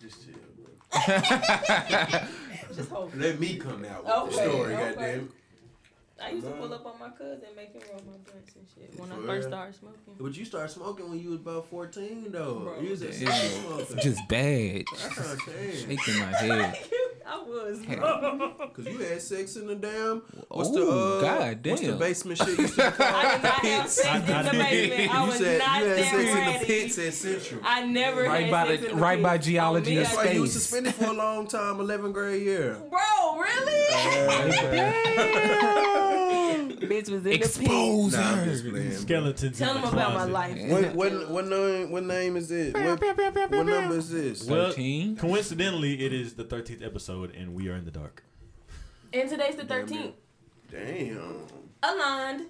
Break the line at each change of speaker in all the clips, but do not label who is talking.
Just chill, bro.
Just hope.
Let me come out with
Okay,
the story,
okay.
goddamn.
I used to pull up on my cousin, make him roll my blunts and shit when I
For
first
real?
started smoking.
But you started smoking when you was about fourteen, though.
Bro.
You was a
Yeah.
serious smoker.
Just bad.
That's what I'm saying.
Shaking my head.
I was.
Hey.
bro.
Cause you had sex in the damn. What's the
Oh,
uh,
God
What's the
damn.
basement shit? You, said,
I did not have sex in the basement. I
you
was
said
not
you had
there
sex
ready.
in the pits at Central.
I never
Right
had
by
sex
the-
in the
right by
pits.
geology
Me,
of
I-
That's why you was
Space.
suspended for a long time, 11th grade year.
Bro,
Oh,
really? Bitch was in the
Expose
Nah, I'm
her.
just playing. bro.
Skeletons.
Tell
in
him
the
about my
closet.
life.
What what what name what name is it? What, what number is this?
Well,
Thirteen.
Coincidentally, it is the 13th episode, and we are in the dark.
And today's the
Damn it.
13th.
Damn.
Aligned.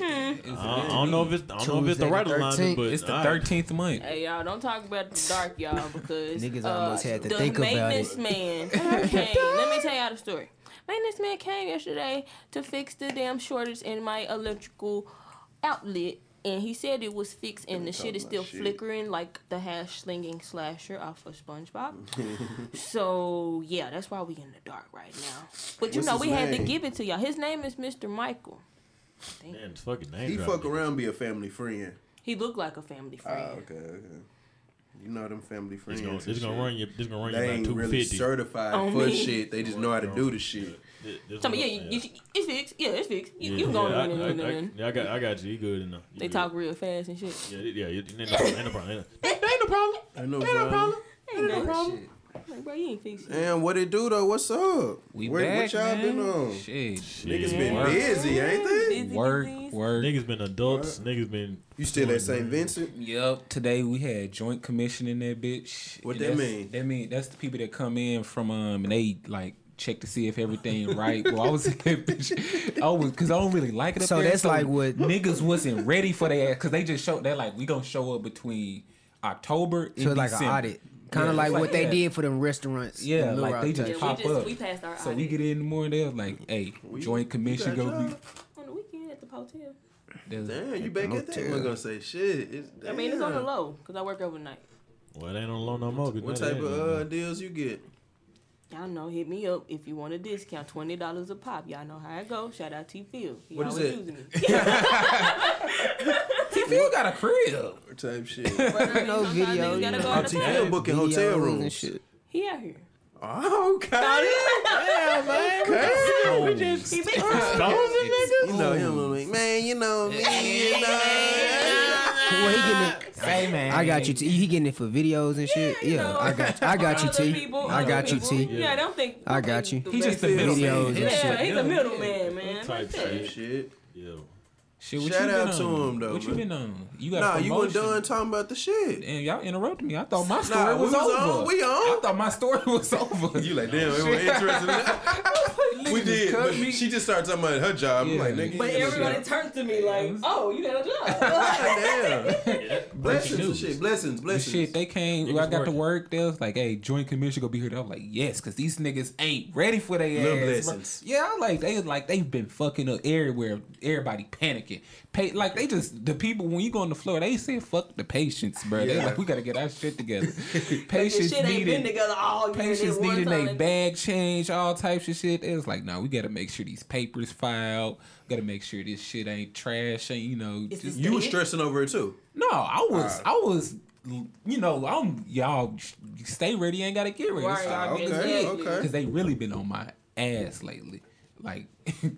I I don't know if it's I don't know if it's the
Tuesday
right
the
alignment,
13th.
but
It's the
all right.
thirteenth month.
Hey y'all, don't talk about the dark, y'all, because
Niggas
uh,
almost had to
the
think about
maintenance
it.
man came. Let me tell y'all the story. Maintenance man came yesterday to fix the damn shortage in my electrical outlet, and he said it was fixed, and the shit is
about
still
shit.
flickering like the hash slinging slasher off of SpongeBob. so yeah, that's why we in the dark right now. But you
What's
know
his
we had to
name?
give it to y'all. His name is Mr. Michael.
Man, it's fucking name
He
dropping.
fuck around be a family friend.
He looked like a family
Ah,
friend.
okay, okay. You know them family friends.
This gonna, this
and
gonna
shit.
run you. This gonna run
They
you about
ain't
two
really
fifty.
certified
On
for
me.
shit. They just know how to do the shit.
Tell me, yeah, you, you, it's fixed. Yeah, it's fixed. You, you
I,
going in
I,
in
I,
in.
yeah, I got, I got you. You good enough. You
They
good.
talk real fast and shit.
Yeah, yeah, yeah. Ain't no problem. Ain't no problem. ain't no-
I know, bro.
Ain't no problem. Like, bro, you ain't fix shit.
And what it do though? What's up?
We
Where-
back,
what y'all
man.
been on?
Shit.
Niggas
Yeah.
been
Work.
busy, ain't they?
Busy
Work,
disease.
work.
Niggas been adults. Niggas been.
You still at St. Vincent?
Yep. Today we had joint commission in that bitch.
What
And
that
that's-
mean?
That mean that's the people that come in from um and they like check to see if everything right. well, I was in that bitch. I was because I don't really like it. Up
So
there,
that's like what-
niggas wasn't ready for their ass because they just showed. They're like, we gonna show up between October and
So it's like an
December.
audit, kind
Yeah,
of like
it's
what
like-
they
yeah.
did for them restaurants. them
Yeah,
Little
like
Rock
they
Yeah,
just
places.
we
pop
just-
up.
we passed our
so we
audit.
get in the morning. They're like, hey, joint commission
you
go.
got
Be,
job?
On the weekend at the hotel.
There's-
Damn, you back at that? I'm gonna say shit. It's,
I mean, it's on the
damn.
low because I work overnight.
Well, it ain't on loan no more. 'cause
What
now they
type of
ain't
uh, deals you get?
Y'all know, hit me up if you want a discount, twenty dollars a pop. Y'all know how it go. Shout out T Phil. He
What is
always
it?
using me.
If you got a crib,
What type of shit?
But
No
sometimes niggas
video,
gotta go
you know.
on
Oh,
the
T
plane.
Phil booking hotel
Videos
rooms.
and shit.
He out here.
Oh, okay. okay.
on.
He big.
You know him, little nigga. man. You know me. You know.
Well, he getting it.
say man,
I got you. T. He getting it for videos and shit.
you
Yeah,
know,
I got. I got you.
other
T.
people,
I
other
got you.
people.
T.
Yeah, I don't think.
I got you.
He's just the
Videos
middleman.
and
His
shit.
Yeah,
shit.
he's a middleman, man.
Type
Like that.
shit.
Shit.
Yeah.
Shit, what
Shout
you
out
been
to
on?
him, though,
What you
man.
been on? You got
Nah,
a
you
promotion.
weren't done talking about the shit.
And y'all interrupted me. I thought my story
Nah, we
was,
was
over.
on. We on.
I thought my story was over.
You like damn, it was interesting. we
Niggas
did.
cut
but
me.
She just started talking about her job.
Yeah.
I'm like, nigga,
But
you ain't
everybody
got
turned to me like, "Oh, you got a job."
no job.
Yeah,
damn. Blessings and
news.
shit. Blessings,
The
blessings.
shit, they came.
Niggas
I got to
working.
work. They was like, "Hey, joint commission gonna be here." I was like, "Yes," because these niggas ain't ready for their
Little
ass. bro.
blessings.
Yeah, I like they like they've been fucking up everywhere. Everybody panicking. Pay, like they just the people when you go on the floor, they say fuck the patients, bro. They
Yeah.
like we gotta get our shit together.
This
patients
shit ain't been
needed.
together all year.
Patients
This one
needed a
time.
bag change, all types of shit. It was like, no, we gotta make sure these papers filed. Gotta make sure this shit ain't trash. Ain't you know?
It's
just-
the
You were stressing over it too.
no, I was, I was, you know, I'm y'all sh- stay ready. Ain't gotta get ready.
Right.
Ah,
Exactly.
okay,
Exactly.
okay.
Cause they really been on my ass lately. Like,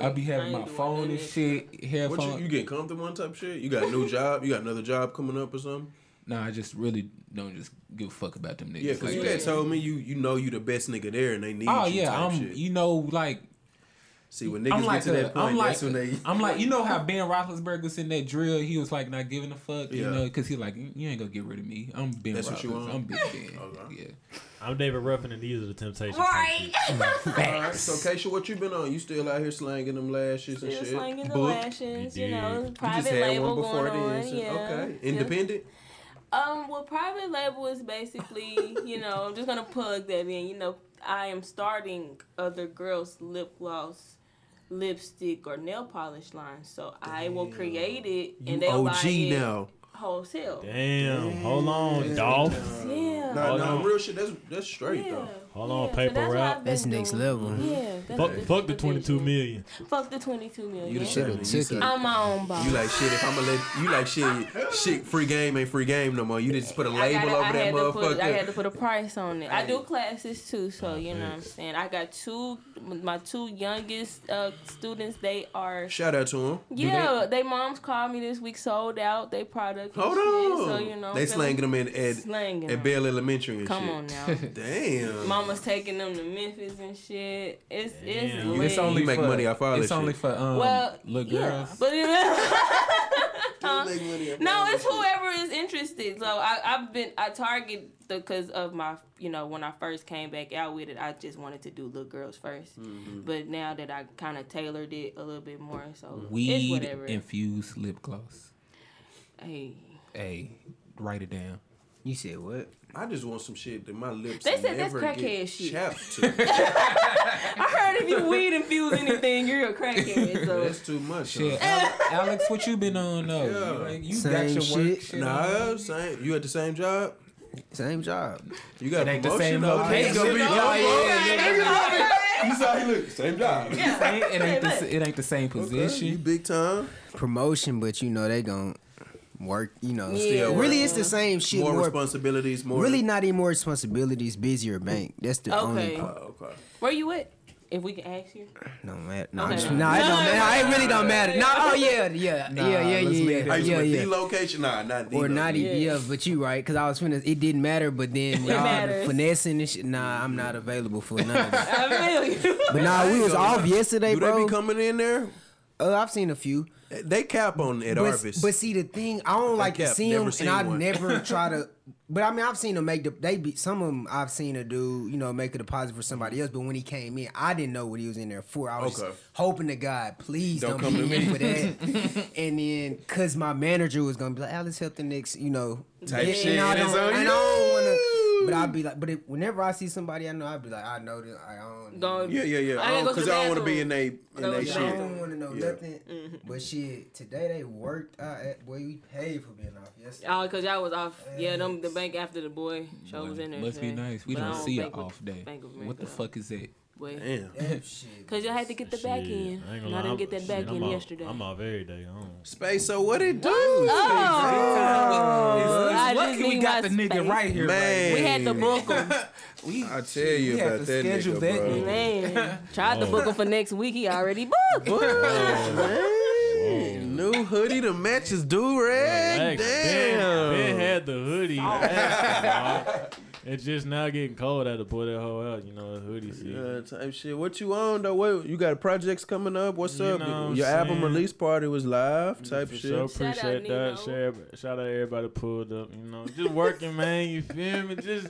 I be having
I
my
ain't doing
phone
none
and
of that.
shit,
What you,
headphone.
you getting comfortable on type shit? You got a new job? You got another job coming up or something?
Nah, I just really don't just give a fuck about them niggas.
Yeah, because
like
you
that.
had told me you you know you the best nigga there and they need
Oh
you.
yeah,
type
I'm.
shit.
You know, like
See when niggas
I'm like,
get to
a-
that point,
I'm like,
that's when they.
I'm like, you know how Ben Roethlisberger was in that drill? He was like not giving a fuck, you
Yeah.
know, because he like, you ain't gonna get rid of me. I'm Ben
That's what you
Roethlisberger.
want?
I'm Big Ben.
Okay.
Yeah.
I'm David Ruffin, and these are the Temptations.
Right.
All right, so Keisha, what you been on? You still out here slanging them lashes and
Still
shit?
slanging the
Book?
lashes, you
You did.
know,
You
private
just had
label
one before
going on.
this.
Yeah.
Okay,
Yeah.
independent.
Um, well, private label is basically, you know, I'm just gonna plug that in. You know, I am starting other girls' lip gloss, lipstick, or nail polish line. So I will create it, and they'll buy it
now.
wholesale.
Damn. Hold on, Dolph.
Yeah, Yeah.
No,
Hold
Oh, no,
on.
real shit. That's that's straight
yeah.
though.
Hold on,
yeah.
paper
that's what
route.
I've been
That's next
doing.
level.
Yeah. that's
Fuck,
the
fuck the twenty two
division.
million.
Fuck the 22 million.
You the shit.
Should've
You
took
suck.
it.
I'm my own boss.
You like shit. If I'ma let you like shit, shit. Free game ain't free game no more. You just put a
I
label
gotta- I
over that
had to put- I had
motherfucker. Oh,
to put a price on it. I do classes too, so you know what I'm
thanks.
saying. I got two, my two youngest uh, students. They are
Shout out to him.
yeah. They moms called me this week, sold out they product. and
Hold
shit,
on.
so you know
they
I'm feeling-
slanging them in at
slanging
at
them.
Bell Elementary and
Come
shit.
on now.
Damn.
Mama's taking them to Memphis and shit. It's it's
Damn.
lit.
It's only
You make
for,
money off all
It's
this
only
shit.
for um,
well,
little
yeah,
girls.
But it,
Make money off all
No,
this
it's
shit.
whoever is interested. So I, I've been I target because of my you know when I first came back out with it, I just wanted to do little girls 1st
Mm-hmm.
But now that I kind of tailored it a little bit more, so it's
Weed
whatever.
infused lip gloss.
hey.
Hey, write it down.
You said what?
I just want some shit that my lips
They said that's
never
crackhead
get
shit.
chapped to.
I heard if you weed infuse anything, you're a crackhead. So
that's too much. huh?
Shit, Al- Alex, what you been on though?
Yeah.
You, ain't- you got
Same
your work
shit.
shit. on?
Nah, same. You at the same job?
Same job.
You got
It
a
ain't the
promotion
same
though?
location.
It's gonna be-
Yeah,
Yeah,
yeah,
yeah,
yeah,
yeah, yeah. You saw he look same job.
It ain't, it ain't the, s- it ain't the same
Okay, you
position.
big time.
Promotion, but you know they gon' work. You know,
Still work.
really, it's the same shit.
more,
More,
responsibilities. More
really, not any more responsibilities. Busier bank. That's the only
Okay.
part.
Oh, okay.
where you at? If we can ask you.
No matter. No, I'm
Okay.
just- nah, it
No, no,
don't matter.
no,
It really
no,
don't matter.
no.
No, oh yeah, yeah,
Nah,
yeah, yeah,
let's leave it
yeah,
Hey,
yeah,
yeah,
yeah.
the location, nah, not the
Or not,
location.
yeah. yeah, but you right, cause I was finna. It didn't matter, but then y'all
matters.
finessing and shit. Nah, I'm not available for none of that.
I feel you.
But nah, we was off yesterday,
Do they
bro.
be coming in there?
uh, I've seen a few.
They cap on at
But,
Arvis.
but see, the thing, I don't like to
cap,
see
never
them,
seen
and I
one.
never try to. But I mean, I've seen them make the. They be some of them. I've seen a dude, you know, make a deposit for somebody else. But when he came in, I didn't know what he was in there for. I was
Okay.
just hoping to God, please
Don't
don't,
come
be
to
in
me.
for that. and then, cause my manager was gonna be like, "Ah, let's help the next," you know,
Type
and,
shit,
And I
it's
don't,
on
and I don't wanna.
you.
But I'd be like, but if, whenever I see somebody I know, I'd be like, I know this. I don't.
Gone.
yeah, yeah, yeah.
I gotta
I
go
don't-
to
Cause
the
I don't want to be in
bathroom.
they in
go
they
to
Yeah,
the
shit.
I don't want to know
Yeah.
nothing.
Mm-hmm.
But shit, today they worked out at boy. We paid for being off yesterday.
Oh, cause y'all was off. Yeah, them the bank after the boy show was in there.
Must be
today.
nice. We
But I
don't see an
bank with-
off day.
Bank of
What the
America.
fuck is that?
Wait.
Damn.
That shit.
Cause y'all had to get the back
Shit,
end.
I
and
ain't gonna
I
lie,
didn't
I'm-
get that back
shit,
end
I'm off-
yesterday.
I'm off every day. I don't-
Space. So what it do?
Oh,
It's- it's
I just
lucky we
need
got
my
the nigga
space.
right here.
Man.
We had to book 'em.
We,
I tell you
we had
about
to
that
schedule
nigga,
that
bro.
nigga.
Man, tried to
Oh.
book him for next week. He already booked.
Hey, New hoodie to match his do rag.
Relax,
Damn.
Ben, Ben had the hoodie. Relax, dog. it's just now getting cold. I had to pull that hoe out. You know, the hoodie. season.
Yeah, type shit. What you on though? What you got projects coming up? What's
You
up?
know what I'm
Your album
saying?
release party was live. Type
For
shit.
sure,
Shout out
appreciate
Nino.
that. Share, shout out everybody pulled up. You know, just working, man. You feel me? Just,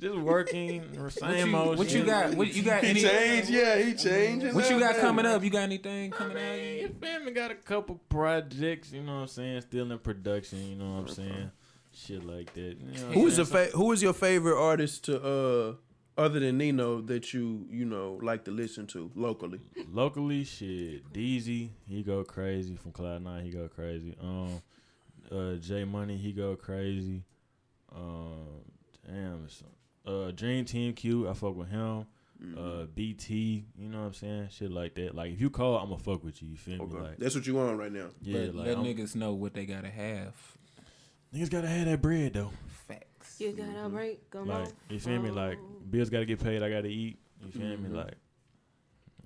just working.
What
Same
you,
old
what you
shit.
got? What you got?
He
Any,
changed. Yeah, he
Mm-hmm.
changed.
what you got
now,
coming
man.
up? You got anything coming
Man, your
out?
family got a couple projects, you know what I'm saying? Still in production, you know what I'm saying? Shit like that. You know what
Who is
I'm
your fa- Who is your favorite artist to uh other than Nino that you you know like to listen to locally?
saying? locally shit? DZ, he go crazy from Cloud Nine, he go crazy. Um, uh, J Money, he go crazy. Um, damn, it's- uh, Dream Team Q, I fuck with him. Uh, BT, you know what I'm saying? Shit like that. Like if you call, I'ma fuck with you. You feel me?
Okay,
Like
that's what you on right now.
yeah,
Let-
like
let
I'm-
niggas know what they gotta have.
niggas gotta have that bread though.
Facts.
You gotta break 'em
Like
off.
you feel me? Like bills gotta get paid. I gotta eat. You feel me? Like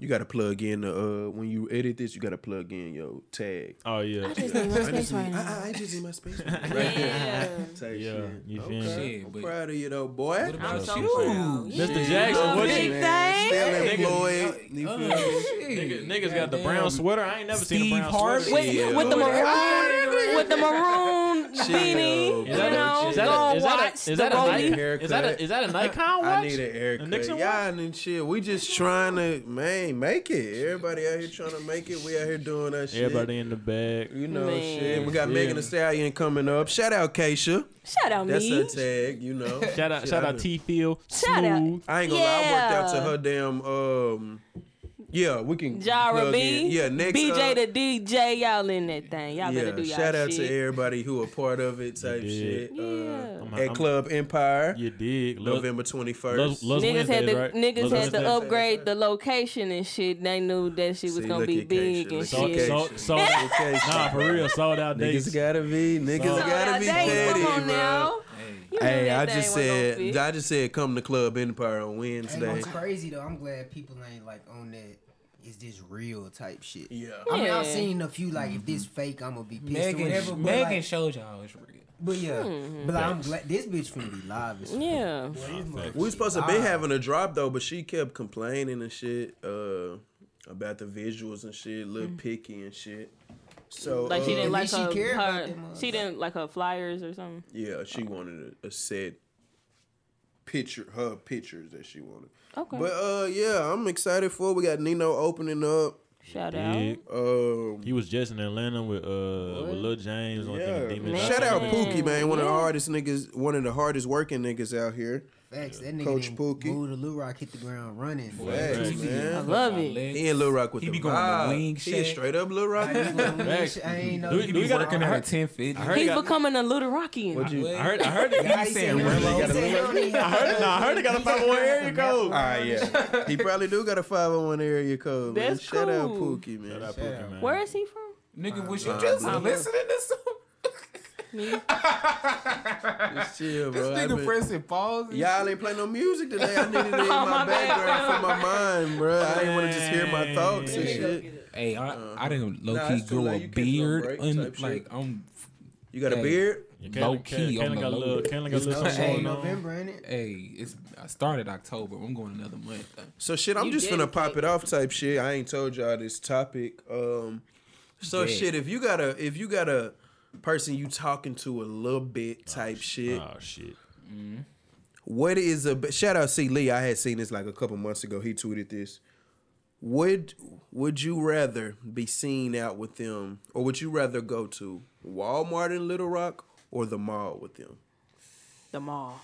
You got to plug in the uh when you edit this, you got to plug in your tag.
oh yeah,
I just need my space right now.
I, I just in my space.
Yeah.
Type
Yeah,
shit.
you feel
okay.
me?
Shit,
I'm
but-
proud of you though, boy.
What about
I'm so
you?
proud. Oh,
Shit.
Mr. Jackson, what
Big
you?
thing.
Still
Niggas-
employed. You
Oh,
feel
Niggas,
me?
Niggas,
niggas got the brown sweater. I ain't never seen a
Steve
brown
Harvey.
sweater.
With,
Yeah.
with the
Whatever.
maroon, with the maroon
Chill,
beanie, you
bro.
Is that,
know,
a, is, that
go
a, is,
and
that a,
watch
is,
the
that a
Golden
Nike?
Nikon? is that a is that a Nikon watch?
I need an
The
haircut.
Nixon
Y'all and shit. We just trying to man make it. Everybody out here trying to make it. We out here doing that shit.
Everybody in the back.
You know
Man.
shit. We got
Yeah.
Megan Thee Stallion coming up. Shout out Keisha.
Shout out
That's
me.
her tag. You know.
Shout out,
Shit,
shout
I
out
been-
T Phil.
Shout out.
Smooth.
I ain't gonna lie. I worked out to
Yeah.
her damn um Yeah, we can.
Jara
plug in.
B.
Yeah, next.
BJ
uh,
the DJ, y'all in that thing. Y'all
yeah,
better do y'all
shout out
shit.
to everybody who are part of it, type
Yeah.
shit.
Yeah.
Uh,
I'm-
at
I'm-
Club Empire,
You dig? Love,
November twenty
Love,
first.
love
niggas
Wednesdays,
had to
right?
niggas
Love
had to
Wednesdays.
upgrade the location and shit. They knew that shit was
See,
gonna
look
be
at Keisha,
big
look
and
at
Sold,
Keisha.
shit.
sold, sold, nah, for real, sold out days.
Niggas gotta be, niggas
So-
gotta be
Nowadays,
petty,
come on
bro.
now. You knew
Hey,
that
I
thing
just
wasn't gonna
said,
fit.
I just said, come to Club Empire on
Ain't no-
Wednesday.
It's crazy though. I'm glad people ain't like on that. Is this real type shit?
Yeah. Mm-hmm.
I mean, I've
Yeah.
seen a few like if this fake, I'm gonna be pissed or whatever.
Megan,
But,
Megan
like,
showed y'all it's real.
but yeah, but like, I'm glad this bitch finna be live. As fuck.
Hmm. yeah.
We was supposed to be
Live.
having a drop though, but she kept complaining and shit uh, about the visuals and shit, little picky and shit. So
Mm. Like she
uh,
didn't
at
like
least she
her,
cared about
her
them motherfuckers.
she didn't like her flyers or something.
Yeah, she
Oh.
wanted a, a set picture, her pictures that she wanted.
Okay.
But uh, yeah, I'm excited for. it. We got Nino opening up.
Shout out.
Dig.
Um,
He was just in Atlanta with uh with Lil James on
yeah.
the Demon.
Shout out Pookie, man. One of the
Yeah.
hardest niggas, one of the hardest working niggas out here.
Facts. That nigga
Coach
Coach
Pookie.
Move the Lil Rock hit the ground running.
Facts,
Facts.
I
man.
love
My
it.
legs.
He and Lil Rock with
He
the
be going to
vibe.
Wing
He is
Shack.
straight up Lil Rock.
Facts.
I ain't know.
Do we-
He
do we
be
gotta-
working out at ten fifty.
I heard-
He's
got-
becoming a little Rockian.
What'd you?
I heard, I heard, I
Yeah,
He
he
saying
said
Rello.
Rello.
He
said
He don't need-
heard, nah, I heard he got a five one area code.
Ah, yeah. He probably do got a 501 area code. Man.
That's
Shout out
cool.
Pookie, man.
Pookie,
man.
Where is he from?
Nigga, was you just
Nah,
listening to some?
Just chill,
This
bro. I
nigga
been-
pressing pause. and
Y'all ain't play no music today. I needed it in
Oh,
my
my bad.
background for my mind, bro. I didn't want to just hear my thoughts and shit.
shit. Hey, I, I didn't low
Uh-huh. Nah,
key
it's too
grew
late.
a
You catch no
beard.
break
Un,
type shit.
like I'm,
You got a
Hey.
beard?
Low
Low key on
Kaylin
the
got a
low.
little, Kaylin got a little
Hey,
something going on.
November, ain't it?
hey, it's I started October. I'm going another month. though.
So shit, I'm
You
just gonna pop
dedicated.
it off type shit. I ain't told y'all this topic. Um so
Yeah.
shit, if you got a if you got a person you talking to a little bit type shit,
Oh shit.
what is a b- shout out C Lee? I had seen this like a couple months ago. He tweeted this. Would would you rather be seen out with them, or would you rather go to Walmart in Little Rock or the mall with them?
The mall.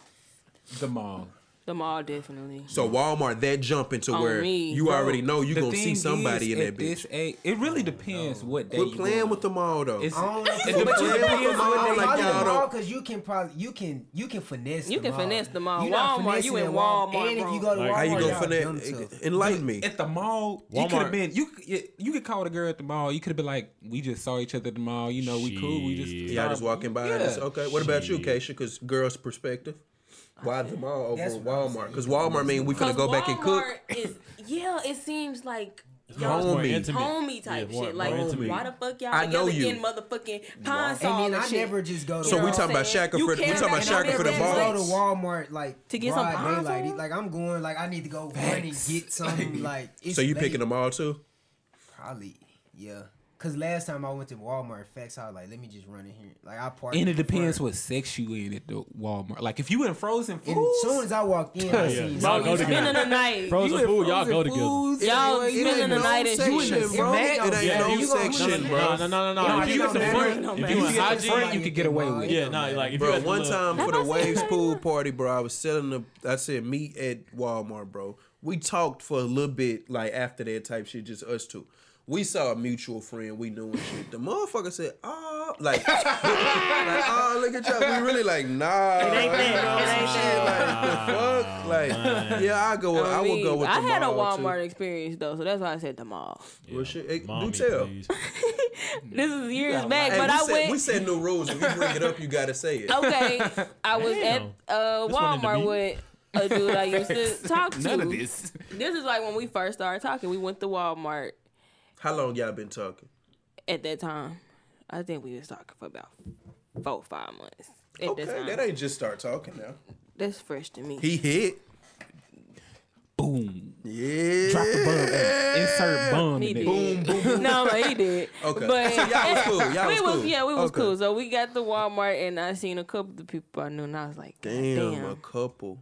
The mall.
The mall definitely.
So Walmart, that jump into
On
where
me.
you
Bro,
already know you
the
gonna see
thing
somebody
is,
in that
at this
bitch.
age- it really depends what day.
We're
you
playing
going.
with the mall though.
It's,
I don't know.
it
But you
depends
playing with the
what
mall
day
like
you
y'all
going.
don't-
because you can probably you can you can finesse.
You
the
can
mall.
finesse the mall.
You not
Walmart,
finessing
you in
at Walmart.
Walmart,
And if
bro.
you go to Walmart,
Like,
How you
y'all
gonna
dumb
finesse?
too.
Enlighten me.
At the mall, you
Walmart.
could have been you. could- You, you could call the girl at the mall. You could have been like, "We just saw each other at the mall. You know, we cool. We just
Shit.
Y'all just walking by.
Yeah.
and it's okay. What about you, Keisha? Because girls' perspective. Why the mall over
That's what I'm
Walmart?
saying.
Because Walmart mean we finna go back and cook.
Is, yeah, it seems like
More
y'all
Homie.
intimate.
homie type
Yeah, more-
shit.
more
Like,
intimate.
why the fuck y'all
I know
together
you.
getting motherfucking pine
I
sol
mean,
and
I
shit?
never just go. to
So we
Walmart.
talking about
saying?
Shaka
You
for the, we
care
talking about
about
Shaka
none
for
of
the
that
I
ball.
go to Walmart like
To get some
broad
pineapple?
daylight. It- Like I'm going like I need to go run and get some like. It's
So you
late.
picking the mall too?
Probably yeah. Cause last time I went to Walmart, facts I was like, let me just run in here. Like I parked.
And it
in front.
depends what sex you in at the Walmart. Like if you in frozen
And
foods,
as soon as I walked in, I seen something.
Y'all go
Y'all
together.
spending the night.
Frozen
in
food, y'all
frozen
go together.
foods,
Y'all
you
spending Oh, the night at
section,
you.
bro. It ain't
Yeah,
no
you
gonna-
section, bro.
No, no, no, no,
Yeah,
no.
I
If you
know
at the
that.
front, if
You
you
see
at
that
the
front,
front,
you could get away with it.
yeah, nah, like if you
Bro,
at the
one
little-
time for the
Nobody said
Waves
that.
pool party, bro, I was selling the. I said meet at Walmart, bro. We talked for a little bit, like after that type shit, just us two. We saw a mutual friend we knew and shit. The motherfucker said, "Oh, like, like oh, look at y'all." We really like, nah,
It ain't that.
you know,
It ain't
some Oh. shit, Like, the fuck, like, yeah, I go. I, will go with.
I
the
had a
mall, too.
Walmart experience though, so that's why I said the mall.
Well, shit, hey,
Mommy,
do tell.
please.
This is years
gotta
back,
Hey,
but
we
I
said,
went. Oh.
We said new rules. If you bring it up, you gotta say it.
okay, I was
Damn.
at uh,
This one in the
Walmart
meat.
with a dude I used to talk to.
none of this.
This is like when we first started talking. We went to Walmart
How long y'all been talking?
at that time. I think we was talking for about four, five months at
Okay,
that time.
that ain't just start talking now.
That's fresh to me.
He hit.
Boom.
Yeah.
Drop the bum. Insert bum.
He
in there.
did. no, but he did.
Okay.
But
So y'all was cool. Y'all
we
was cool.
yeah, we was
Okay.
cool. So we got to Walmart and I seen a couple of the people I knew and I was like, God
Damn,
damn.
a couple.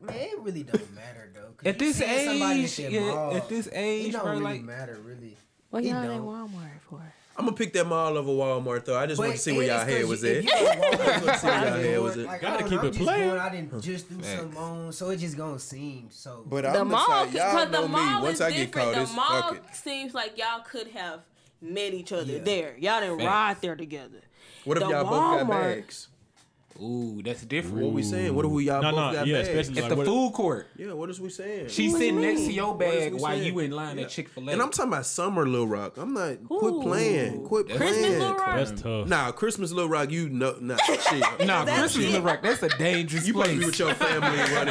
Man, it really don't matter though. 'cause
At
you
this
seeing somebody
age,
that
yeah,
mall,
at this age,
it don't
bro,
really
like-
matter really.
What
It
y'all at
don't.
Walmart for?
I'm gonna pick that mall over Walmart though. I just want to see where y'all head was at.
it. Gotta
see where y'all head was at.
Gotta keep it playing.
I didn't just do some on, so it just gonna seem so.
But
The
I'm
mall,
the
because
y'all
the
know
mall
me. Once
is
I get
different.
caught,
the
it's
mall
fuck it.
seems like y'all could have met each other
Yeah.
there. Y'all didn't
Facts.
ride there together.
What if
The
y'all both got
Walmart.
bags?
Ooh, that's different.
What we saying? What if we y'all
No,
both
no,
got
yeah,
bags?
especially
At
like,
the
what-
food court,
yeah, what is we saying?
she's
What do you
sitting next to
mean?
your
What is
bag
we
while
saying?
you in line
Yeah.
at Chick Fil A.
And I'm talking about summer Little Rock. I'm not. Quit
Ooh.
playing. Quit
That's-
Christmas
playing.
Little Rock.
That's tough.
Nah, Christmas Little Rock. You know, nah, shit.
Nah,
That's
Christmas
it.
Little Rock. That's a dangerous
you probably
place.
be with your family running in and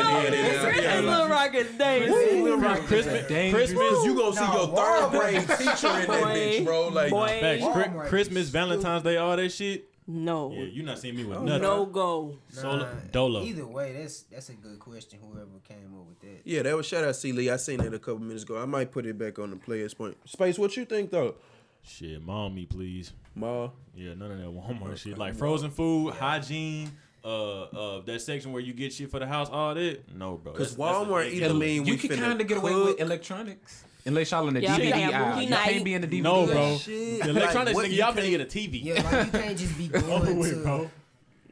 out.
Christmas
Yeah, like-
Little Rock is dangerous.
Christmas Little Rock is
Christmas,
dangerous.
Christmas,
Cause you gonna see
Nah,
your third
Walmart.
grade teacher in that bitch, bro. Like,
Boy.
Facts.
Walmart
Chri-
is
Christmas, Valentine's Day, all that shit.
Oh,
No,
Yeah, you not seeing me with nothing.
no go.
Solo,
Nah,
dolo.
uh, Either way, that's that's a good question. Whoever came up with that.
yeah, that was shout out C Lee. I seen that a couple minutes ago. I might put it back on the players point. Space, what you think though?
Shit, mom me, please.
Ma,
Yeah, none of that Walmart shit. Like frozen food, hygiene, uh, uh, that section where you get shit for the house, all that. No, bro.
because
That's- that's
Walmart either
ridiculous.
mean
you
we
can
finna
kind of get away
cook.
with electronics unless y'all in the
Y'all
DVD
can have
aisle.
movie
You
night.
can't be in the DVD.
No,
aisle.
bro.
Shit.
The electronics,
Like, what
nigga, y'all
you
finna
can't-
get a TV.
Yeah, like you can't just be
Over
going
with,
to.
Oh,
bro.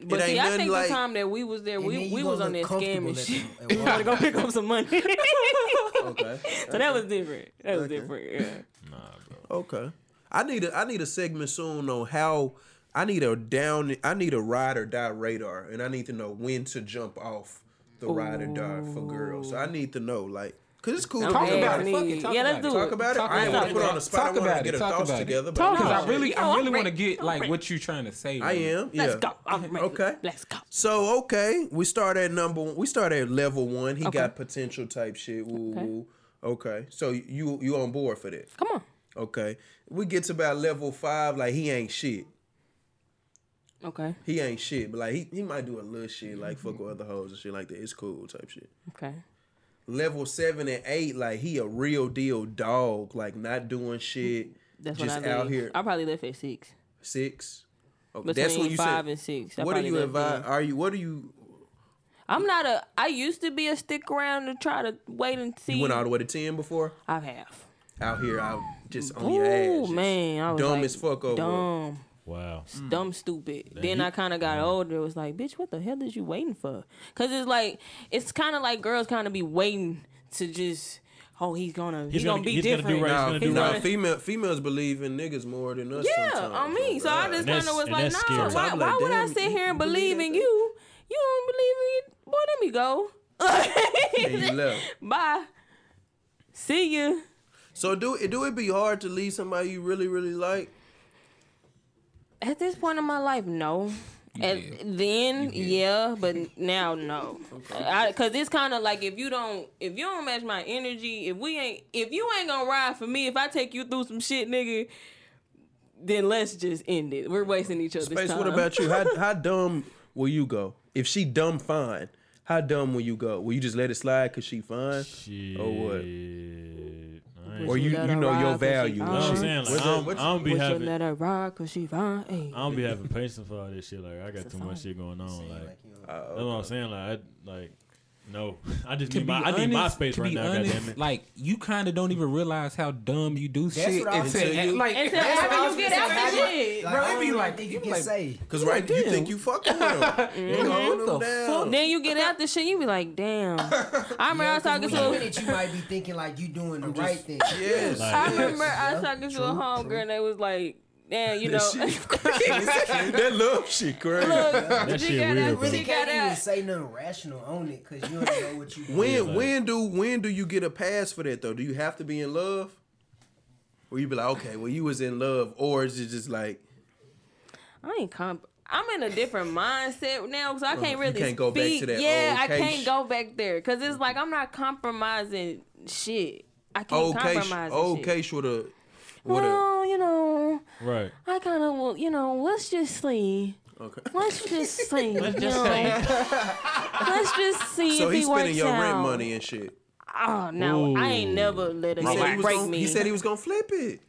But
It
see,
ain't
I
nothing
think
like-
the time that we was there,
and then
we,
you
we
gonna
was on that
look
scam
comfortable
and
at
shit.
the- at
We wanna go
Walmart.
pick up some money.
Okay.
So that was different. That was
Okay.
different. Yeah.
Nah, bro.
Okay. I need a I need a segment soon on how I need a down I need a ride or die radar and I need to know when to jump off the ride or die for girls. I need to know like cause it's cool. to
Talk
Yeah,
know,
about
like,
it. Fuck it. Talk
Yeah, let's
about it.
do
Talk about it.
Talk
I ain't
about
want to put
it.
on the spot.
Talk
I want to
about
get
it.
a
Talk
thoughts
about it.
together. but
Talk
I
Because I
appreciate it.
really,
Oh,
I
I'm
really want to
ready.
get
I'm
like
ready.
what you trying to say.
I am. Yeah.
Let's go. I'm ready.
Okay.
Let's go.
So okay, we start at number. one. We start at level one. He
Okay.
got potential type shit. Woo,
Okay.
woo. okay. So you you on board for that?
Come on.
Okay. We get to about level five. Like he ain't shit.
Okay.
He ain't shit. But like he, he might do a little shit. Like fuck with other hoes and shit like that. It's cool type shit.
Okay.
Level seven and eight. Like he a real deal dog. Like not doing shit.
That's
just
when I
out
leave.
here.
I probably left at six.
Six. Okay.
Between
That's when you
five
said.
and six. I
What are
probably
you
left then.
advise? Are you? What are you?
I'm not a. I used to be a stick around to try to wait and see.
You went all the way to ten before.
I have.
out here out just on your ass.
Oh
just
man, I was
dumb
like,
as fuck over. Mm.
Dumb,
Wow.
dumb, stupid. then
you-
I kind of got older. It was like, bitch, what the hell is you waiting for? Cause it's like, it's kind of like girls kind of be waiting to just. Oh, he's gonna. He's, gonna,
gonna-
be
he's gonna do
different.
right,
Nah,
It's gonna do
nah,
right.
female females believe in niggas more than us.
Yeah,
sometimes,
on me.
bro.
So I just
that's-
kind of was
and
like,
that's
nah,
scary.
why,
I'm
why
like,
would I
damn,
sit
you-
here and
you believe
believe in
that?
you? You don't believe in Boy, let me
And you
go.
left.
Bye. See you.
So do it. Do it be hard to leave somebody you really really like?
At this point in my life, no.
did.
At, then yeah, but now no, I, cause it's kind of like if you don't if you don't match my energy, if we ain't if you ain't gonna ride for me, if I take you through some shit, nigga, then let's just end it. We're wasting each other's
Space.
time.
What about you? How how dumb will you go? If she dumb, fine. How dumb will you go? Will you just let it slide cause she fine?
Shit.
Or what?
I ain't-
Or
you
you
let
you
her
know
ride
your
'cause she
value?
fine.
You know
and
what I'm
shit.
saying? Like,
What's
I
that-
don't, I
what's-
don't be
Would you
having.
let her ride cause she fine? Hey.
I don't be having patience for all this shit. Like I got too much shit going on. Like
Like, you know,
that's what I'm saying. Like I like no. I just
To
need
be
my I need my
honest-
space
to
right
be
now.
honest,
Goddamn it.
Like you kind of don't even realize how dumb you do
That's
shit
what I was
saying.
until like
Until after you get out the shit.
like,
bro,
I
it
don't
be
even
like-
think
you
you can
like-
say.
Cause right, you think you fucking with him? You
Mm-hmm.
hold
What the
him
fuck?
down.
Then you get out the shit, you be like, damn. I remember I was talking
When you in
to.
it, you might be thinking like you doing the right thing.
Yes.
I
Like-
remember I was talking to a homegirl, and they was like, damn, you know.
That shit crazy. that love shit crazy.
Look,
shit
she got
weird,
out.
bro.
She
You
got
can't even
out.
say nothing rational on it because you don't know what you.
When
doing.
like-
when do when do you get a pass for that though? Do you have to be in love? Or you be like, okay, well you was in love, or is it just like
I ain't comp. I'm in a different mindset now, so I
you
can't really
can't go back to
speak.
that
yeah,
old
I
case.
can't go back there because it's like I'm not compromising shit. I can't
okay,
compromise.
old
shit.
case with a with a
Well, you know,
Right.
I kind of will. You know, let's just see.
okay.
Let's just see.
Let's
you
just
know.
say
Let's just see
So
if he
he's spending
works
your
out.
rent money and shit.
Oh no, I ain't
Ooh.
never let a
He said he,
nigga
was
break
gonna,
me.
he said he was gonna flip it.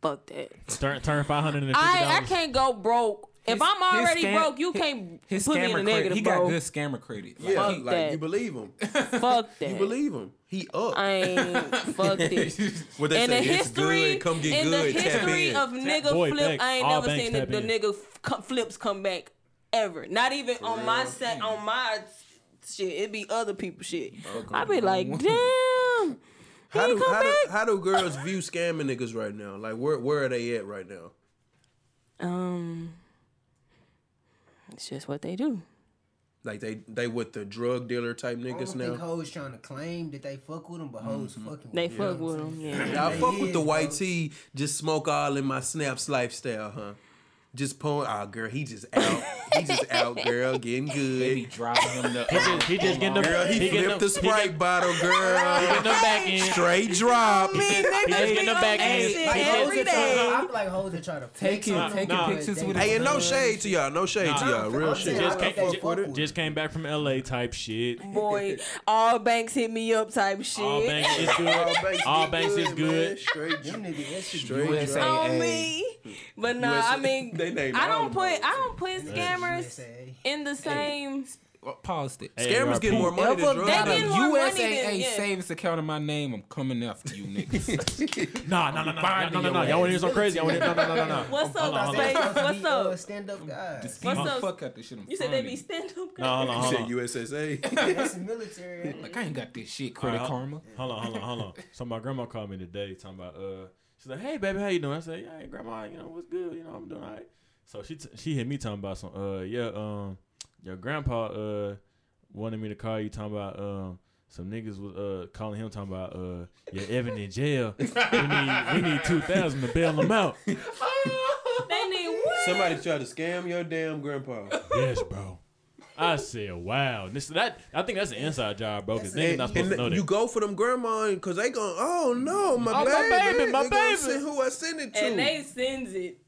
fuck that.
turn turn five hundred and fifty
I I
dollars.
can't go broke if I'm already broke, you can't
his
put me in
scammer
a
credit.
negative,
He got
bro.
good scammer credit. Like,
Yeah,
Fuck
like
that.
you believe him.
Fuck that.
You believe him. He up.
I ain't fuck this.
what they
In the
say, it's
history,
good. Come
in
get good.
the
Tap
history
in.
of nigga
boy,
flip,
thanks.
I ain't
All
never
banks
seen the,
tap
the
in.
nigga f- come- flips come back ever. Not even on my set, on my shit. It be other people shit. I be like, damn.
how
he
do
come
how, do
back?
how do girls view scamming niggas right now? Like where where are they at right now?
Um, it's just what they do.
Like they they with the drug dealer type
I don't
niggas Mm-hmm.
think
now.
hoes trying to claim that they fuck with them, but hoes fucking.
They
with
fuck
them.
with them. Yeah.
Now I fuck with the
is,
white
bro.
tea, just smoke all in my snaps lifestyle, huh? Just pulling, ah, girl, he just out, he just out, girl, getting
They be
good.
driving him to. uh,
He just, he just getting them.
Girl, he,
he getting
flipped
them,
the
He
sprite bottle, girl.
getting them back in.
Straight drop.
He just getting them back
Hey,
in.
shit,
He
Like,
just-
hoes
every
that try
day.
to- I feel like hoes that try to flex
Taking-
on them,
taking
but
pictures
they
with
don't.
Hey, and no shade to y'all, no shade to
Nah.
y'all, real shit.
saying,
Just
I don't
came,
think fuck
ju-
with
just came back from LA type shit.
Boy, all banks hit me up type shit.
All banks is good. All banks is good.
Straight
Them niggas, that shit
Straight
be-
USA.
on
Hey,
me. But nah,
USA
I mean,
they name
I
all
don't
them
put
hoes.
I don't put scammers
USA.
in the same.
uh, Paused it.
Hey,
Scammers get
AARP.
more money than
Ever
drugs.
got
They
do.
a
get more money than-
USAA
yeah.
savings account in my name? I'm coming after you, niggas.
Nah, nah, nah, nah,
Binding
nah, nah,
your
nah. Y'all
ass.
want to hear something crazy? Y'all want to hear? No, no, no, no, no.
What's
Hold on,
up,
hold on.
space? What's up?
Stand up uh, guys.
Beat the
up?
fuck out this shit. I'm
You said they be
finding.
stand up.
No, hold on,
You
hold
said
on.
USSA.
That's the military.
Like I ain't got this shit. Credit
Alright,
Karma.
Hold on, hold on, hold on. So my grandma called me today talking about uh she's like, Hey baby, how you doing? I said, Yeah, hey, grandma, you know, what's good? You know, I'm doing all right. So she t- she hit me talking about some uh yeah, um your grandpa uh wanted me to call you talking about um some niggas was uh calling him talking about uh yeah Evan in jail. We need we need two thousand to bail him out.
They need what?
Somebody tried to scam your damn grandpa.
yes, bro. I said, wow. This that I think that's an inside job, bro, because niggas not supposed to know
And
that.
you go for them grandma because they going, oh no, my
Oh, my
baby,
baby, my
They gonna
baby."
send who I send it to.
And they sends it.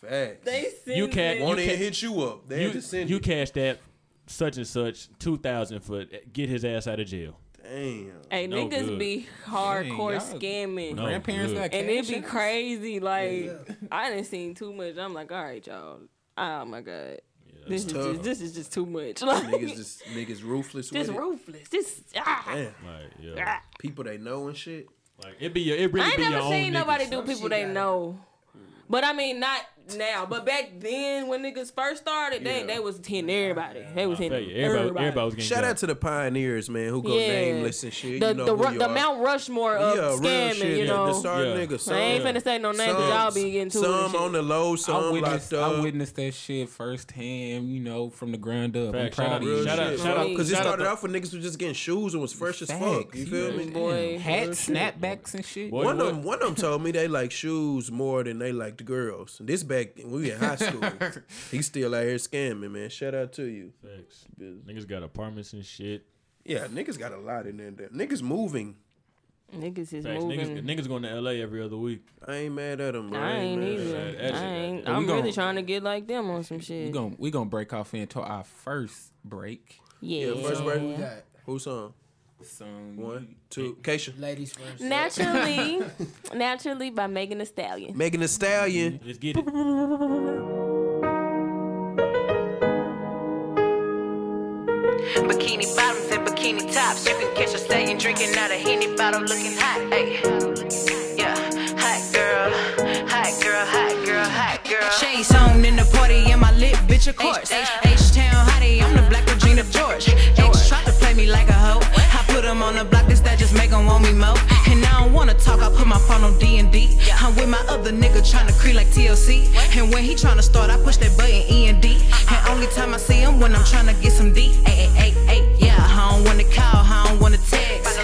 Facts.
They sends
You can't-
it.
won't even
can't-
hit you up. They
you,
just send
you
you.
cash that such and such two thousand for get his ass out of jail.
Damn.
Hey,
No
niggas
good.
be hardcore
y'all-
scamming.
No.
Grandparents
good.
got
And it
cash
be
apps?
crazy. Like I didn't seen too much. I'm like, all right, y'all. Oh my god, this is
tough.
just, this is just too much. Like
Niggas just niggas ruthless
this
with
ruthless. This ah.
it. Damn.
Like yeah,
People they know and shit.
like it be your, it really
I ain't
be your
never
own
seen
niggas.
nobody do people
shit
they
gotta-
know. But I mean, not now. But back then, when niggas first started,
Yeah.
they they was hitting everybody. They was
I
hitting
tell you,
everybody.
everybody, everybody was getting
Shout
got.
out to the pioneers, man, who go
Yeah.
nameless and shit.
The
you know
the,
who
Ru-
you
the
are.
Mount Rushmore of
yeah, real
scamming.
shit.
you
yeah,
know,
the star
Yeah.
niggas.
I ain't
some-
finna say no names. 'cause
some-
Y'all be getting too
Some on the low,
I
some
witnessed,
locked
I
up.
witnessed that shit firsthand, you know, from the ground up.
Fact,
I'm
shout
proud
out-
of you.
shout out- shout out-
Because it
shout out
started
the-
off with niggas who just getting shoes and was fresh as fuck.
Facts,
You feel me?
yeah,
Boy.
damn. Hats,
Real shit.
snapbacks, and shit.
Boy,
One
what-
of them, one of them told me they like shoes more than they liked girls. And this back when we in high school, he's still out here scamming, man. Shout out to you.
Facts. Niggas got apartments and shit.
Yeah, niggas got a lot in there. Niggas moving.
niggas is
Facts. Niggas,
moving.
niggas going to LA every other week.
I ain't mad at them. Bro.
I ain't
mad at 'em.
either.
that- that shit
I
got-
ain't.
But we
I'm really
gon-
trying to get like them on some
We
shit.
gon' we gonna break off into our first break.
Yeah.
Yeah, first break.
We got
Who's on?
Song
One, two, Keisha.
ladies first.
Naturally, naturally by Megan Thee Stallion.
Megan Thee Stallion.
Let's get it.
Bikini bottoms and bikini tops. You can catch a stallion drinking out a henny bottle, looking hot. Hey, yeah, hot girl, hot girl, hot girl, hot girl.
Shades on in the party and my lit bitch of course.
uh.
H Town hottie, I'm the black Regina George. X tried to play me like a hoe. I put him on the block, this that just make him want me more. And I don't wanna talk, I put my phone on D and D. I'm with my other nigga tryna creep like TLC. And when he tryna start, I push that button E and D. And only time I see him when I'm tryna get some D. Ay, ay, ay, ay, yeah. I don't wanna call, I don't wanna text.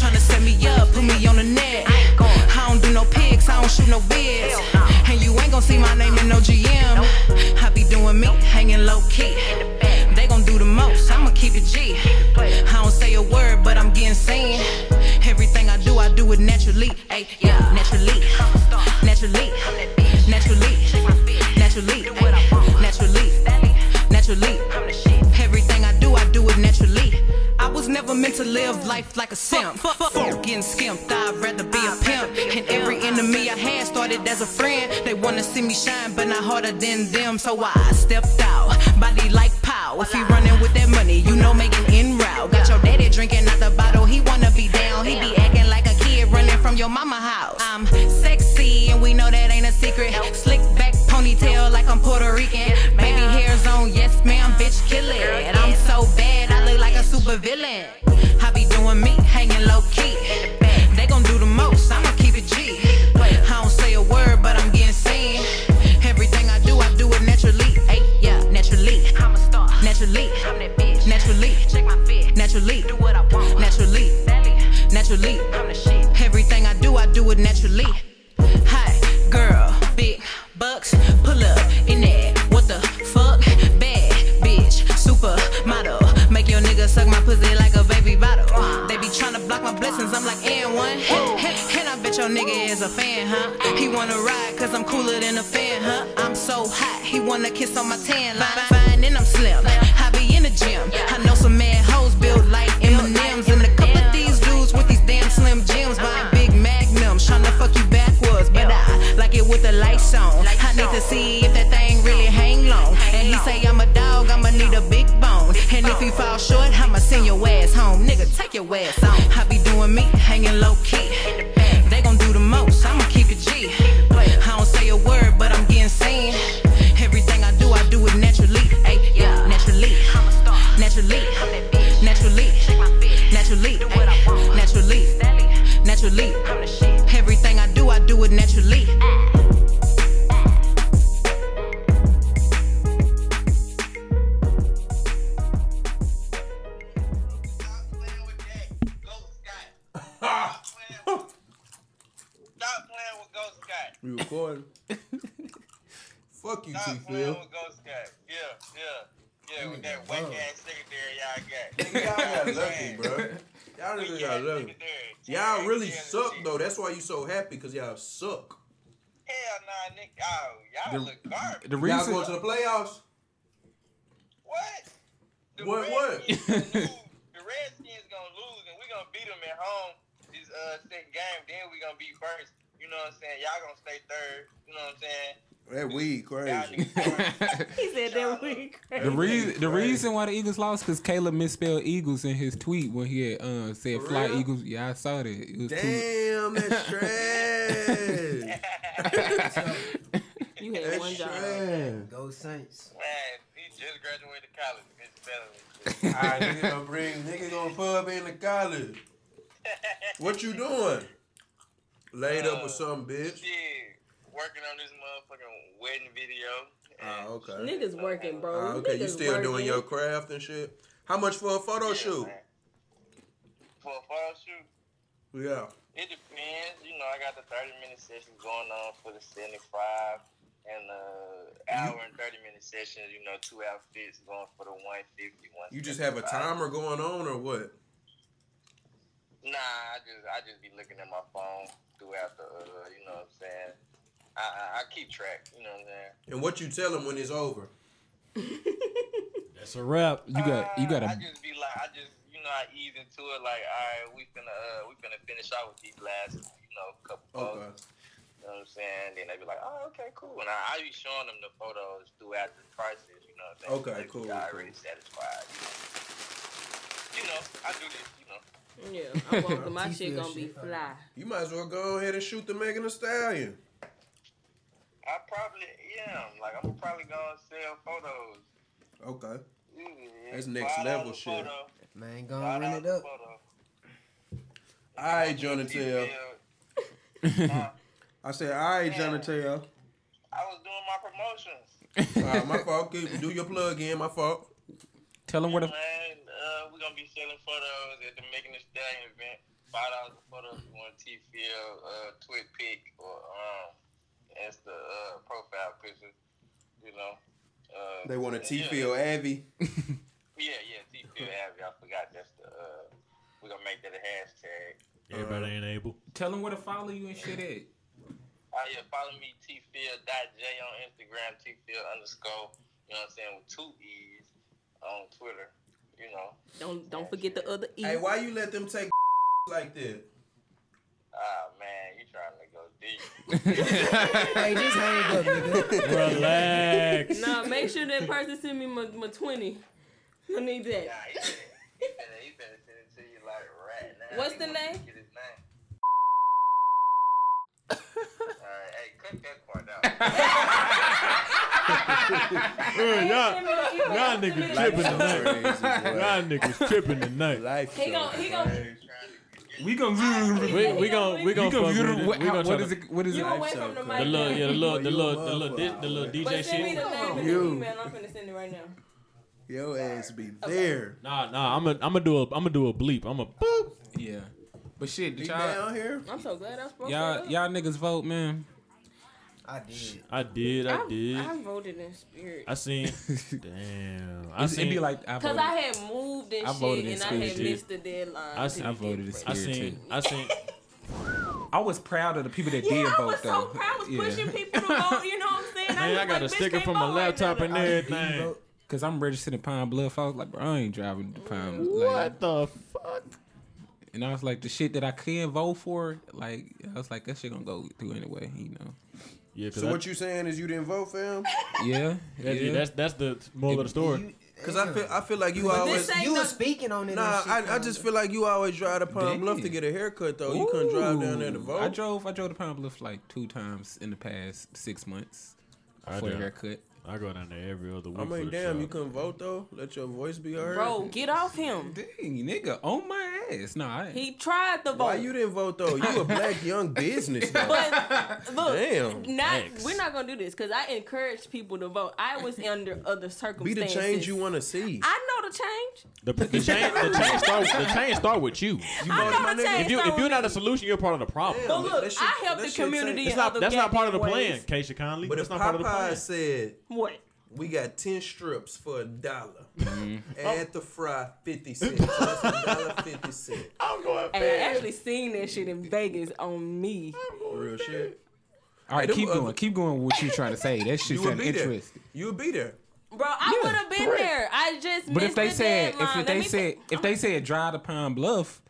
Tryna set me up, put me on the net. I don't do no pics, I don't shoot no bids. And you ain't gon' see my name in no GM. I be doing me, hanging low key. They gon' do the most, I'ma keep it G. I don't say a word, but I'm getting seen. Everything I do, I do it naturally. Ay, yeah, naturally. Naturally. Naturally. Naturally. Ay, Naturally. Naturally. Everything I do, I do it naturally. I was never meant to live life like a simp. Fuck, fuck, fuck getting skimped. I'd rather be a pimp. And every enemy I had started as a friend. They wanna see me shine, but not harder than them. So I stepped out, body like pow. If you running with that money, you know making in route. Got your daddy drinking out the bottle. He wanna be down. He be acting like a kid running from your mama house. I'm sexy, and we know that ain't a secret. Slick back ponytail like I'm Puerto Rican. Baby hairs on, yes ma'am, bitch, kill it. And I'm so bad, I look like a super villain. I be doing me, hanging low key. They gon' do the most, I'ma keep it G. I don't say a word, but I'm getting seen. Everything I do, I do it naturally. Ay, yeah, naturally. I'm a star. Naturally. I'm that bitch. Naturally. Check my fit. Naturally. Do what I want. Naturally. Naturally. I'm the shit. Everything I do, I do it naturally. Hi, girl, big bucks, pull up in that. What the fuck? Bad bitch, super model. Make your nigga suck my pussy like a baby bottle. They be tryna block my blessings, I'm like, and one. And I bet your nigga is a fan, huh? He wanna ride, cause I'm cooler than a fan, huh? I'm so hot, he wanna kiss on my tan line. Fine, and I'm slim. I be in the gym. I know some mad hoes built like M&M's. And a couple of these dudes with these damn slim gyms buying big magnums, tryna fuck you backwards. But I like it with the lights on. I need to see if that thing really hang long. And he say I'm a dog, I'ma need a big bone. And if you fall short, I'ma send your ass home. Nigga, take your ass on. I be doing me, hanging low key. They gon' do the most, I'ma keep it G. I don't say a word, but I'm getting seen. Everything I do, I do it naturally. Ay, yeah, naturally. Naturally. Naturally. Naturally. Naturally. Naturally. Everything I do, I do it naturally.
Stop playing with Ghost Cat.
We recording. Fuck you, T
Stop playing
Phil.
with Ghost Cat. Yeah, yeah. Yeah, with that whack ass secretary y'all got.
Y'all got lucky, bro. Y'all niggas
Weak-ass
got lucky.
secretary.
Y'all
Yeah,
really
yeah,
suck
shit.
though. That's why you so happy because y'all suck.
Hell nah, nigga. Oh, y'all
The-
look garbage.
The
Y'all going
reason,
to the playoffs?
What? The
What- what?
Redskins gonna lose. the Redskins gonna lose, and we gonna beat them at home this uh second game. Then we gonna be first. You know what I'm saying? Y'all gonna stay third. You know what I'm saying?
That weed
Y'all
crazy.
niggas garbage.
He said that we
the
crazy.
reason, the reason why the Eagles lost because Caleb misspelled Eagles in his tweet when he had uh, said
For
"fly
real?
Eagles." Yeah, I saw that. It was too.
Damn, that's trash.
You had one
that's
job.
trash.
Go Saints.
Man, he just graduated college. It's better than shit.
Alright, nigga gonna bring nigga gonna pub in the college. What you doing? Laid up or something, bitch.
Yeah, working on this motherfucking wedding video.
Ah, okay.
Niggas working, bro.
Ah, okay, you
Oh, Niggas
still doing
working.
your craft and shit. How much for a photo
Yeah,
shoot?
man. For a photo shoot,
Yeah.
it depends. You know, I got the 30 minute sessions going on for the 75 and the hour and 30 minute sessions, you know, two outfits going for the 150.
You just have a
175.
timer going on or what?
Nah, I just I just be looking at my phone throughout the, uh, you know what I'm saying? I, I, I keep track, you know what I'm saying?
And what you tell them when it's over?
That's a wrap.
You got, you got
I
a.
just be like, I just, you know, I ease into it. Like, all right, we finna, uh, we finna finish out with these last, you know, couple
Uh,
Okay.
photos. You know what I'm saying? Then they be like, oh, okay, cool. And I, I be showing them the photos throughout the process. You know what I'm saying?
Okay,
They be
cool,
Already
cool.
satisfied. You know, I do this. You know,
Yeah, I'm walking. My
Teeth
shit
feel
gonna be
shit.
fly.
You might as well go ahead and shoot the Megan Thee Stallion.
I probably am. Like, I'm probably gonna sell photos.
Okay.
Yeah,
That's next
$5
level
a
shit.
photo,
Man, gonna
$5
run it
a
up.
photo.
All right,
Yeah,
Jonatel. I said, all right, Jonatel.
I was doing my promotions.
All right, my fault. Keep- Do your plug in. My fault.
Tell him where the.
Man, uh, we're gonna be selling photos at the Making This Day event. Five dollars a photo if you want T Field, uh, Twit pic or um, that's the uh, profile picture. You know. Uh,
They want a T
yeah.
Phil Abbey.
Yeah, yeah, T Field Abbey. I forgot that's the. Uh, we're gonna make that a hashtag.
Everybody ain't able.
Tell him where to follow you and shit at.
Oh yeah, follow me tfield.j on Instagram, tfield underscore, you know what I'm saying, with two E's on Twitter. You you know.
Don't don't forget the other E.
Hey, why you let them take like that?
Ah man, you trying to go deep.
Hey, just hang up, nigga.
Relax.
No, make sure that person send me my, my twenty. I need that.
Nah, he better, he better, he better send it to you like right now.
What's
He
the
wants you to
name?
Get his name. Alright, hey, cut that part out.
Man,
Send
y'all,
me the E. email.
y'all niggas tripping tonight. Y'all niggas tripping tonight.
Life.
He gon' he gon'
We gonna
We we gon' we
we
gon' fuck with
gonna
it. We gon' try
what is
to
it? What is it?
you away
so
from the
cool.
mic.
the little
now.
yeah the little the
You
little
a
the little di- the little DJ
But send me
shit.
the name and
You.
the email. I'm finna send it right now.
Your ass be there.
Nah nah, I'm a I'm gonna do a I'm gonna do a bleep. I'm a boop.
Yeah, but shit,
Be
did y'all
down here.
I'm so glad I spoke.
y'all y'all niggas vote, man?
I did.
I did I did.
I voted in spirit.
I seen. Damn. I
It'd
seen.
be like I
Cause
voted.
I had moved and
I voted
shit,
in
and I
spirit,
had
dude.
missed the deadline.
I
to
seen-
I
get
voted in
votes.
I
spirit
seen.
too.
I seen.
I was proud of the people that
Yeah,
did
I
vote
was
though.
so proud. I was
Yeah.
pushing people to vote. You know what I'm saying?
Man,
was
I got a
like, bitch,
sticker
can't
from my
vote right
laptop
now.
and
I did
everything.
vote.
Cause I'm registered in Pine Bluff. I was like, bro, I ain't driving to Pine Bluff.
What the fuck?
And I was like, the shit that I can vote for, like, I was like, that shit gonna go through anyway, you know.
Yeah, cause
So what you saying is you didn't vote for him?
Yeah,
That's,
yeah.
that's that's the moral of the story.
Cause I feel I feel like you
this
always.
ain't-
You
no-
was speaking on it.
Nah, I, I just feel like you always drive to Palm Bluff to
Damn.
get a haircut though. You couldn't drive down there to
Ooh. I
vote.
drove. I drove to Pine Bluff like two times in the past six months
I
for a
drive.
haircut.
I go down there every other week.
I
for
mean,
the
damn,
show.
you couldn't vote though. Let your voice be heard.
Bro, get off him.
Dang, nigga, on my ass. No, I.
He tried the vote.
Why you didn't vote though? You a black young businessman.
But look,
Damn,
not
thanks.
we're not gonna do this because I encourage people to vote. I was under other
Be
circumstances.
the change you want to see.
I know the change.
the, the change the change start the change start with you.
I
voted my
know the
nigga.
change.
If you
started
if you're
with
not
me.
a solution, you're part of the problem.
but look,
that shit-
I help
that
the
shit
community.
take-
It's
in
not
other
that's not part of the
goddamn
plan,
ways.
Keisha Conley.
but
that's
if
not part of the
Popeye
plan.
said
What?
we got ten strips for a dollar,
Mm-hmm.
add the fry fifty cents. That's a dollar fifty cent.
I'm going
Hey, I actually seen that shit in Vegas on me.
Real shit.
all right,
them
keep
other-
going. Keep going. with What you trying to say? That shit
You would
sounded
be there.
interesting.
You would be there.
Bro, I would have been there. I just
But
missed
if they
the
said,
deadline.
if
Let
they
me
said,
think.
if they said, drive to Pine Bluff,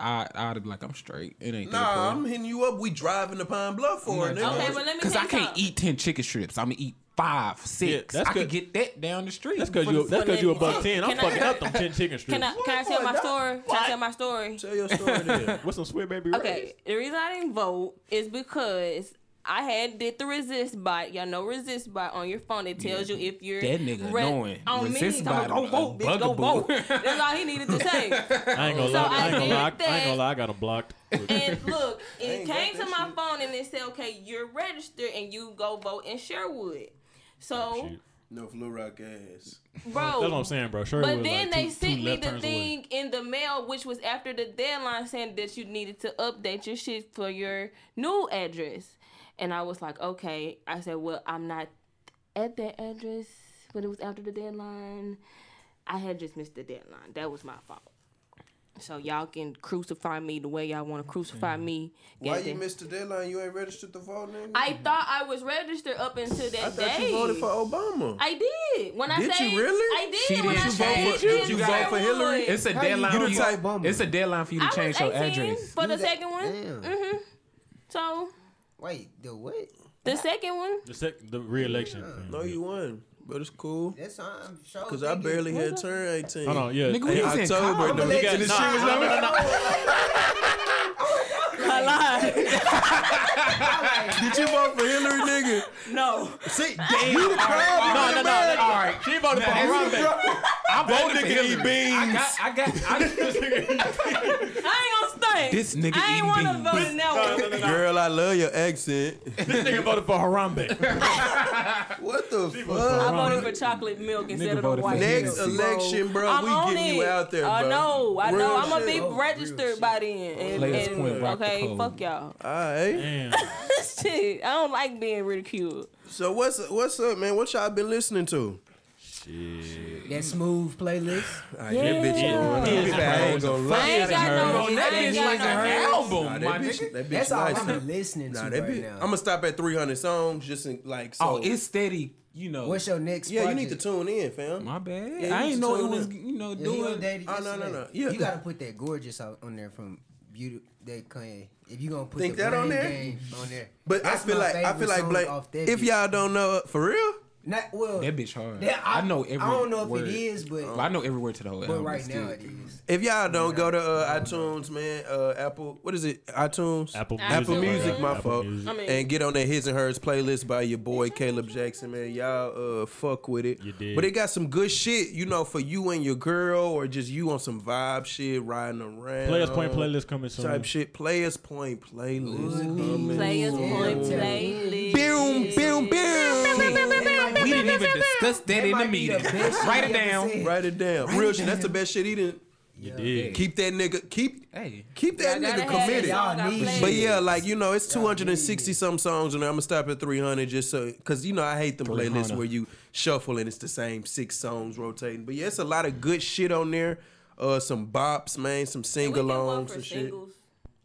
I I'd be like, I'm straight. It ain't. that
Nah,
important.
I'm hitting you up. We driving to Pine Bluff for it,
not
nigga.
Okay, but let me
Cause
tell
I
you
can't
something.
eat ten chicken strips. I'm gonna eat five, six.
that's
I could
good.
get that down the street.
That's cause
For
you
the-
that's cause you a buck ten. I'm
Can I-
fucking up them ten chicken strips.
Can I can I tell my story? Can I tell my story?
Tell your story then.
What's some sweet baby?
Okay, the reason I didn't vote is because I had did the resist bot. Y'all know resist bot on your phone. It tells you if you're
That nigga
re-
annoying.
on
Resist
me. Talking
bot
about, Go
a
vote, bitch. Go vote.
bugaboo.
That's all he needed to say.
Rod? I ain't gonna
So
lie. I
I
ain't gonna
did
lie. I ain't
that.
gonna lie. I got them blocked.
And look, it
ain't got
came
that
to my
shit.
phone and it said, "Okay, you're registered and you go vote in Sherwood."
Oh,
So,
Shit.
No flu rock ass.
bro,
That's what I'm saying, bro. Sure,
But
was
then
like
they
two,
sent
two
me
left
the
turns
thing
Away.
in the mail, which was after the deadline, saying that you needed to update your shit for your new address. And I was like, okay. I said, well, I'm not at that address, but it was after the deadline. I had just missed the deadline. That was my fault. So y'all can crucify me the way y'all want to crucify me.
Why you
Goddamn-
missed the deadline? You ain't registered to vote, nigga.
I thought I was registered up until that
I
day.
thought you voted for Obama.
I did. When I
Did you
say
really?
I did.
She
when
did.
I
You
say
vote
for- did you vote for Hillary?
It's a
How you-
deadline.
you
for
the
you
type woman.
It's a deadline for you to
I was
change your
18
address.
for the
was a-
second one.
Damn.
hmm So
Wait, the what?
the second one,
The sec, the re-election. thing.
no, you won, but it's cool.
That's I'm sure.
Cause I barely had turned 18.
Hold on, yeah.
Nigga, we
Hey,
was
I-
in
October,
college.
though.
you got-
This
nah,
shit was
nah,
over.
nah, nah.
I lied.
Did you vote for Hillary, nigga?
No,
See, damn. You the crowd.
No, no, no. no. All right. She voted for Harambe.
I voted
nigga
for Hillary.
eat beans.
I got. I got. I,
I ain't gonna stink.
This nigga
I ain't
eating
wanna
beans.
vote in that one.
Girl, I love your accent.
This nigga voted for Harambe.
What the
I
fuck?
voted for chocolate milk instead of the
voted for
white.
Next
milk, bro.
election, bro,
I'm
we
on
getting you
it.
out there,
I
bro.
know, I
Real
know. I'm gonna
shit.
be
Oh,
registered by then. And,
Latest
and-
point, rock the
okay,
code.
fuck y'all.
All right.
Damn.
Shit, I don't like being ridiculed.
So what's what's up, man? What y'all been listening to?
Shit.
That smooth playlist.
Alright, Ah, that bitch-
Yeah.
that bitch- I ain't gonna lie.
I ain't got no.
Bro, that
I ain't
bitch
got
like
no
an
hurts.
album,
Nah,
my
that bitch,
nigga.
that bitch
That's all
nice.
I'm listening to
Nah, that
right
bitch.
now.
I'm gonna stop at 300 songs just in, like so.
Oh, it's steady. You know.
What's your next?
yeah, you need to
project?
tune in, fam.
My bad.
Yeah,
I
you
ain't
just
know it
told
was.
them.
You know,
Yeah, he
doing.
updated
Oh, no,
yesterday.
no, no. Yeah.
You gotta put that gorgeous out on there from Beauty that Kanye. If you gonna put
Think
the
that on
Blame
there?
Game on there.
But I
That's
feel
my
like I
favorite
feel like
song
Blake.
off that
If
bitch.
y'all don't know, for real,
not well
That bitch hard.
that-
I, know every.
I don't know if
word.
it is, but
Well, I know every word to the whole
but
album.
right
It's
now
good.
it is.
if y'all don't go to uh, iTunes, man, uh, Apple, what is it? iTunes,
Apple
Apple
Music,
Music,
yeah.
my
Apple
fault.
Music.
I mean-
and get on that His and Hers playlist by your boy Caleb Jackson, man. Y'all uh, fuck with it.
You did.
But it got some good shit, you know, for you and your girl, or just you on some vibe shit, riding around.
Players Point playlist coming soon.
type shit. Players Point playlist. coming
Players
soon.
point
Yeah.
playlist.
Boom, boom, boom.
We didn't even discuss that in the
might be the
meeting.
best
Write
shit
it
he ever
down.
said.
Write it down. Real shit. That's the best shit he didn't.
You did.
Keep that nigga. Keep
Hey.
keep that
Gotta
nigga
have that
committed.
song I
Y'all need
played.
shit.
But yeah, like you know, it's two hundred and sixty some songs, and I'm gonna stop at three hundred just so, cause you know I hate them playlists
300.
where you shuffle and it's the same six songs rotating. But yeah, it's a lot of good shit on there. Uh, some bops, man, some
We
sing
did one
alongs
for
and shit.
singles.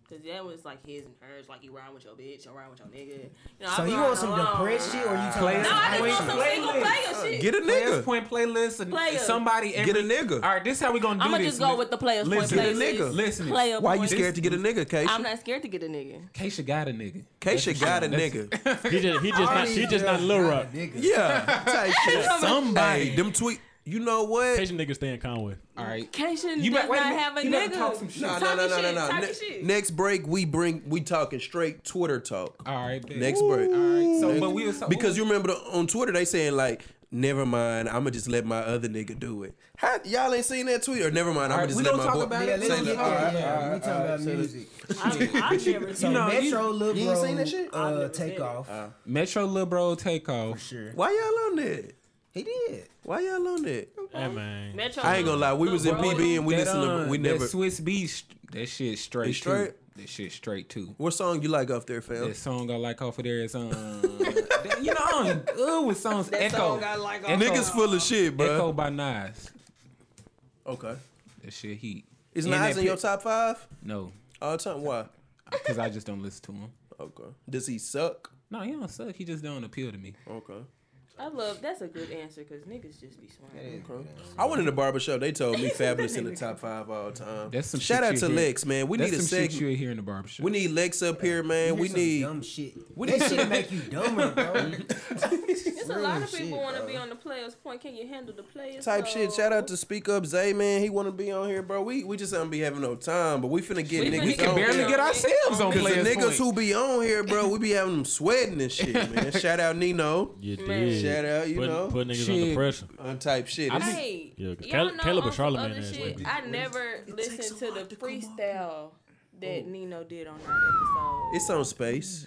Cause that was like his and hers, like you ride with your bitch, you ride with your nigga. You know,
So
I
you
ride
want some
alone.
depressed shit or you
Play
talking
it.
No,
about
I just want some
Playlist.
single player shit.
Get a
Players
nigga.
point playlist and
Player.
somebody every,
Get a nigga.
All right, this is how we gonna do
I'm gonna
this.
just go with the players point
Listen,
playlist.
nigga.
Listen.
Player
Why you
point.
scared to get a nigga,
I'm
Keisha?
not scared to get a nigga.
Keisha got a nigga.
Keisha got a nigga.
He just, he just not, she just not Lil Rock.
Yeah, type shit.
Somebody.
Hey, them tweet. You know what?
Patient nigga stay in Conway.
All right.
Keisha
You
does
better- wait a
not
minute.
have a
You better
nigga.
talk some shit.
No, no,
Talking
no, no,
shit,
no, no.
talking
Ne-
shit.
Next break, we bring we talking straight Twitter talk.
All right. bet.
Next
All
break.
right. So, but we was so,
Because you remember the, on Twitter they saying like, never mind, I'ma just let my other nigga do it. How, y'all ain't seen that tweet or never mind, I'ma
right,
just
we
let
gonna
my
talk
boy.
about
Yeah,
it.
let's get
Say that.
there.
All right, all
Yeah,
right,
we talking about music.
I, I've never
So
seen
know, you-
Metro Lil
you ain't seen that shit?
Bro
I've
uh,
never seen
take
it.
off.
Metro Lil Bro takeoff.
Sure.
Why y'all on that?
He did.
Why y'all on that?
Hey man.
Metro.
I ain't gonna lie, we was in
Lil Bro.
PB and we
That,
listened
uh,
to we
that
never.
Swiss Beach. That shit straight.
It's straight?
Too. That shit straight too.
What song you like off there, fam?
That song I like off of there is um. that- you know I'm good with songs. Echo.
song I like off
Echo,
Niggas full of shit,
Echo
bro.
by Nas.
Okay.
That shit heat.
Is
And
Nas
that
in your
pic-
top five
No,
all time? Why?
because I just don't listen to him.
Okay. Does he suck?
No, he don't suck. He just don't appeal to me.
Okay.
I love. That's a good answer because niggas just be swearing.
I went in the barber shop. They told me Fabulous in the top five all time.
That's some
Shout
shit
out
you
to
hear.
Lex, man. We
That's
need a
some shit you
segment.
would hear in the barbershop.
We need Lex up here, man. We
Here's some
need
dumb shit. That shit make you dumber, bro.
It's a lot of
Real
people
shit,
want to
bro.
be on the players point. Can you handle the players?
type
So-
shit. Shout out to Speak Up Zay, man. He want to be on here, bro. We we just don't be having no time, but we finna get
We
niggas.
finna
We can
on
barely
here.
get ourselves on
Cause the
players.
niggas
point.
who be on here, bro, we be having them sweating and shit, man. Shout out Nino,
You did.
Man.
Shout out, you
put,
know.
Put niggas under
Shit.
pressure.
on type shit. It's-
Hey,
Yeah, 'cause
y'all
Cal-
know
Caleb
on
and
some
Charlamagne
other
is
shit.
like-
I never listened to the freestyle that Nino did on that episode.
Oh. It's on space.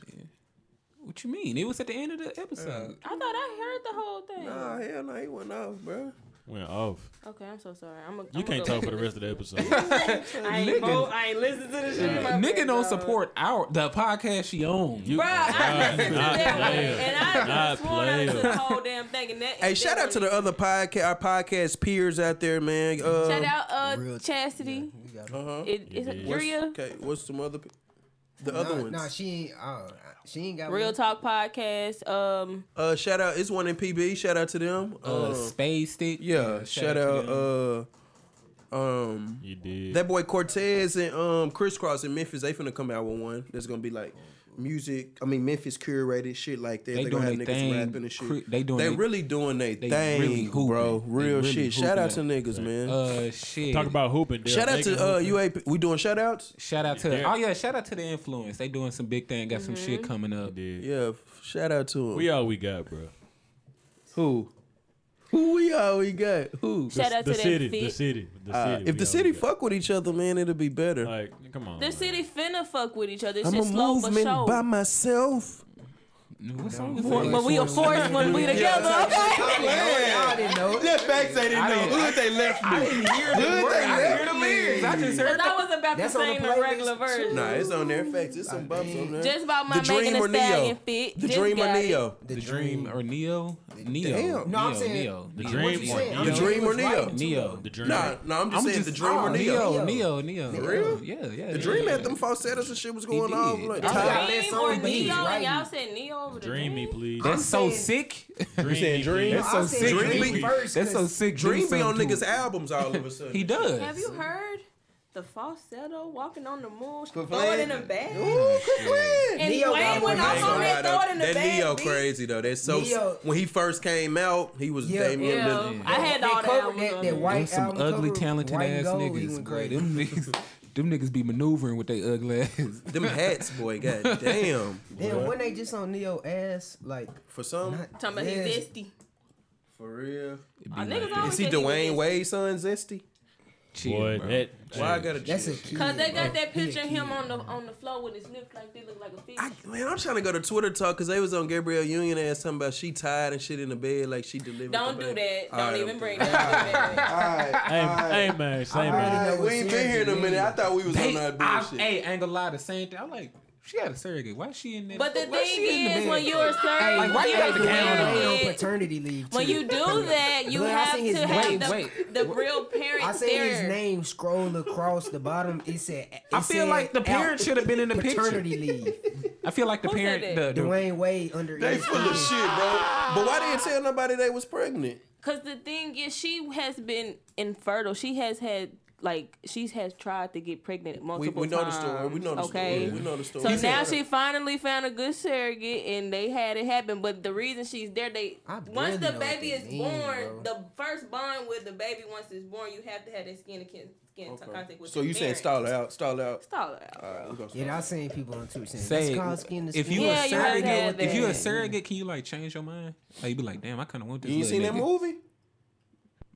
What you mean? It was at the end of the episode.
I thought I heard the whole thing.
Oh hell no, he went off, bro.
Went off.
Okay, I'm so sorry. I'm a,
You can't
go.
talk for the rest of the episode.
I ain't, mo- I ain't listen to this shit. in Uh, my
nigga
bed,
don't
dog.
support our the podcast she owns.
You,
Bruh, I listened to
Not
that one,
player.
and I
Not
just sworn I listened to
player.
the whole damn thing. And that,
Hey,
that
shout out
one-
to the other podcast, our podcast peers out there, man. Uh,
shout out uh
Real-
Chastity.
We got
Uh-huh.
It, it's
What's-
Drea.
Okay, what's some other pe- the
nah,
other ones?
Nah, she ain't. Uh, she ain't got
Real
one.
Talk Podcast. Um,
uh, shout out, it's one in PB. Shout out to them.
Uh,
Uh,
Spade Stick.
yeah, shout out.
to them.
Uh, um,
You did.
that boy Cortez and um Crisscross in Memphis. They finna come out with one that's gonna be like music. I mean Memphis curated shit like that.
They
gonna have
doing
niggas
they thing.
rapping and shit.
Cri- they doing
They
they-
really doing they
they
thing,
really hooping.
bro.
They
Real
really
shit. Shout out to
hooping
niggas, man.
uh shit.
Talk about hooping. Dale.
shout out
They
to
can
uh
hoop.
UAP. We doing shout outs.
shout out to
Yeah.
oh yeah, shout out to the influence. They doing some big thing. Got some
Mm-hmm.
shit coming up.
Did.
Yeah, f- shout out to them.
We all we got, bro.
Who? Who we are? We got who?
shout out
the
to
city,
that fit.
the city, the
Uh,
city. we
if the
all
city
we got.
fuck with each other, man, it'll be better.
like, come on.
The
man.
city finna fuck with each other. It's
I'm a
just slow for
movement
show.
by myself.
What song is
Boy,
that?
But we a force when we together, okay?
I didn't know. it.
That back say they
I
know.
didn't-
Look, they left me.
I didn't hear the
Good
words.
thing
I
that-
heard the lyrics. I just heard.
But I was about to
That's on the
sing the
playlist
regular
too.
version.
Nah, it's on there. Facts. It's some bumps on there.
Just about my
The
Megan
Dream
Thee
or Neo?
Stallion fit.
the
Just
dream or
got it.
Neo.
The dream or Neo? Neo.
Damn.
No, I'm
Neo,
saying-
Neo.
The
Neo.
dream
What you
or
saying?
Neo.
I'm
The
saying
dream
he
or
was
Neo?
right.
Neo.
The dream.
Nah, nah. I'm just saying the dream or
oh,
Neo.
Neo,
Neo.
Neo, Neo.
For real?
Yeah, yeah.
The
yeah,
dream
yeah.
had them falsettos and shit was going
did.
on. Like,
I
Ty-
got
Dream
that
or
song, but he's
Neo, and
right.
y'all said Neo over the
Dream me,
Dream.
please.
That's so
I'm
sick.
Dream
You saying
me,
dream?
please.
That's
I
so
said
sick.
Dream
Dream
Beat
Beat.
first.
That's so
'cause
sick.
Dream
Do
be on
something
niggas'
to it.
albums all of a sudden.
He does.
Have you heard the falsetto walking on the moon? Throw it in
playing.
a bag.
Ooh, quick, quick.
And
Neo
Wayne
got
went
one.
off on
Nah,
that,
though,
throw it in the
that
bag.
Neo
bitch.
crazy though. That's so
Neo-
when he first came out, he was
Yeah.
Damian
Yeah,
Lillard.
I had
That
all the
cover,
albums
that,
on
that
there.
white
Them some
album
ugly,
cover,
talented
white
ass
gold, he
niggas.
went
Boy,
crazy.
them niggas, them niggas be maneuvering with their ugly ass.
Them hats, boy, god damn.
Then when they just on Neo ass, like
For some,
not-
Talking about
yes.
his zesty.
for real.
Oh, niggas always
Is he
said was
Dwayne
zesty.
Wade's son, Zesty?
Chill,
Boy,
bro.
that.
Why I gotta?
That's a kid.
Cause they
bro.
got that
Oh, He a
picture of
kid.
him on the on the floor with his lips like they look like a fish.
I, man, I'm trying to go to Twitter talk because they was on Gabrielle Union ass talking about she tired and shit in the bed like she delivered.
don't
the
do
baby.
that.
All right,
Don't even
I'm
bring
done.
that.
All right.
Hey, hey, man. Same man.
Alright.
Hey, We ain't been here in a minute. I thought we was on
They,
that
I,
bullshit.
hey, ain't gonna lie, the same thing. I'm like, she had a surrogate. Why she in there?
But the
Why
thing
she in the
is,
bed
when
for?
you're serving,
Like, why you got the
Yeah.
camera on
when you
paternity leave?
when
too?
you do that, you
Look, I
have
seen his
to
name.
have the,
Wait,
the real parent
I seen his
there.
name scroll across the bottom. It said. It
I feel
said
like the
out-
parent should have been in the picture.
paternity leave.
I feel like the
Who said
parent, the,
that?
the,
Dwayne Wade under.
They full of shit, bro. But why didn't tell nobody they was pregnant?
Cause the thing is, she has been infertile. She has had like she has tried to get pregnant
We,
multiple
we know the
times.
story. We know the
okay?
story. We know the story.
So now she finally found a good surrogate, and they had it happen. But the reason she's there, they
I
once
barely know
the
what
baby
they
is
mean,
born,
bro.
the first bond with the baby once it's born, you have to have that skin to skin, skin
Okay.
contact with.
So
the
you saying
parent.
stall her out, stall her out.
Stall her out.
All right, we gonna stall her
Yeah, I
out.
seen people on Twitter saying
Say,
it's called skin to
if you
skin.
Yeah,
a
you heard
surrogate,
that,
if you a
that.
surrogate, can you like change your mind? Like you be like, damn, I kind of want this.
You ain't
little
seen that
nigga.
movie?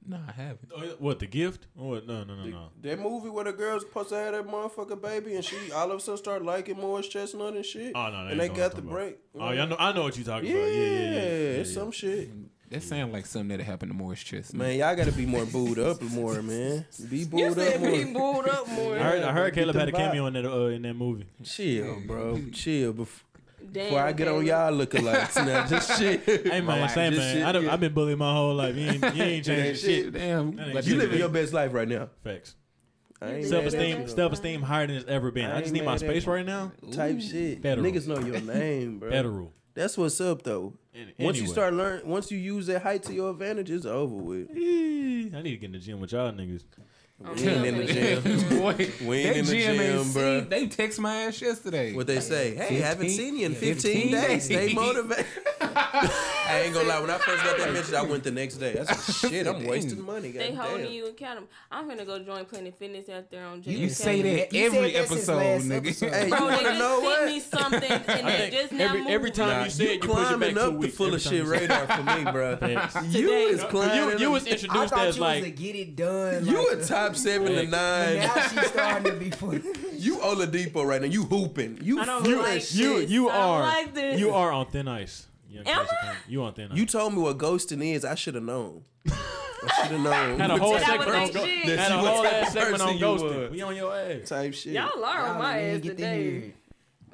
No, I haven't.
Oh, yeah, What, the gift? Or what? No, no, no, no.
That movie where the girl's supposed to have that motherfucker baby and she all of a sudden start liking Morris Chestnut and shit.
Oh, no. that
And they
ain't what I'm
got the
talking about.
break.
Oh, yeah, I know, I know what you're talking
Yeah,
about. Yeah, yeah, yeah. yeah,
it's some shit.
That sound like something that happened to Morris Chestnut.
Man, y'all gotta be more booed up more, man. Be
You
booed up
said
more.
be booed up more.
I heard, I heard
Beat
Caleb
the
had a
vibe.
cameo in that uh, in that movie.
Chill, bro. Chill. Before,
Damn,
before I get on
Caleb.
y'all lookalikes now, just chill.
Hey man, same
Just shit,
man. I done,
yeah.
I've been bullied my whole life. You ain't, you ain't
Ain't
changing shit.
shit.
Damn,
That ain't
but
You
shit.
living your best life right now.
Facts.
I ain't
Self
mad at
esteem,
you,
self esteem higher than it's ever been.
I
I just
ain't
need my
mad at
space
you.
right now.
though. type shit.
Federal.
Niggas know your name, bro.
Federal.
That's what's up though.
Any-
Once you
anyway.
start learn, once you use that height to your advantage, it's over with.
Eee, I need to get in the gym with y'all niggas.
We ain't in the gym.
Boy,
We ain't
that
in the
GM ain't
gym, bruh.
seen- They text my ass yesterday.
What they say? Hey, haven't
15
seen you in
yeah,
15,
15
days. Stay
days.
motivated. I ain't gonna lie. When I first got that message, I went the next day. That's like, shit. I'm wasting money.
They
goddamn.
holding you accountable. I'm gonna go join Planet Fitness out there on J.
You say that
You said
every
that since
episode,
last
nigga.
episode.
Hey,
Bro,
you
they
wanna
just
know
sent
what?
me something and they just now
Every,
moving.
every time
Nah,
you said you, push it back
climbing
two
up the
weeks.
full
Every
of
time
shit
you said-
radar for me, bro.
Facts.
You
Today.
is climbing.
You, you was
I
introduced
thought you
as
was
like
a get it done.
you
like,
a top seven to
but
nine.
Now she's starting to be funny.
You Oladipo right now. You hooping. You
I don't
you,
like
as-
you.
this.
You
I don't
are
like this.
you are on thin ice. Young
Am
Casey
I?
Campbell. You on thin ice.
you told me what ghosting is. I should have known. I should have known.
had a whole
That was
segment on
like
go-
shit.
had a
That she
whole
was
ass
the
segment
person
on
you
ghosting.
was.
We on your ass.
type shit.
Y'all are on
Y'all
my
let me
ass
get the
today.
hair.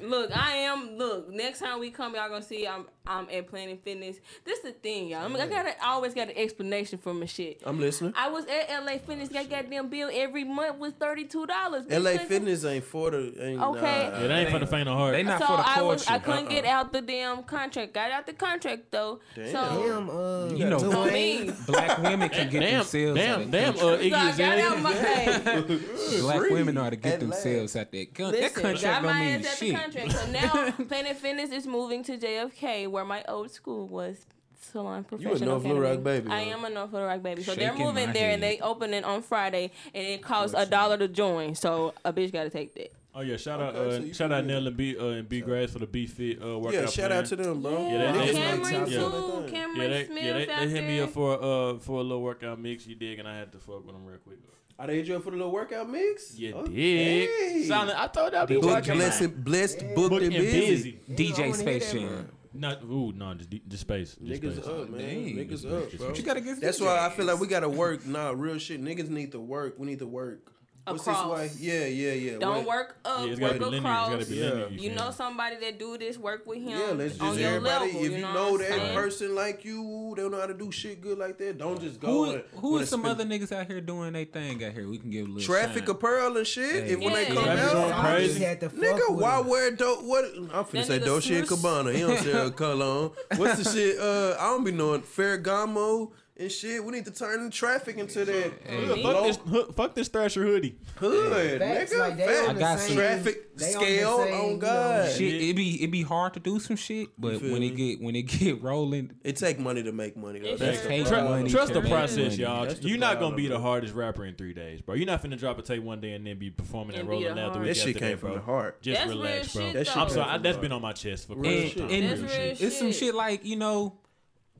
Look, I am. Look, next time we come, y'all gonna see I'm I'm at Planet Fitness. This the thing, y'all. I, mean, I gotta I always got an explanation for my shit.
I'm listening.
I was at LA Fitness. Got goddamn bill every month was thirty two dollars.
LA Fitness ain't for the ain't
Okay.
nah.
It ain't for the faint of heart.
They not
So
for the
I was
culture.
I couldn't get out the damn contract. Got out the contract though.
Damn.
So
Damn, uh,
You know-
I
Dwayne.
mean,
Black women can get
damn,
themselves out
damn,
of
damn, uh,
country.
so I
Iggy
got out
Azalea.
my hey,
Black
Free
women ought to get
at last.
themselves out that gun. That
Listen, got
contract don't
my
mean
ass at the
shit.
contract. So now Planet Fitness is moving to JFK, where my old school was. Salon
a
Professional
North Little
Academy.
Rock baby,
I
huh?
am a North Little Rock baby. So
Shaking
they're moving
my
there and
head.
they opening on Friday and it costs a dollar to join. So a bitch gotta take that.
Oh yeah, shout out,
Okay,
uh,
so you
shout
can
out
do
Nell and B uh, and B Grass for the B Fit uh, workout.
Yeah, shout
plan.
out to them, bro.
Yeah, they-
Yeah,
they-
Cameron
yeah.
too. Cameron
Yeah, they,
Smith
yeah, they,
out
they hit me
there.
up for uh for a little workout mix. You dig, and I had to fuck with them real quick.
I did you up for the little workout mix.
You
Okay.
dig, Sound- I thought I'd be
Booked,
watching.
blessed, blessed, booked,
Booked
and busy.
DJ Space Jam.
Not ooh, no, just de- just space. Just
Niggas
space.
up, man.
Dang.
Niggas up, bro.
What you gotta get?
That's why I feel like we gotta work. Nah, real shit. Niggas need to work. We need to work.
Across.
this way? Yeah, yeah, yeah.
Don't
Wait.
work
Yeah,
up,
it's gotta
work
be linear. It's
across.
gotta be
Yeah.
linear.
You know somebody that do this, work with him
Yeah, let's just
on your
everybody.
level.
if
you know, what I'm
that
saying?
person like you, they don't know how to do shit good like that. Don't just go.
Who,
and-
who
wanna
is some
spend-
other niggas out here doing their thing out here? We can give a little
traffic
shine.
a pearl and shit?
Yeah.
If when they
Yeah.
come
Traffic
out,
going
I just
crazy.
had to fuck
Nigga,
with
why
him.
wear dope? What I'm finna
That
say
nigga
dope shit
Smurfs.
Cabana. He don't sell cologne. What's the shit? Uh, I don't be knowing Ferragamo and shit. We need to turn the traffic into that
Yeah, fuck this, hu- fuck this Thrasher hoodie.
hood,
Facts,
nigga.
like, they
Facts.
on the
I got some-
same-
traffic
they on the
scale.
same,
On
you know,
God,
Shit, it be it be hard to do some shit, but
feel
when it
me?
get when it get rolling,
it take money to make money. though.
It
That's
sure
the
do.
Tru-
problem.
money,
trust the
Carry
process,
money.
y'all.
That's the
You're not gonna
problem,
be the
bro.
hardest rapper in three days, bro. You're not finna drop a tape one day and then be performing and
And be
rolling
the
out the
hardest.
week
That shit
after
came
that,
from
bro.
the heart.
Just
That's real
relax, bro.
shit,
That shit
I'm sorry,
came
I,
from
that's
the
been
heart.
on my chest for
Real
quite
shit.
some time.
And-
That's real shit.
it's some shit like you know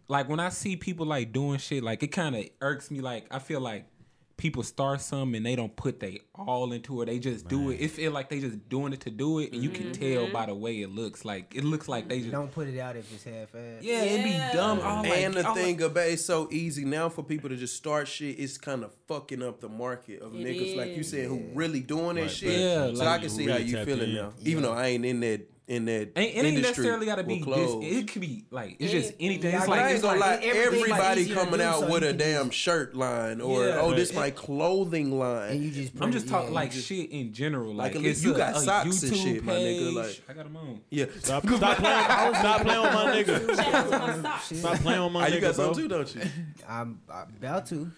like when i see people like doing shit like it kind of irks me like i feel like people start some and they don't put they all into it they just do it it feel like they just doing it to do it and you can
Mm-hmm.
tell by the way it looks like it looks like they just
Don't put it out if it's half-assed.
yeah, it'd
Yeah.
be dumb Oh I'm
and
like,
the
I'm like-
thing about it's so easy now for people to just start shit. It's kind of fucking up the market of
It
niggas like you
is.
said who really doing that
Right,
shit.
Yeah,
so
like-
I can see how
Really
you
tapped
feeling
in.
now. Even though I ain't in that in that
it ain't, it ain't
industry
necessarily gotta
with
be this
clothes.
it could be like it's just
Anything.
anything
Yeah,
it's
I
But I
like
ain't
it's
gonna
like
lie.
everything like
Everybody
easier to
coming
do,
out
so
with
you
a
can just-
damn shirt line, or
Yeah.
oh, this
Right.
my clothing
And you
line.
just
i'm
print-
just talking
yeah,
like
you just-
shit in general
Like,
like,
at least
it's
you
a-
got
a
socks and
YouTube
shit, my nigga,
page.
like-
i got them on
Yeah, Ah,
Stop, stop playing, stop playing with my nigga.
Shout out to my socks.
Stop playing with my
Ah, you
nigga,
got some
bro.
too, don't you?
I'm, I'm about to.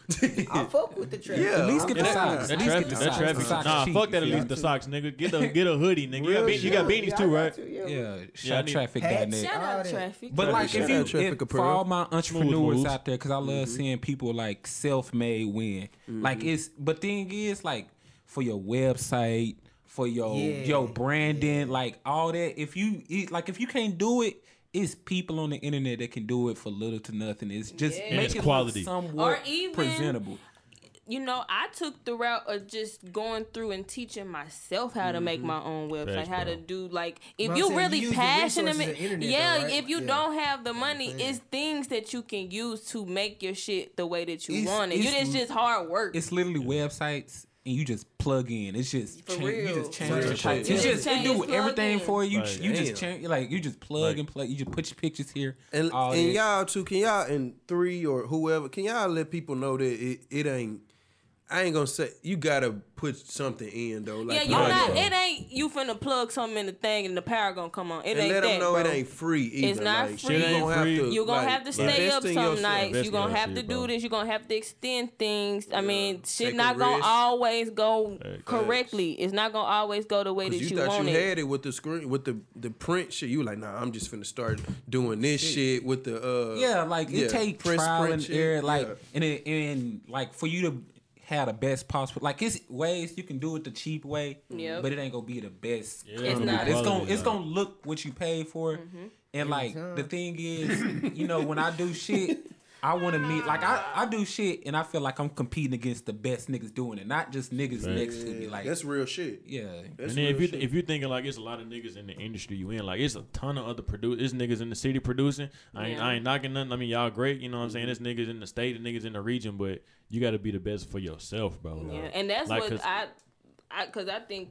I fuck with the trap.
Yeah.
at least get the
That-
socks. At
That
least get
traffic,
the
that
socks. The
traffic.
socks
Nah,
cheap,
fuck
you
that. At
feel
least
me?
the socks, nigga. Get a get a hoodie, nigga. You got, be- you got beanies too, right?
Yeah,
I
shot
need-
traffic.net.
Shout
All
out
that.
traffic.
But like,
Shout
if
out
you
Traffic
if, for
Apparel.
all my entrepreneurs
moves.
out there, because I love
Mm-hmm.
seeing people like self-made win. Like it's, but thing is, like for your website, for your
Yeah,
your branding, like all that. If you it, like, if you can't do it, it's people on the internet that can do it for little to nothing. It's just
Yeah.
And
make
it's
it
quality.
look somewhat
Or even-
presentable.
you know, I took the route of just going through and teaching myself how to
Mm-hmm.
make my own website,
Facts,
how
bro.
to do like if
But I'm
you
saying you
really
use the
passionate,
resources of the internet,
yeah.
though, right?
If you
Yeah.
don't have the money,
saying.
it's things that you can use to make your shit the way that you
It's-
want it. You
it's-
it's just hard work.
It's literally websites. And you just plug in. It's just
For
cha- you
real.
just change
Real
the
shit.
type. It's
You
just,
just
it
change,
do
plug
everything
in.
for you.
Like,
you just
damn.
change like you just plug
Like-
and play. You just put your pictures here.
And,
all
and
that.
y'all too, can y'all and three or whoever, can y'all let people know that it, it ain't I ain't gonna say you gotta put something in though.
yeah,
Like
you
Right,
not.
bro.
It ain't you finna plug something in the thing and the power gonna come on. It
and
ain't
let
that,
them know
bro.
it ain't free either.
not
like,
free.
You
It ain't
gonna have
free.
to,
You're gonna
like,
have to stay
invest
up
in
some
yourself.
nights.
Invest
You're gonna
in
have to
yourself,
do
bro.
this. You're gonna have to extend things. I mean,
Take
shit
a
not gonna
risk.
always go
Facts.
correctly. It's not gonna always go the way that
'Cause
you,
you thought
want
you
it.
had it with the screen with the, the print shit. You were like, nah, I'm just finna start doing this shit with the uh
Yeah, like
yeah,
it takes
press
trial
print
and
shit.
error, like
Yeah.
and it, and like for you to have the best possible, like it's ways you can do it the cheap way,
Yep.
but it ain't gonna be the best.
Yeah,
it's
it's
not.
not. It's gonna
Quality,
it's
like-
gonna look what you paid for, and like the thing is, you know, when I do shit. I want to meet like I, I do shit and I feel like I'm competing against the best niggas doing it, not just niggas next to me. Like
That's real shit.
yeah,
That's
and then if
real
you
shit.
if you thinking like it's a lot of niggas in the industry you in, like it's a ton of other produce. It's niggas in the city producing. I ain't I
Yeah.
ain't knocking nothing. I mean y'all great. You know what I'm saying? There's niggas in the state and niggas in the region, but you got to be the best for yourself, bro. Like,
Yeah, and that's
like,
what
'cause-
I, I, cause I think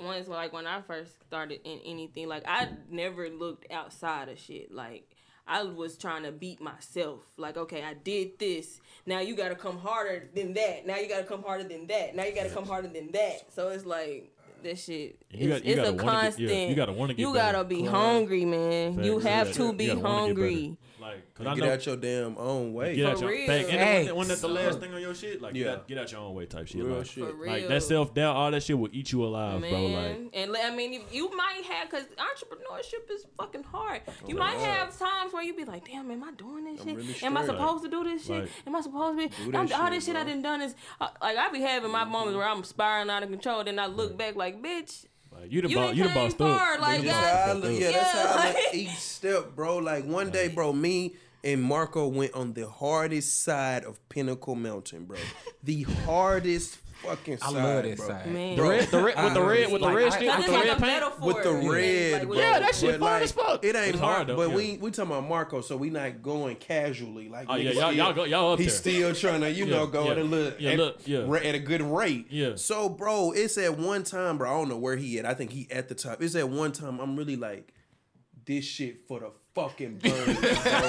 once like when I first started in anything, like I never looked outside of shit. Like I was trying to beat myself. Like okay, I did this. Now you gotta come harder than that. Now you gotta come harder than that. Now you gotta come harder than that. So it's like. This shit,
You got-
it's,
you
it's
gotta
a
wanna get-
constant.
yeah, you gotta wanna get
You
better.
gotta be hungry, man.
Facts.
you have
gotta-
to be
gotta wanna get better.
hungry.
Like, cause I
get
know
out your damn own way.
get out
For
your
real.
thing. And then when, when that's the
Facts.
last thing on your shit, like
Yeah.
get, out, get out your own way type shit.
real
like,
shit.
For real.
like that self doubt, all that shit will eat you alive,
man.
Oh, bro. Like
and like, I mean, if you might have because entrepreneurship is fucking hard.
Oh,
You might have times where you be like, "Damn, am I doing this shit?
really
am I
stressed.
supposed to do this shit?
Like-
am I supposed to
Do
be?
that
I'm, all
shit,
this shit I
bro.
done done is uh, like I be having
Mm-hmm.
my moments where I'm spiraling out of control. Then I look back like, "Bitch,
Like you the
You
boss,
done
you the
came
boss
far,
up.
like,
You the
That's
God.
how I
boss
look.
thug.
Yeah, that's
Yeah,
how I look
like-
each step, bro. Like one day, bro, me and Marco went on the hardest side of Pinnacle Mountain, bro. The hardest fucking
I
side.
love that
bro.
side.
Man.
The red, the red, with the red, with the
Like,
red
I-
stick,
Cause
with
it's
the
like
red
a
paint.
metaphor.
With the
you know,
red,
like,
bro.
with
Yeah, that
the-
shit
But,
fun
like,
as fuck.
It ain't
It's
Mar-
hard, though,
but
yeah.
we we talking about Marco, so we not going casually. Like,
Oh, yeah,
nigga
y'all-
still-
y'all go- y'all up
He's
there.
still trying to, you
Yeah,
know, go
yeah.
at a little,
Yeah,
at,
look, yeah.
ra- at a good rate.
Yeah.
So, bro, it's at one time, bro. I don't know where he at. I think he at the top. It's at one time. I'm really like, this shit for the fucking burn. bro.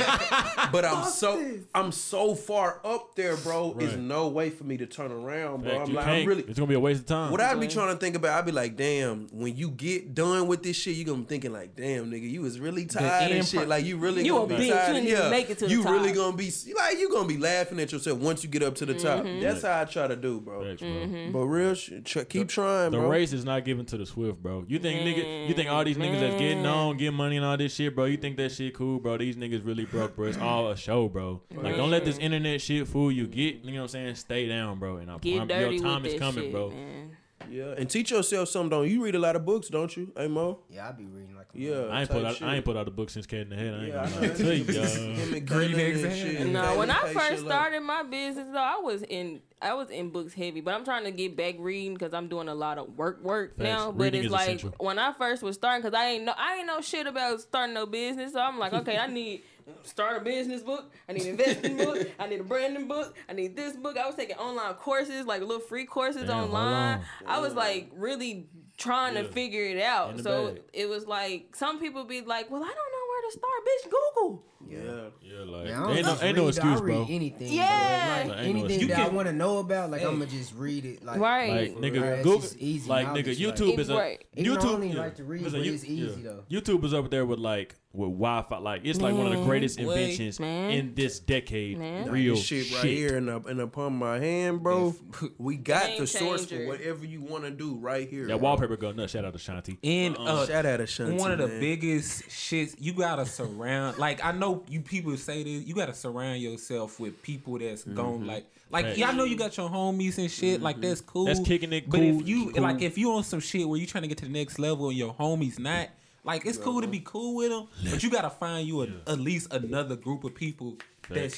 but I'm so I'm so far up there, bro. There's
Right.
no way for me to turn around, bro.
Heck,
I'm
you
like,
can't.
I'm really.
It's gonna be a waste of time.
What I'd be trying to think about, I'd be like, damn, when you get done with this shit, you gonna be thinking like, damn, nigga, you was really tired and
end
shit.
pro-
Like you really
You
gonna
a
be
bitch. You
tired.
didn't
yeah.
even make it to the
you
top.
really gonna be like you gonna be laughing at yourself once you get up to the top.
Mm-hmm.
That's how I try to do, bro.
Facts, bro.
But real shit, tr- keep trying,
The
bro.
race is not given to the swift, bro. You think nigga, you think all these niggas that's getting on, getting money and all this shit, bro. You think that shit cool, bro? These niggas really broke, bro. It's all a show, bro. Like don't let this internet shit fool you. Get, you know what I'm saying? Stay down, bro. And I
Get
promise
dirty
your time
with
is
this
coming,
shit,
bro.
man.
Yeah, and teach yourself something. Don't you read a lot of books, don't you, Hey Mo?
Yeah, I be reading like. a
Yeah,
I ain't
type
put out,
shit.
I ain't put out a book since Cat in the Head. I ain't
Yeah, I
gonna lie
know.
to you,
Him
dog.
and
Green
Galen
eggs
and
and
shit.
ham.
No,
Galen
when I
type
first
shit, like-
started my business, though, I was in I was in books heavy, but I'm trying to get back reading because I'm doing a lot of work work now. But
Reading
it's
is
like
essential.
when I first was starting, because I ain't know I ain't know shit about starting no business, so I'm like, okay, I need start a business book, I need an investing book, I need a branding book, I need this book. I was taking online courses, like little free courses
Damn, hold
online.
on.
I was like really trying
Yeah.
to figure it out.
In the
So
bag.
it was like some people be like, well, I don't know where to start, bitch. Google.
Yeah.
Yeah, like
Man, I don't
ain't no,
just
ain't no
read, I
excuse,
read
bro.
Anything,
Yeah.
bro.
Like,
Like,
ain't no
anything
excuse.
that
You
I
can-
want to know about, like I'ma just read it. Like,
Right.
Like
Right,
nigga,
it's
Google,
just easy
like
knowledge,
nigga,
like-
YouTube
It-
is a
right.
YouTube.
Even though I don't even like to read,
Listen,
but
you-
it's easy, though.
YouTube is up there with like with Wi-Fi. Like it's like one of the greatest inventions
man.
in this decade.
Man. Nah,
Real
this shit, right here and up and upon my hand, bro. We got
Game
the source for
changer.
whatever you want to do right here.
That wallpaper go nuts. Shout out to Shanti.
And uh,
Uh-uh. Shout out to Shanti,
one of the
man.
biggest shits you gotta surround. Like I know you people say this, you gotta surround yourself with people that's gone. Like like
Facts.
y'all know you got your homies and shit. Like that's cool.
That's kicking it
But
cool,
if you
cool.
like if you on some shit where you trying to get to the next level and your homies not. Like it's cool to be cool with them, but you gotta find you a, at least another group of people
Facts.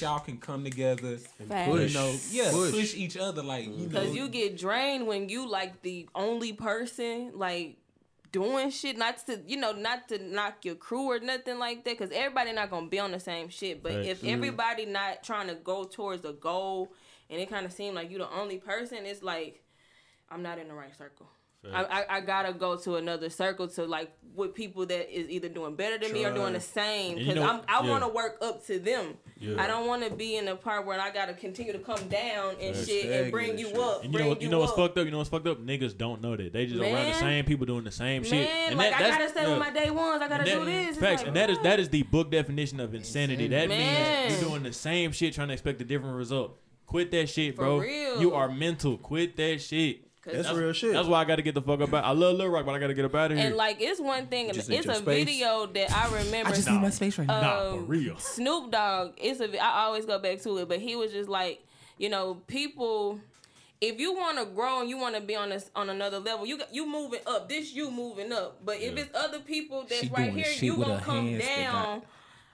that y'all can come together
Facts.
and
Push.
you know, yeah,
Push.
push, each other. Like you know,
Cause you get drained when you like the only person like doing shit. Not to you know, not to knock your crew or nothing like that. Cause everybody not gonna be on the same shit. But
Facts.
if everybody not trying to go towards a goal, and it kind of seem like you the only person, it's like I'm not in the right circle. I, I, I gotta go to another circle to like with people that is either doing better than me or doing the same
And you
because
know-
I'm I
yeah.
want to work up to them.
Yeah.
I don't want to be in a part where I gotta continue to come down and
Facts.
shit and bring you
Stagnant
up.
And you know
bring
what? You know what's
up.
fucked up? You know what's fucked up? Niggas don't know that they just around the
Man.
same people doing the same shit.
Man,
And
like
that-
I
that's-
gotta stay
yeah.
with my day ones. I gotta do
And that-
this. It's
Facts,
like,
and that is
bruh.
that is the book definition of insanity. That
Man.
means you're doing the same shit, trying to expect a different result. Quit that shit,
For
bro.
real.
You are mental. Quit that shit.
'Cause-
That's real shit.
That's why I got to get the fuck up out. I love Lil Rock, but I got to get up out of here.
And like it's one thing. It's
just need your
a
space.
video that I remember.
I just need my space right now.
nah, for
um,
real.
Snoop Dogg, it's a. I always go back to it, but he was just like, you know, people. If you want to grow and you want to be on this on another level, you got- you moving up. This you moving up. But if
Yeah.
it's other people that's
She
right
doing
here,
shit
you
with
gonna
her
come
hands that got-
down.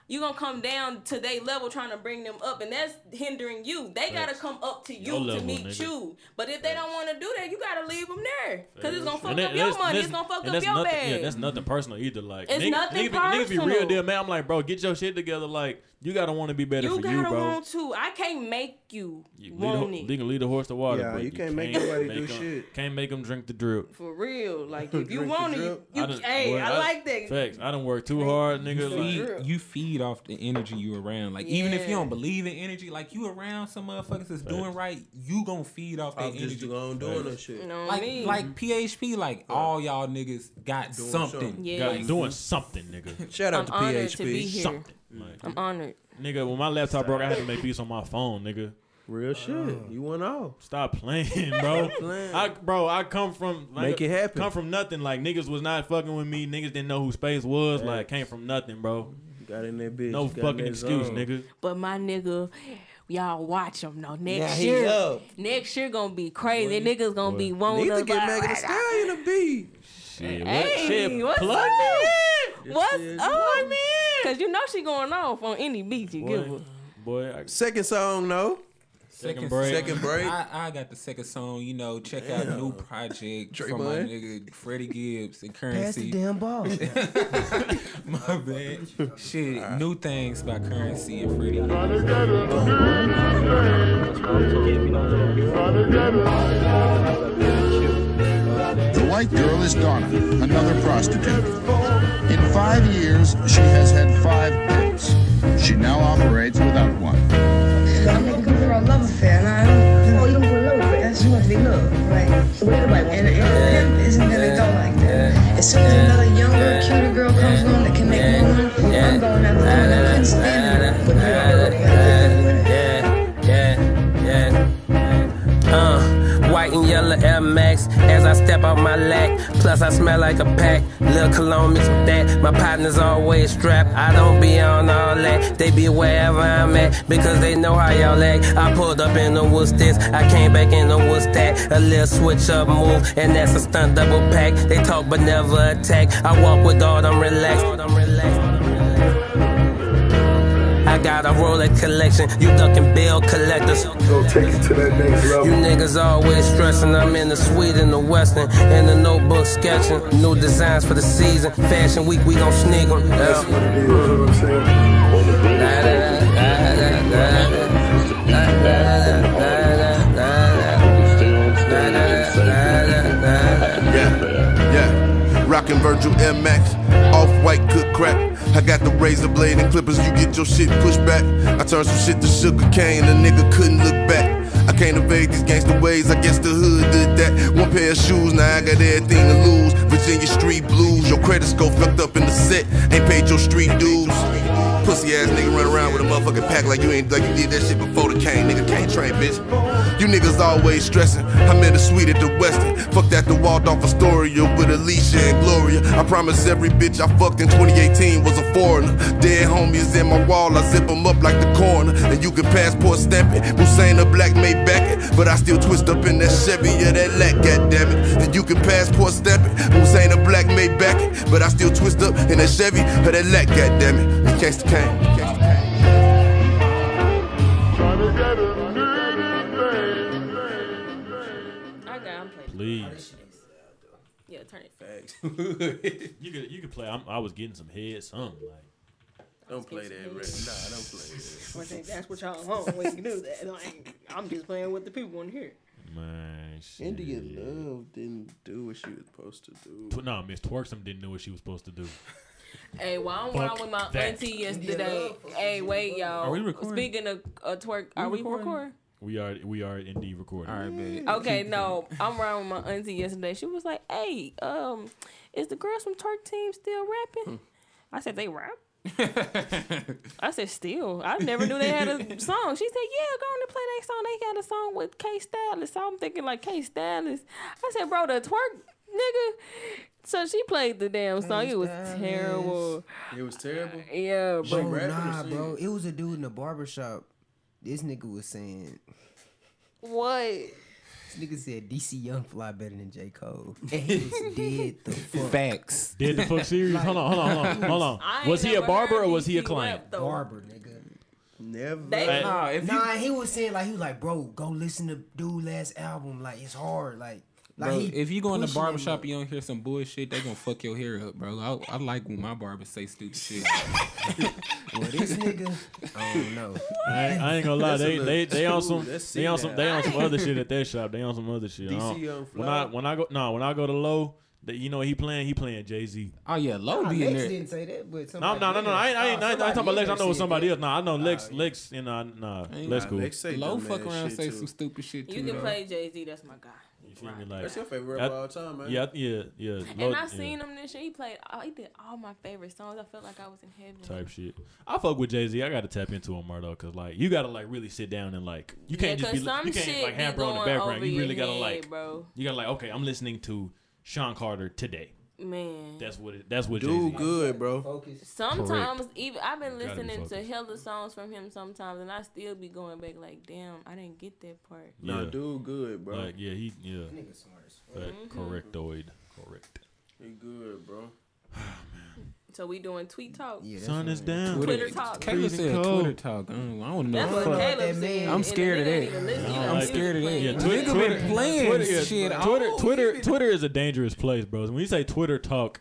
You gonna come down to their level trying to bring them up, and that's hindering you. They gotta
Facts.
come up to you
Your
to
level,
meet
nigga.
you. But if they don't want to do that, you gotta leave them there because it's gonna fuck
And that-
up your
that's-
money.
that's-
It's gonna fuck
and
up
that's
your
nothing,
bag.
Yeah, that's nothing personal either. Like
It's
nigga,
nothing
nigga, be- nigga be real
personal.
deal, man. I'm like, bro, get your shit together. Like you gotta want to be better
you
for
gotta
you, bro.
want to. I can't make you,
you lead, a,
want
ho-
it.
you can lead a horse to water.
Yeah,
but
you can't make nobody do
'em-
shit.
Can't make them drink the drip.
For real, like if you
Drink the
want it, you,
drip.
you
done-
hey,
boy,
I, like that.
Facts. I done worked too hard, nigga.
feed,
Like,
real.
you feed off the energy you around. Like even if you
Yeah.
don't believe in energy, like you around some motherfuckers that's doing right, you gonna feed off that
I'm just
energy.
going doing that shit.
You know what I
Like
mean?
like PHP, like all y'all niggas got something.
something.
yeah,
gotta doing something, nigga.
Shout out
I'm
to
honored to be
PHP.
here.
Something. Like,
I'm honored.
nigga, when my laptop broke, I had to make beats on my phone, nigga.
Real shit. You went off.
Stop playing, bro.
playing.
I bro, I come from like,
Make it happen.
Come from nothing. Like niggas was not fucking with me. Niggas didn't know who space was. Like came from nothing, bro.
Got in that bitch.
No
Got in
fucking
that
excuse,
zone.
nigga.
But my nigga, y'all watch him though.
Now
Next
he
year,
up.
next year gonna be crazy. Niggas gonna be
Need
wanting
to
to
get Megan Thee Stallion a beat.
Shit, what?
Hey,
shit,
what's
plug
up,
it.
man?
is
What's up, man? Cause you know she going off on any beat you give
Boy,
her.
boy I,
Second song, no.
Second break.
Second break.
I, I got the second song. You know, check out new project from my
Draymond.
nigga Freddie Gibbs and
Pass the
Currency.
damn ball.
My bad. Shit, new things by Currency and Freddie. Gibbs.
The white girl is Donna, another prostitute. In five years, she has had five dicks. She now operates without one.
I'm looking for a love affair, and I'm oh, you looking for a love affair? That's you want to be loved, right? So everybody wants and, to be loved. And a pimp isn't gonna go like that. As soon as another younger, cuter girl comes along that can make more money, I'm going after the one. I couldn't stand it, but you don't look like that.
yeah, yeah, yeah. Uh, white and yellow Air Max as I step out my lack. Plus, I smell like a pack. Lil' cologne mixed with that. My partner's always strapped. I don't be on all that. They be wherever I'm at because they know how y'all act. I pulled up in the woods this. I came back in the woods that. A little switch up move, and that's a stunt double pack. They talk but never attack. I walk with all them relaxed. All them relaxed. I got a Rolex collection. You ducking bill collectors. You niggas always stressing. I'm in the sweet and the western. In the notebook sketching. New designs for the season. Fashion week, we gon' sneak 'em. Yeah.
Yeah, yeah. Rockin' Virgil MX, off white cook crack. I got the razor blade and clippers, you get your shit pushed back. I turned some shit to sugar cane, a nigga couldn't look back. I can't evade these gangster ways, I guess the hood did that. One pair of shoes, now I got everything to lose. Virginia Street Blues, your credit score fucked up in the set, ain't paid your street dues. Pussy ass nigga run around with a motherfucking pack like you ain't like you did that shit before the cane, nigga. Can't train, bitch. You niggas always stressing. I'm in the suite at the Westin. Fuck that the Waldorf Astoria with Alicia and Gloria. I promise every bitch I fucked in 2018 was a foreigner. Dead homies in my wall, I zip 'em up like the coroner. And you can passport stamp it. Hussein a black made back it. But I still twist up in that Chevy, yeah, that lack, goddamn it. And you can passport stamp it. Hussein a black made back it. But I still twist up in that Chevy, or that lack, goddamn it. It's gangsta cane. Gangsta cane.
I got. I'm playing.
Please.
Yeah, turn it.
You could you could play. I'm, I was getting some head, some like
Don't play that, Red. Nah, don't play that.
I think that's what y'all want when you do that. Like, I'm just playing what the people want to hear.
man. Shit.
India Love didn't do what she was supposed to do.
But no, Miss Twerksome didn't know what she was supposed to do.
Hey, well, I'm wrong with my
that.
auntie yesterday. Hey, wait, y'all.
Are we recording?
Speaking of uh, twerk, are we
recording?
recording?
We are we are indeed recording.
All right, babe.
Okay, no, I'm wrong with my auntie yesterday. She was like, "Hey, um, is the girls from twerk team still rapping?" I said, "They rap." I said, "Still, I never knew they had a song." She said, "Yeah, go on and play that song. They got a song with K Stylus." So I'm thinking like K Stylus. I said, "Bro, the twerk nigga." So she played the damn song. It was terrible.
It was terrible.
Yeah,
She
bro.
Oh,
rapping or
nah,
singing?
bro. It was a dude in the barber shop. This nigga was saying,
What?
this nigga said DC Young fly better than J. Cole. And he just did the fuck.
Facts.
Did the fuck series? Hold on, hold on, hold on, hold
I
on.
ain't
Was he a
never
barber
heard
or was he a
DC
client?
rap, though.
Barber, nigga.
Never.
They-
Nah, if you
Nah, he was saying like he was like, bro, go listen to dude last album. Like it's hard. Like, like
Bro,
he
if you go in the
pushing him,
barbershop and you don't hear some bullshit, they gonna fuck your hair up, bro. I, I like when my barber say stupid shit.
but this nigga, I don't know.
I ain't, I ain't gonna lie,
That's a
they,
little-
they they on
Ooh,
some
that's
they on some
it
they on some other shit at their shop. They on some other shit. I
DC
don't-
on
when I
fly.
when I go no when I go to low, that you know what he playing he playing Jay Z.
Oh yeah, low
Nah,
be in
Lex
there.
didn't say that, but
No
somebody
no no no I ain't, I ain't, I ain't, I ain't talking about Lex. I know what somebody else. No I know Lex
yeah.
Lex and uh, nah
Ain't
Lex
nah,
cool.
They say
Low
dumb
fuck
ass
around
shit,
say
too.
some stupid shit too.
You can
though.
play Jay Z. That's my guy.
You feel me? Like,
That's your favorite
That-
rapper of all time, man.
yeah yeah yeah.
And
Low-
I
yeah,
seen him this year. He played. All, he did all my favorite songs. I felt like I was in heaven.
type shit. I fuck with Jay Z. I gotta tap into him more though, cause like you gotta like really sit down and like you can't
yeah,
just be
cause
like
some
you can't
shit
like
be
hamper on the
going
background.
over
You
your
really gotta
head,
like
bro.
you gotta like okay I'm listening to Sean Carter today.
Man,
That's what it, that's what
Do
Jay-Z.
good, bro.
Focus.
sometimes even I've been
Gotta be
listening to
focused.
hella songs from him sometimes, and I still be going back like, damn, I didn't get that part.
Yeah.
Nah, do good, bro.
Like yeah, he yeah.
Nigga
Mm-hmm.
smart as fuck.
Correctoid. Correct.
You good, bro.
So we doing tweet talk.
Yeah,
Sun is down.
Twitter talk.
Kayla
Freezing
said
cold.
Twitter talk. I don't, I don't know.
That's
What
what
the fuck.
Caleb said.
I'm scared of that. I'm scared of that.
Yeah,
Nigga
Twitter,
been
Twitter,
playing
Twitter, yeah,
shit all
Twitter, Twitter, Twitter is a dangerous place, bro. When you say Twitter talk,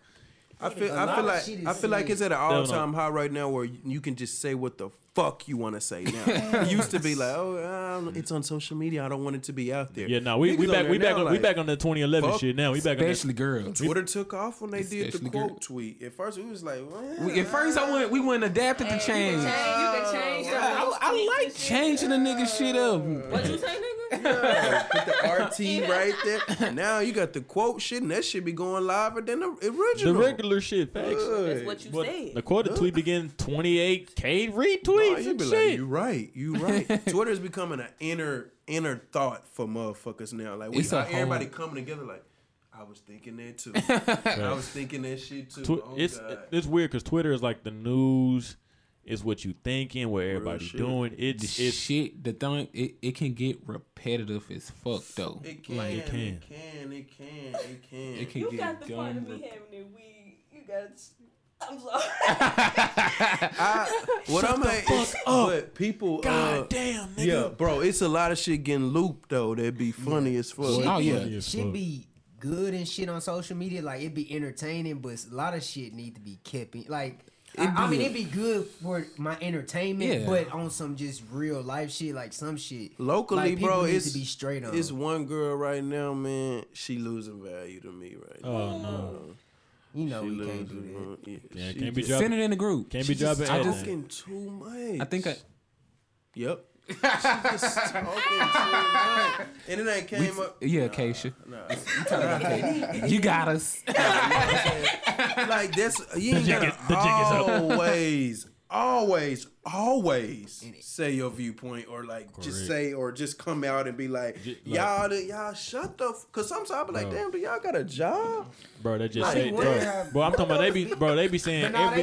I feel,
lot
I feel
of
like,
shit is
I feel like it's at an
no.
all time high right now where you you can just say what the fuck you want to say. Now, it used to be like, oh, I don't- it's on social media. I don't want it to be out there.
yeah, no, we, we
Niggas on
back,
there
we back,
now,
on, we
like,
back on the 2011
fuck
shit. Now we back on that.
Especially girls.
Twitter took off when they did the
Especially
quote
good.
tweet. At first, we was like, well,
We, at first, I went. We went adapted to change.
You can change. the
I,
most tweets
I
and shit.
like changing the nigga shit up.
What you say, nigga?
put the RT right there. Now you got the quote shit, and that shit be going liver than the
The
original.
regular shit, facts.
That's what you
But
said.
the quoted tweet began 28k retweets
Oh, you
and
be
shit.
like, you right, you right. Twitter's becoming an inner inner thought for motherfuckers now. Like we
It's a
saw everybody
whole-
coming together. Like I was thinking that too. I was thinking that shit too.
Twi-
oh
it's
God.
it's weird because Twitter is like the news. It's what you thinking, what everybody's
shit.
doing.
The
It's it's
shit, the thing, it, it can get repetitive as fuck though.
it can,
Like,
it
can.
can, it can, it can, it can.
it can
You
get
got the part
dumb.
of me
re-
having it weed. You got. I'm sorry.
I, what I'm at is, but people, uh,
God damn, nigga.
yeah, bro, it's a lot of shit getting looped though. That'd be funny as fuck.
Shit
Oh,
be-
yeah.
Yes,
shit
fuck.
be good and shit on social media. Like it be entertaining, but a lot of shit need to be kept. In, like I,
It
I
be
mean,
a-
it be good for my entertainment,
Yeah.
but on some just real life shit, like some shit
Locally,
like, people
bro,
need
it's
to be straight on.
It's one girl right now, man. She losing value to me right now.
Oh no,
you know
She
we can't
losing
do that.
value. Yeah,
yeah,
she
can't be
just-
dropping,
Send it in the group.
can't be
she just
dropping. anything.
Talking too much.
I think I,
Yep. She just talking too much. And then I came up.
yeah, Acacia. you got us.
Like that's you ain't
jig
gotta
is- the jig is up.
always, always, always say your viewpoint or like
Correct.
just say or just come out and be like,
Ju- like-
y'all, done- y'all shut the. F-. Cause sometimes I be like,
Bro.
damn, do y'all got a job?
bro. They just
Like,
say,
what
bro,
have-
bro. I'm talking about they be, bro. They be
But
saying
nah, they be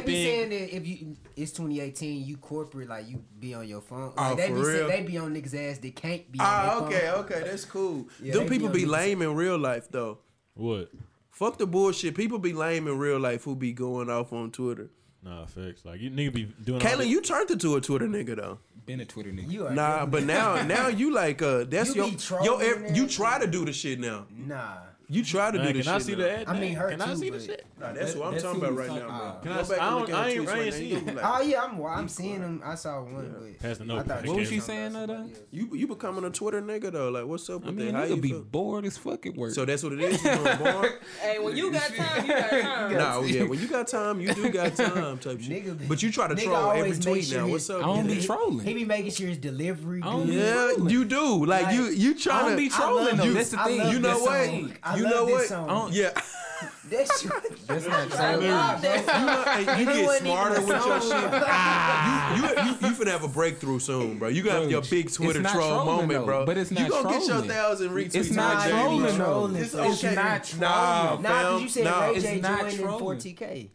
saying
everything.
that if you it's 2018, you corporate, like you be on your phone. Like,
Oh,
they,
for
be saying-
real?
they be on niggas' ass that can't be. On
Ah,
their
okay,
phone.
okay, that's cool.
Yeah,
Them
they be
people
on
be
niggas'
lame in real life though.
What?
Fuck the bullshit. People be lame in real life who be going off on Twitter.
Nah, facts. Like you nigga be doing. all
Caitlin,
this-
you turned into a Twitter nigga though.
Been a Twitter nigga.
You are
Nah, but now now you like uh that's
You
your
be trolling
yo ev-
and
you
everything.
try to do the shit now.
nah.
You try to
Man,
do the
can I
shit.
see
now.
the ad?
I mean, her
Can
too.
I see the
but,
shit?
Nah, that's what I'm
That's
talking
who
about
we
right
talking
now,
uh,
about.
bro.
Can I
Go
see-
back
I
and look
don't- I
at the
ain't-
tweets
I ain't
right
see
now. You
it.
be like,
Oh yeah, I'm. I'm seeing them. I saw one, but
Pass the
I
note.
thought
What
What was
Okay.
she saying though? though?
You you becoming a Twitter nigga though. Like what's up with
I mean,
that? How you
nigga be
feel?
bored as fuck at work.
So that's what it is. You doing bar?
hey, when you got time, you got time.
Nah, yeah. When you got time, you do got time type shit.
Nigga be-
but you try to
nigga
troll
always
every
make
tweet
sure
now.
his-
What's
I
up?
don't
with
be
that?
He
trolling.
be making sure his delivery.
I don't
good.
be
Yeah,
trolling.
you do. Like,
Like,
you you
I
trying
don't
to
be
I love
trolling though.
this-
That's the
I
thing.
love
You know
this
what?
song. I
You
love
know
this
what?
song.
I don't-
Yeah.
That shit.
That's not
I
trolling.
love that.
You, know, hey, you
It
get
wasn't even
smarter
a
with
song.
your shit. You, you, you, you finna have a breakthrough soon, bro. You gonna have
Ah. Bro,
your big
it's
Twitter
not
troll
trolling,
moment,
though,
bro.
but it's
You
not
gonna get your
trolling.
thousand retweets.
It's not
like that, bro.
trolling, though.
It's
though. It's
okay.
not
Nah,
trolling.
fam.
Oh, Nah, 'cause you said
Nah.
Ray J
It's not
joined in
trolling.
4TK.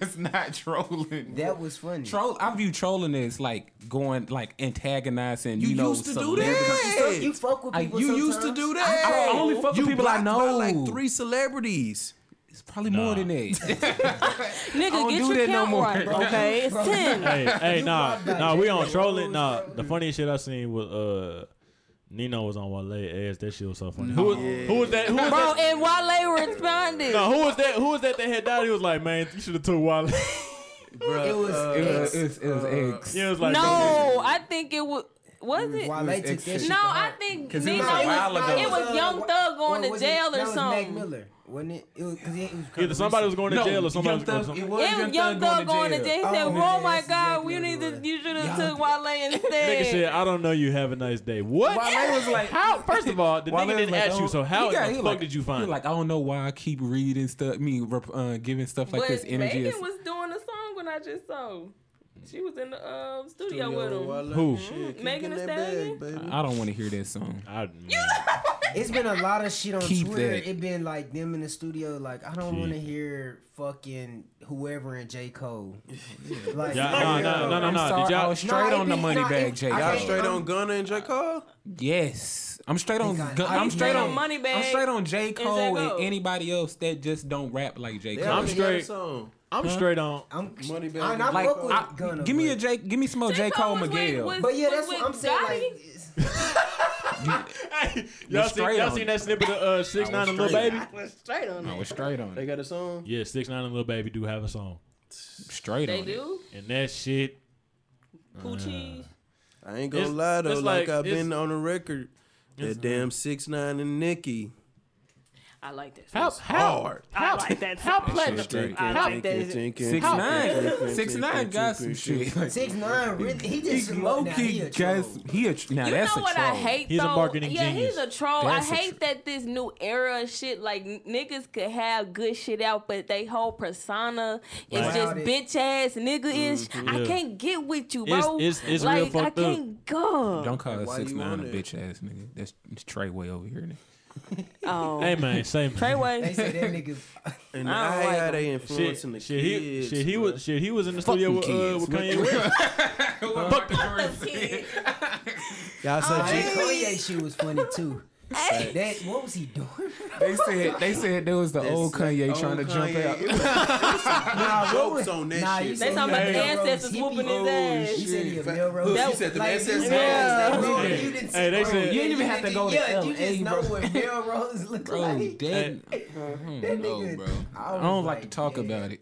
That's not trolling.
That was funny.
Troll. I view trolling as like going like antagonizing. You,
You
know,
used to do
celebrities.
that.
So you fuck with
I-
people.
You used to
sometimes?
do that.
I only fuck with
you
people I
blocked by
know.
like three celebrities.
It's probably more than that.
Nigga,
do
get your
that no
count
more.
right, okay? It's ten.
hey, hey, nah,
probably
nah, we on
Jay-Z.
trolling. Nah, the funniest shit I seen was uh, Nino was on Wale ass. That shit was so funny. Who was who was that? Who was
Bro,
that?
and Wale responded.
No, who was that? Who was that that had died? He was like, man, you should have took Wale.
It was.
Uh,
it
X.
was, it was, it was eggs.
he was like,
No, I think it was. Was it?
Wale took that shit
No,
to
I
heart.
think
'Cause it
Nino
was
was,
a while ago.
it was Young Thug going to jail or
Mac
something.
Miller, wasn't it? It was because it was.
either somebody was going to
No,
jail or somebody
Young
was
Thug,
going. to
it
jail.
was
It was Young Thug going to jail. He said,
Oh,
"Oh,
yeah,
my
that's
God,
exactly
we
what
need
it
to.
was.
You should have took Wale instead."
Nigga said, I don't know you. Have a nice day. What?
Wale was like,
how? First of all, the
Wale
nigga
was
didn't
like,
ask you.
"Don't-"
So how
He got-
in
he
the fuck
like-
did you find?
he
it?
Like I don't know why I keep reading stuff. Me rep- uh, giving stuff like
but
this energy.
Megan
is-
was doing a song when I just saw. She was in the uh, studio, with him.
Who?
Megan Thee Stallion?
baby.
I don't want to hear that song.
I,
it's been a lot of shit on
Keep
Twitter.
that.
It been like them in the studio. Like I don't want to hear fucking whoever and J Cole. Like,
Yeah, no,
yo.
no, no, no,
I'm
no. Did
sorry.
Oh,
y'all- I was Oh, straight
it
on the
be-
money
it-
bag, J.
I
Y'all
can't-
straight
I'm-
on Gunna and J Cole.
Yes, I'm straight on.
Because
Gu-
I
I'm
didn't
straight
know
on
Money
I'm
Bag
straight on J Cole and,
Go.
anybody else that just don't rap like J
They
Cole.
only got a
straight.
song.
I'm straight on.
I'm
Money bag.
I, I
like,
fuck with
I-
Gunna,
give me
but-
a J. Give me some more J Cole
was with-
Miguel.
was-
But yeah,
was
that's what
with
I'm saying.
Gotti?
Like, it's-
Hey, y'all seen
straight
y'all
on
seen
it.
that snippet of uh, Six Nine and Lil
straight.
Baby?
was straight on
I
Oh,
that.
was straight on.
They
It.
got a song.
Yeah, Six Nine and Lil Baby do have a song,
Straight
They
on. it.
do.
and that shit. Uh,
Poochie.
I ain't gonna
It's-
lie though,
it's
like,
like-
I've been
it's-
on the record. That damn six nine and Nicki.
I like that.
How
song.
how
Hard.
I like that. How platinum? I like that.
Six nine, six nine got some shit. Like,
Six nine, really, he just
low
low
key got some- he a tr- now
You
that's
know
a
what
troll.
I hate
He's a
though.
marketing
yeah,
genius.
he's a troll.
That's a
I hate
tr-
that this new era of shit like n- niggas could have good shit out, but they whole persona is
Right. Mm-hmm.
just
Clouded.
bitch ass nigga ish. I
Yeah.
can't get with you,
It's-
bro.
it's- it's real
like I
fucked up.
can't go.
Don't call
Why
six
you
nine
on
a
it?
bitch ass nigga. That's it's Treyway over here. Nigga.
Oh,
Hey man, same.
They
Treyway.
say that nigga.
And
I
I,
don't
hate
like
how
them.
they
Shit,
influencing
shit,
the
he,
kids.
shit, he was, shit, he was in the studio with, uh,
kids.
with Kanye West.
Kid.
Y'all said
That
J.
Kanye shit was funny too. That what was he doing?
They said they said there was the old Kanye trying to jump out.
nah,
jokes on that
nah,
shit.
you
They
said
talking about
he
the
a Melrose
ancestors
hippie.
whooping his ass.
He said he a
Look,
Melrose.
you
hippie.
said the
Like,
ancestors-
you-
Yeah.
Bro, you
Hey,
didn't
hey, they
bro,
said- You
didn't even have to
didn't-
go to
yeah, You just
LA,
know
bro.
what Melrose look
Bro,
like.
dead.
That
No,
nigga-
bro.
I
I
was
don't like to
like,
talk
yeah.
about it.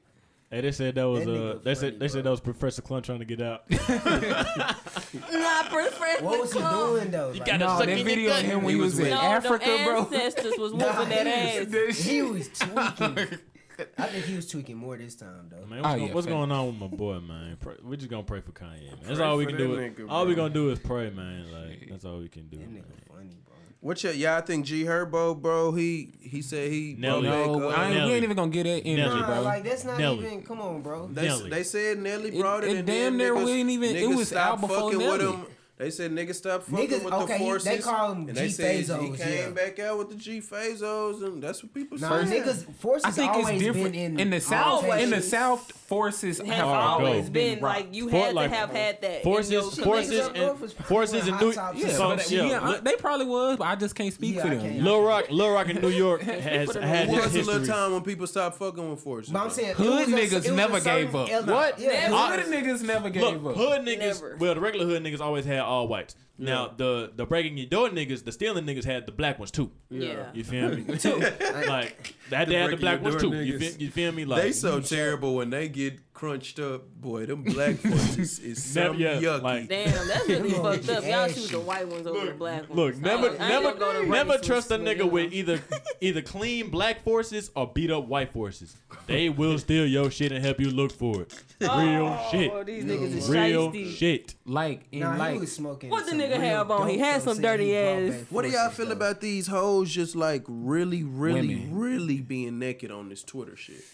Hey, they said that was
That
uh,
nigga
they said
funny,
they said that
bro.
was Professor Clun trying to get out.
Nah, for friends.
What was he doing though? Like,
No, that video of him when he was in
No,
Africa,
them
bro.
ancestors was whooping
nah,
that
he
ass.
was- He was
Oh
tweaking. I think he was tweaking more this time though.
Man, what's,
Oh,
going,
yeah,
what's
fact.
going on with my boy, man? Pray, we're just gonna pray for Kanye, man. That's all we
for
can
that
do.
nigga,
all we
bro.
gonna do is pray, man. Like that's all we can do.
That
Man.
nigga funny, bro.
What your y'all think G Herbo, bro? He he said he
Nelly.
brought
No,
back, uh,
I ain't, we
Nelly.
ain't even gonna get that energy,
Nelly.
Nah,
bro.
like that's not
Nelly.
even. Come on, bro.
They,
Nelly.
they said Nelly
It-
brought it.
it
and
damn
then
near
niggas-
wasn't even- it
niggas
was
stopped
out before
fucking with
Nelly.
him. They said niggas stopped fucking
Niggas-
with
okay,
the
he- they
forces.
call 'em
and they
G
said he
Fazos,
came
yeah.
back out with the G Fazos, and that's what people
Nah,
said.
niggas forces
I think
always
it's different
been
in,
in
the south. In the
rotation.
south, forces
Has
have
always
go.
been
rocked.
like you
For-
had
like,
to have had that. in your
Forces,
collection.
forces, and forces in New York.
Yeah,
Yeah,
so-
but yeah, I- they probably was, but I just can't speak
Yeah,
for
I
them.
can't.
Lil Rock, Lil Rock in New York has had his
It was a little
history.
time when people stopped fucking with forces.
But
bro.
I'm saying
Hood
it was a-
niggas
it was a
never
certain
gave up.
element.
What?
Yeah, it
Never.
was-
Hood niggas never
Look,
gave up.
hood niggas.
Never.
Well, the regular hood niggas always had all whites. Now the the breaking your door niggas, the stealing niggas had the black ones too.
Yeah.
You feel me? too. Like that they had the
breaking
black
your
ones too.
door
You
niggas.
feel, you feel me? Like
They so terrible when they get crunched up, boy. Them black forces is
Never-
some
yeah,
yucky.
like-
Damn, that's really
Come on,
fucked up. Y'all
ashy.
choose the white ones over the black ones.
Look, never,
I ain't
never,
gonna go to
never
races,
trust a
but,
nigga
you
with
know.
either either clean black forces or beat up white forces. They will steal your shit and help you look for it. Real
Oh,
shit.
these niggas is
Real
shiesty.
shit.
Like in
Nah,
like
he was smoking.
What the
some
nigga
real
have on? He
dope,
had
though,
some
said
dirty
he brought
ass-
back
What do y'all
forces,
feel
though.
about these hoes just like really, really,
Women.
really being naked on this Twitter shit?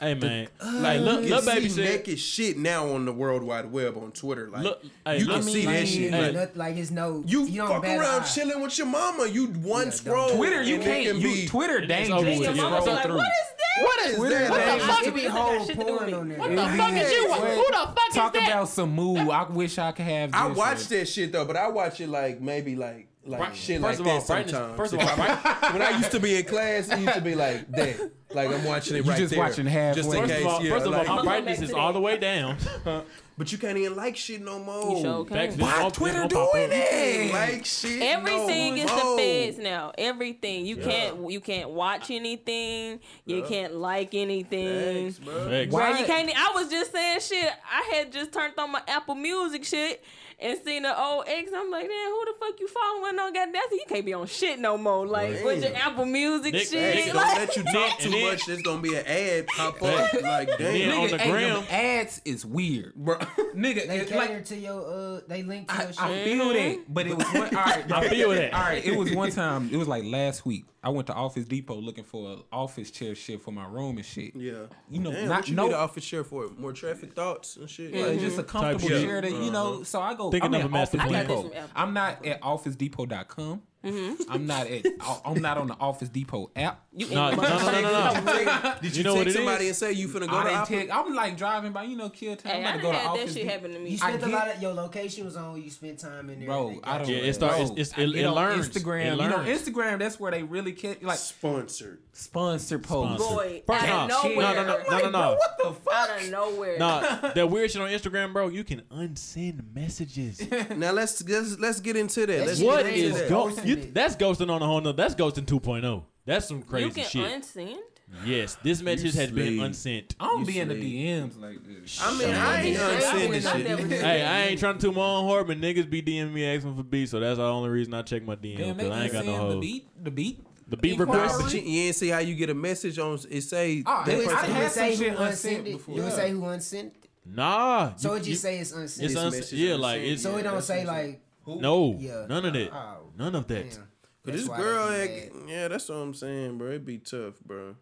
Hey man, like look,
You
look,
can
baby
see
shit.
naked shit now on the World Wide Web on Twitter. Like
Look, hey,
you
look-
can
I mean,
see
Like,
that shit.
like,
Hey.
noth- like it's no.
You,
you don't
fuck
bat an
around
eye.
chilling with your mama. You one
don't.
scroll.
Twitter, you
and it
can't.
can
You, Twitter
over
dangerous
with,
to
yeah.
Mama
scroll
be like,
through.
what is that?
What is
Twitter
that?
dangerous.
It be whole porn on there.
the fuck is you? Who
the fuck
Talk about some move. I wish I could have. This
I watch that shit though, but I watch it like maybe like like shit
First
like
of
that
all, brightness-
sometimes.
first of all,
If I- when I used to be in class, it used to be like that. Like I'm watching it
You
right
just
there.
watching halfway.
Just in
First
case,
of all,
yeah,
first of all,
like-
my brightness
back
is
to
all
that.
the way down.
but you can't even like shit no more.
You sure
Back to
can.
this
Why
op- this
Twitter
op- op-
doing
You
that?
can't like shit.
Everything
no
is the
more.
feds now. Everything you can't you can't watch anything. You can't like anything.
Thanks, bro.
Facts.
Why-
Bro, you can't. e, I was just saying shit. I had just turned on my Apple Music shit and seen the old ex. I'm like, man, who the fuck you following on? God, that's you can't be on shit no more. Like with your Apple Music
Nick-
Hey,
Nick
shit.
It's
like-
gonna let you talk too
And then-
much. There's gonna be an ad pop up. Like
then
damn,
on the
Nigga, hey,
gram.
them ads is weird,
bro.
nigga.
They
it-
cater
like,
to your. Uh, they link to
I,
your shit.
I feel that, but it was one. All right, bro.
I feel that.
All right, it was one time. It was like last week. I went to Office Depot looking for an office chair shit for my room and shit.
Yeah,
You know,
Damn,
not-
what you
no-
need to offer share for more traffic thoughts and shit.
Mm-hmm.
Like
Like
Uh, just a comfortable
shit. Uh-huh.
chair that you know. So I go.
Thinking
I'm
of
at
a master
Office
plan.
I got this
Depot.
from Apple.
I'm not at OfficeDepot.com. I'm not at. I- I'm not on the Office Depot app.
Mm-hmm. You
No, no, no, no, no, no.
Did
You know what it
somebody
is?
and say you finna go
I
to
didn't
Opera?
take. I'm like driving by, you know, kill time.
Hey,
I'm
I
about
done
to go to
had that
Office
shit
Depot.
happen to
You
me.
I
spent a
get-
lot of your location was on. You spent time in there.
Bro, I don't.
Yeah, it start- it's-
bro,
it's-
I
it-
get
it
on
learns.
Instagram,
It
you know,
learns.
Instagram. That's where they really catch like
sponsored.
sponsor posts.
Sponsor.
Boy,
First
out
off,
of
no,
nowhere.
no, no, no, no, no.
What the fuck?
Out of nowhere.
Nah, that weird shit on Instagram, bro. You can unsend messages.
Now let's let's let's get into that. Let's
what
get into
is
that.
go-
Ghosting
you,
it.
That's ghosting on a whole nother. That's ghosting 2.0. That's some
you
crazy
can
shit.
unsend.
yes, this message has been
sleep.
unsent.
I don't
You
be in the
sleep.
DMs like this.
I mean, I ain't
Sure.
unsending
I would
shit.
never do
Hey,
that.
I ain't trying to toot my own horn, but niggas be DMing me asking for beats, so that's the only reason I check my DM
Damn, they
because I ain't got no
send the
hoes.
beat, the beat,
The beat
inquiry.
Nah,
request.
but you, you ain't see how you get a message on it say
Oh,
Ah,
that
it- I
person-
done
You would
had some
say who
shit unsent
unsent it.
before.
You would
Yeah.
say who unsent it.
Nah,
So
you-
it just
you-
say it's unsent.
it's
This
uns-
message is
Yeah, like
unsent.
it's
so it don't
that's
say
what I'm
like who.
no,
Yeah.
none of that,
Oh,
none of
damn.
that.
Cause
That's
this
why they
girl,
be
act,
mad.
yeah, that's what I'm saying, bro. It'd be tough, bro.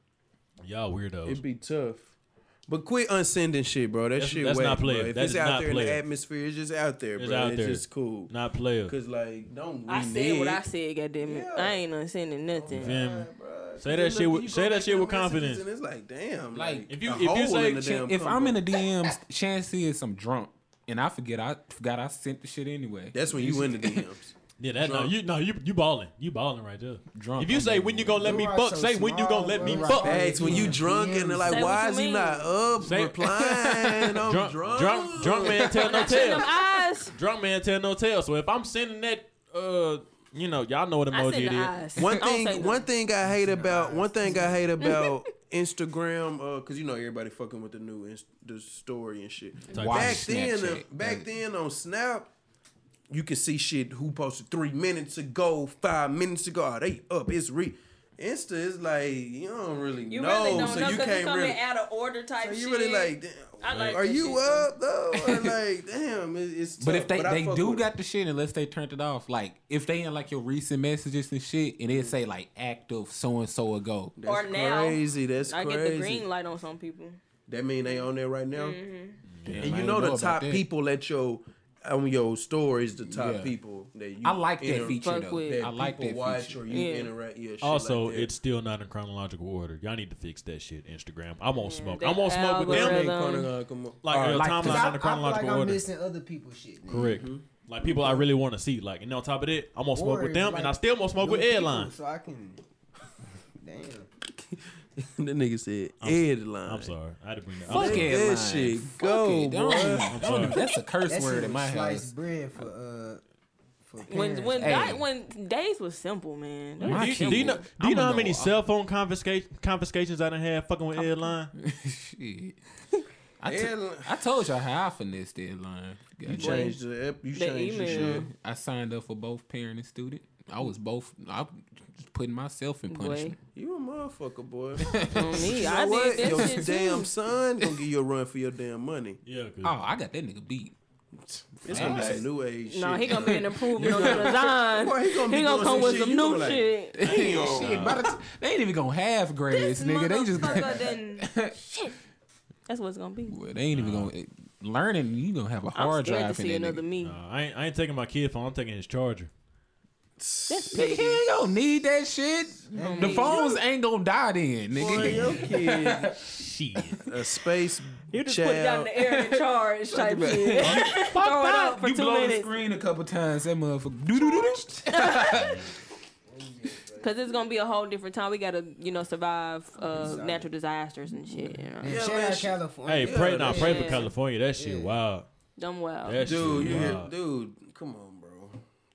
Y'all weirdos.
It'd be tough. But quit unsending shit, bro. That
That's-
shit.
that's
whack,
not player.
Bro. If
That
it's
is
out
not
there in the
player.
atmosphere, it's just out there,
It's
bro.
out
it's
there.
just cool.
Not player.
Cause like, don't.
I said what I
renege.
said, goddamn it.
Yeah.
I ain't unsending nothing.
Feel me?
Bruh,
Say
then
that
look,
shit with-
you go
say that
back
shit
in
with
the messages
confidence.
And it's like, damn,
Like,
like
if you-
a
if you
hole
say
in the
chi-
damn
If I'm
combo.
in the DMs, chance is I'm drunk and I forget I forgot I sent the shit anyway.
that's when you in the DMs.
Yeah, that no,
Drunk.
you no, you you balling, you balling right there.
Drunk,
If you
I'm
say
balling.
when you gonna let me
You are
fuck,
so
say when you gonna
small,
let me
bro.
fuck.
Right.
Facts when you
DMs.
drunk and they're like,
Say what
why
you
is he
mean.
not up
Say-
replying? I'm
Drunk,
drunk.
drunk, drunk, man tell no
Send them
Oh,
tale.
eyes.
Drunk man tell no tale. So if I'm sending that, uh, you know, y'all know what
I
emoji
send
it
the
is.
eyes. I
Oh, One
don't say
thing,
nothing.
one thing I hate about one thing I hate about Instagram, uh, cause you know everybody fucking with the new inst- the story and shit.
Why
back
Snapchat?
then, uh, back
Like-
then on Snap, you could see shit who posted three minutes ago, five minutes ago. Oh, they up? It's re. Insta is like you don't really
You
know,
really don't
so
know because
you
you
can't
come
really.
in out of order type
So
shit.
you really like, damn,
I like
are
that
you
shit, though.
up though? Or like, damn, it, it's. Tough,
But if they,
I
they
fuck
do
with it.
got the shit unless they turned it off. Like if they in like your recent messages and shit, and it say like active so and so ago.
That's
or now.
crazy. That's
I
crazy.
get the green light Mm-hmm. on some people.
That mean they on there right now.
Damn, I
And you
didn't
know, the
about
top
that.
people at your on your stories, the top
Yeah.
people that you.
I like that
inter-
feature
Fuck
though.
with.
That
I like
people
that
watch
feature.
or you
Yeah.
interact. Yeah. Shit
Also,
like that.
it's still not in chronological order. Y'all need to fix that shit, Instagram. I won't smoke.
that
I won't smoke with
Damn,
algorithm.
them.
ain't gonna, uh, come on.
Like
Alright,
uh,
'Cause
like,
timeline
I,
in the
I feel like
chronological
I'm
order.
missing other people's shit. nigga.
Correct.
Mm-hmm.
Like people I really want to see. Like and on top of that, I'm gonna smoke
Or
with them,
like
and I still gonna smoke
new
with
people,
airline.
So I can. Damn.
the nigga said headline.
I'm sorry, I had to bring that.
Fuck
I'm
Let
sorry.
it.
that
headline.
shit
Fuck
go,
it. Don't-
boy.
don't do- that's a curse
That
word
shit
in
was
my house.
sliced bread for uh. For
When
parents.
when
Hey.
di- when days was simple, man. They
My
were
Do you,
kid-
simple.
do you know? Do
I'ma
you know how
know
many
all-
cell phone confiscation confiscations I done had fucking with airline?
shit. I, t-
Airline.
I told y'all how I finessed the line.
You changed the app. You
The
changed the
email.
shit.
I signed up for both parent and student. I was both. I was putting myself in
Boy.
punishment.
You a motherfucker, boy.
On me,
You know
I
what?
did
Your
that shit
damn
too.
son gonna give you a run for your damn money.
Yeah, cause
Oh, I got that nigga beat.
It's gonna be
Facts.
some new age.
No,
shit.
he gonna be an improvement on
gonna-
design.
Boy, he
He
gonna
gonna,
be doing
come
some
with
shit
some
you
new
gonna like-
shit.
Shit, by the t- they ain't even gonna have grades, nigga. They just
motherfucker done- shit. That's what it's gonna be.
Well, they ain't even gonna eh, learning. You gonna have a
I'm scared
hard
to
drive in
see
that
another
nigga.
me.
no, I ain't, I ain't taking my kid phone. I'm taking his charger.
That's
Nigga,
petty.
you ain't gonna need that shit. The phones ain't gonna die then,
Boy,
nigga.
your kid
Shit.
a space
You just put
Put it down in
child.
the air and charge type shit. Throw it up for
you
two
blow the
minutes.
screen a couple times. That motherfucker. doo doo doo doo.
Cause it's gonna be a whole different time. We gotta, you know, survive uh, natural disasters and shit. You know,
And shout
man,
out
sh-
California.
Hey, pray now.
that
pray
shit-
for California. That shit wild.
dumb well.
That
Dude,
shit
you
wild.
hear, dude, come on, bro.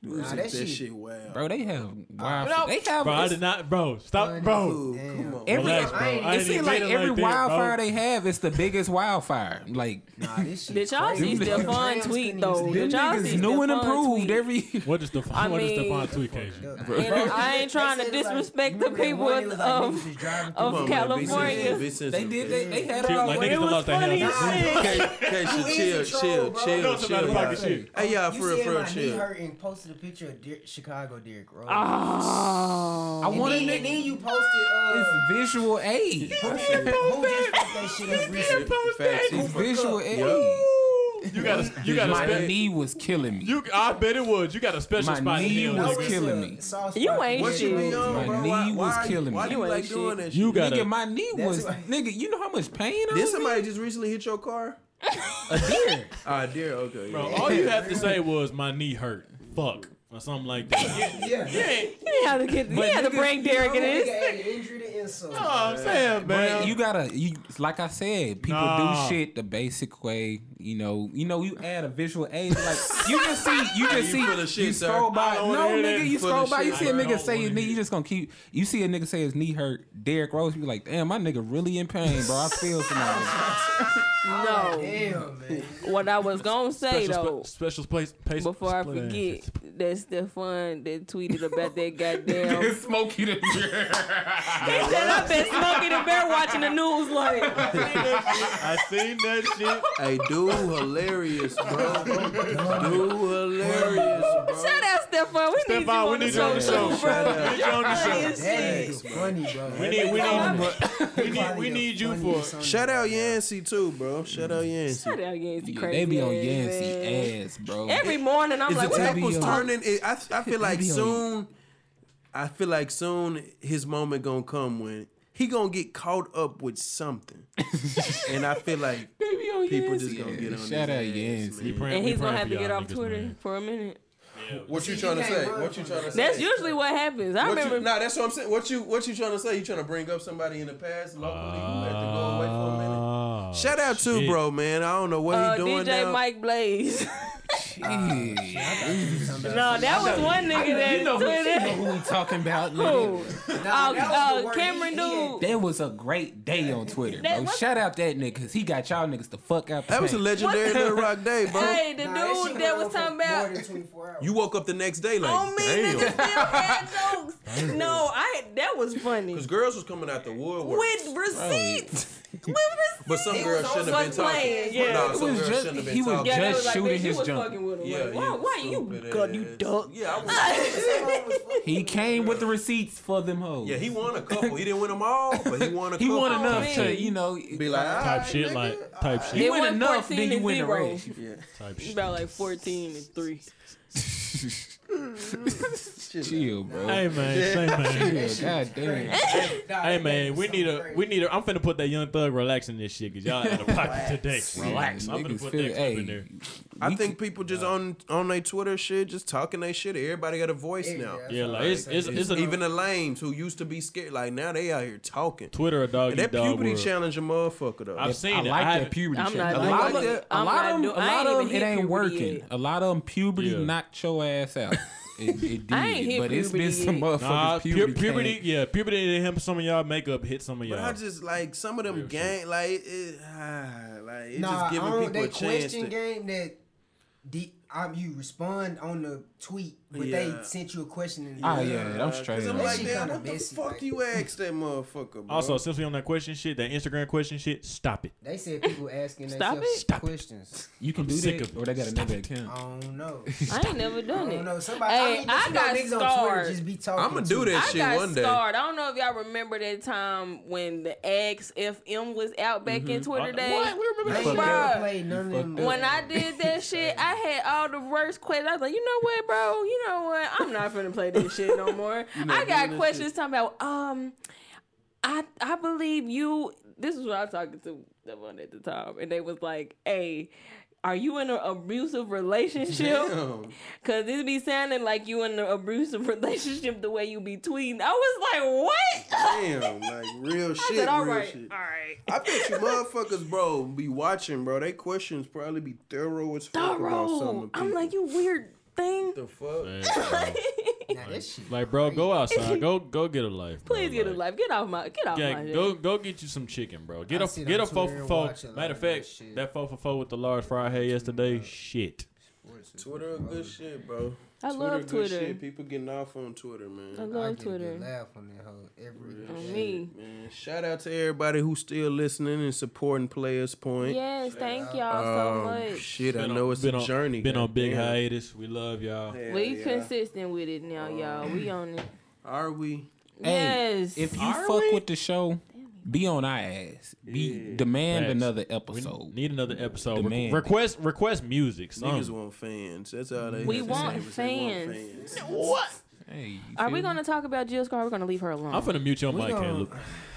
Dude,
Nah,
that,
that
shit,
shit-
wild.
Bro, they have Wi-Fi. They have.
Bro, I
it's-
did not. Bro, stop, bro.
Dude, come on.
Every,
Relax, bro. I
it
didn't
seems
even
like
mean it
every
like that,
wildfire
bro.
they have is the biggest wildfire. Like
Nah, this shit
Did y'all see
crazy.
Stephon
Rams
tweet
couldn't
though?
even-
them
Did y'all
niggas
see
new and
Stephon
improved
tweet?
every.
What is the
I
what is the
mean-
Stephon tweet occasion?
I ain't trying to
They said, like,
disrespect the
remember that
people
one, it was like niggas
of
was
of
driving through-
Come on, man, be
California.
sensitive, be sensitive,
They did. They, they had it all.
Like
way.
niggas done lost their
funny as
house.
shit.
Keisha, chill,
is in
chill,
trouble, bro?
chill,
Don't somebody fucking
chill. y'all.
shit.
Hey, y'all, for
You
real,
said
for real,
my knee
chill.
hurt and posted a picture of Der- Chicago Derrick Rose.
Ah, Oh,
I
and,
want a
then, and
nigga.
then you posted uh,
It's visual aid.
who just fucked that shit up recently?
Facts, he
Visual
fucked up.
aid.
You got a, you got a
my
spe-
knee was killing me.
you. I bet it was. You got a special
My
spot. in
knee
the
was
elbow.
killing me.
You ain't
What you be
shit.
on,
My
bro?
knee
why,
was
why are
killing
you, Why
me.
you
You
like
ain't
doing
shit.
that shit?
You got
Nigga,
a,
my knee
That's
was
why-
nigga. You know how much pain I
Did
was. in?
somebody just recently hit your car? Ah, dear. Okay.
bro.
yeah.
All you have to say was my knee hurt. Fuck or something like that.
Yeah.
You ain't-
You didn't have to get. You didn't have to bring Derek in this.
injury to insult.
No, I'm saying,
But
man.
you gotta, you, like I said, people
Nah.
do shit the basic way. You know, you know, you add a visual aid, like you just see, you just see,
full of shit,
you
sir.
scroll by.
I don't
No,
wanna hear that.
nigga,
You
you
full
scroll
of
by,
shit,
you see a
bro. I
nigga
don't
say his
wanna
knee,
hear
you just gonna keep. You see a nigga say his knee hurt. Derrick Rose, you be like, damn, my nigga really in pain, bro. I feel somebody.
No.
Damn, man.
What I was gonna say
special,
though.
spe- special place. Pace,
Before I
split
forget,
ashes.
that Stefan that tweeted about that goddamn. he
Smokey the
said I've been smoking the bear watching the news like.
I seen that shit.
Hey, dude, hilarious, bro. dude, hilarious, bro.
Shout out Stefan. We need you
Stefan, we
on
need
the
you on the
show.
show.
too, bro.
We need you on the show.
Yes.
That nigga funny, bro.
We need, we need, we need, we need you for.
Shout out Yancey too, bro. Shout out Yancey.
Shout out Yancey
yeah,
crazy.
they be on
ass, man.
Yancey ass, bro.
Every morning I'm
Is
like,
the
what the
tables
Video.
turning? It, I I feel like
Video.
soon, I feel like soon his moment gonna come when he gonna get caught up with something, and I feel like
Every on
people just gonna get on his
Shout out
ass,
Yancey.
man.
And he's gonna have to get off Twitter for a minute.
What you trying to say? What you trying to say?
That's usually what happens. I
What you,
remember.
nah, that's what I'm saying. What you what you trying to say? You trying to bring up somebody in the past locally who had to go away for a minute? Shout out to
Ah, shit.
bro, man. I don't know what
Uh,
he doing
DJ
now.
Mike Blaze.
Yeah.
no, that was one nigga that
You know who- you know
tweeted.
who we talking about, nigga.
Who? Oh, uh, Cameron dude.
That was a great day on Twitter,
That
bro.
was-
Shout out that nigga, cause he got y'all niggas the fuck out. The
That was a
paint.
legendary
What?
Little Rock day, bro.
Hey, the dude that was talking about
You woke up the next day like,
on me,
damn.
niggas still had jokes. No, I that was funny.
Because girls was coming out the woodwork.
With receipts. With receipts.
but some girls shouldn't have been
was
talking.
playing, yeah.
Nah,
It
was
some girls
just-
shouldn't have been
he was
talking.
Yeah, they
Just
was like,
shooting
bitch, you
his
was
junk.
fucking with him.
Yeah,
like, why,
yeah,
why you
stupid
gun, you
ass.
duck?
Yeah, I was,
He came with the receipts for them hoes.
yeah, he won a couple. He didn't win them all, but he won a couple.
He won enough
man.
to you know.
Be like, "Ah." all
Type
right,
shit,
nigga.
like type
you
shit,
It
win
won
enough, then
14
you
and
win the
zero.
rest.
type
It's
shit.
about like 14 and 3.
Chill, bro.
Hey man, say man.
Chill, God damn.
Hey man, we need a, we need a. I'm finna put that young thug relax in this shit because y'all out of pocket today. Relax,
Niggas
I'm finna put
feel-
that clip
hey,
in there.
I think people just on on their Twitter shit, just talking their shit. Everybody got a voice now.
Yeah, like it's it's, it's, a,
Even the lames who used to be scared, like now they out here talking.
Twitter a dog
That
eat dog
puberty
world.
challenge a motherfucker though.
I've
I
seen it.
like
I
that
haven't-
puberty.
I'm
shit.
not
a
doing
lot
it.
of, a
I'm
lot
not
of
do-
them, a
I
lot
ain't
of
even
them, it
hit
ain't
puberty
working.
yet.
A lot of them puberty
Yeah.
knocked your ass out. It, it did,
I ain't hit
but it's been
puberty
some
yet.
motherfuckers
Nah, pu-
puberty.
puberty,
came-
yeah, puberty didn't hit some of y'all makeup hit some of
But I
y'all.
just like some of them gang, like it, it, ah, like it
Nah,
just giving
I don't-
people a
that
chance.
question
To,
game that the, um, you respond on the tweet, but
Yeah.
they sent you a question. And
Ah, yeah, I'm straight.
'Cause I'm
That
like,
shit
damn,
kinda
what the
messy,
fuck
like-
you asked that motherfucker? Bro?
also, since we on that question shit, that Instagram question shit, stop it.
They said people asking
Stop
themselves
it.
questions.
You can do
sick
that,
of it.
or they got another account.
I don't know.
I ain't never
I
done
don't know.
it.
Somebody,
Hey,
I, mean, but
I
you
got
know, niggas on Twitter
scarred.
just be talking.
I'ma do
to
that
you.
I
shit
got
one day.
scarred. I don't know if y'all remember that time when the XFM was out back in Twitter days.
Mm-hmm. What? We remember
I
that
ain't
shit.
Bruh.
never played none of them.
When I did that shit, I had all the worst questions. I was like, you know what, bro? You know what? I'm not finna play this shit no more. I got questions talking about, um, I I believe you. This is what I was talking to someone at the time, and they was like, hey. Are you in an abusive relationship?
Damn.
Cause it be sounding like you in an abusive relationship the way you be tweeting. I was like, what?
damn, like real
I
shit,
said, all
real
right,
shit.
all right.
I bet you motherfuckers, bro, be watching, bro. They questions probably be thorough as fuck about some of
Thorough.
the
I'm
people.
like, you weird thing.
the fuck?
Man,
Nah, that shit.
like, bro, go outside. Go go get a life. bro.
Please get a
Like,
life. Get off my. Get off
Yeah,
my.
go go get you some chicken, bro. Get
I
a
sit
get
on
a four
Twitter
for
and
four.
watch a lot
Matter
of
of
that
fact,
shit.
that four for four with the large fry I had yesterday, shit.
Twitter, a good shit, bro.
I
Twitter,
love
good
Twitter.
shit. People getting off on Twitter,
I
man.
I
love
get a good
Twitter.
laugh on that hoe every
On
day.
me.
Man, shout out to everybody who's still listening and supporting Players Point.
Yes, thank y'all so
Um,
much.
Shit, I
Been
know
on-
it's
been
a
on-
journey.
Been on big
goddamn.
hiatus. We love y'all.
Hell
We
yeah. Um,
consistent with it now, y'all. We on it.
Are we?
Hey,
yes.
If you fuck with the show, Be on our ass. Be demand
Facts.
another
We
episode.
need another episode. Re-
Demand.
request request music.
Niggas
Something.
want fans. That's all they.
We
have to
want
say is they want
fans.
fans.
Hey, you
Are
feel
we
me?
gonna talk about Jill's car? We're gonna leave her alone.
I'm finna mute your mic,
gonna-
Caleb.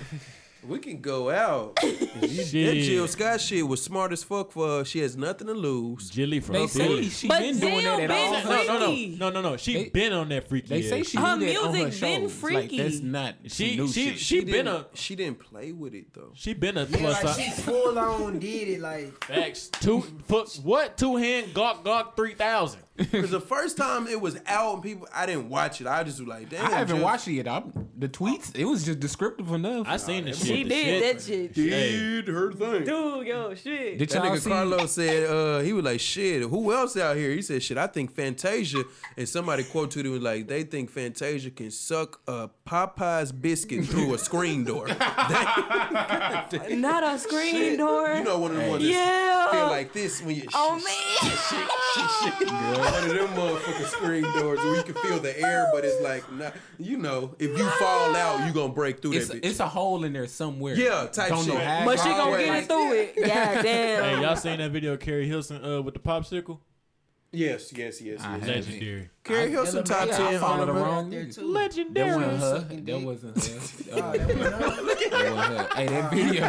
We can go out. That Jill
Shit.
Scott shit was smart as fuck for her. She has nothing to lose.
Jilly from
They say
Philly.
she
But
been doing
Jill
that
been
at all.
No, no, no,
freaky.
no, no, no. She
They-
been on that freaky.
They say
ass
she
shit.
Her
do that on her
music been
shows.
freaky.
Like, that's not
She-
new
she-
shit.
she-
She
been
didn't-
a-
She didn't play with it though.
She been a
Yeah,
plus
like
size.
she full on did it like
Facts. Two foot. What two hand gawk gawk three thousand.
Because the first time it was out and people, I didn't watch it. I just was like, damn.
I haven't
Jill-
watched it yet. I'm, the tweets, it was just descriptive enough.
I seen the shit.
she
the
did that shit. Dude,
Hey,
her thing.
yo, shit.
Did
That
y'all
nigga
see?
Carlos said uh, he was like, "Shit, who else out here?" He said, "Shit, I think Fantasia." And somebody quoted him like, "They think Fantasia can suck a Popeye's biscuit through a screen door."
Not a screen door.
you know, one of the ones that
Yeah.
feel like this when you.
Oh man.
One of them motherfucking screen doors where you can feel the air, but it's like, nah, you know, if you fall out, you gonna break through
It's,
that bitch.
it's a hole in there somewhere.
Yeah, type
Don't know
shit.
how.
but she gonna
Always.
get it through it. Yeah, damn.
hey, y'all seen that video of Carrie Hilson uh, with the popsicle?
yes, yes, yes. yes.
haven't.
Legendary.
Carrie Hilson top
Yeah, I
ten
followed the
honorable.
wrong
there
nigga.
too. Legend.
That wasn't her. That wasn't her. That wasn't her. That wasn't her. Hey, that video.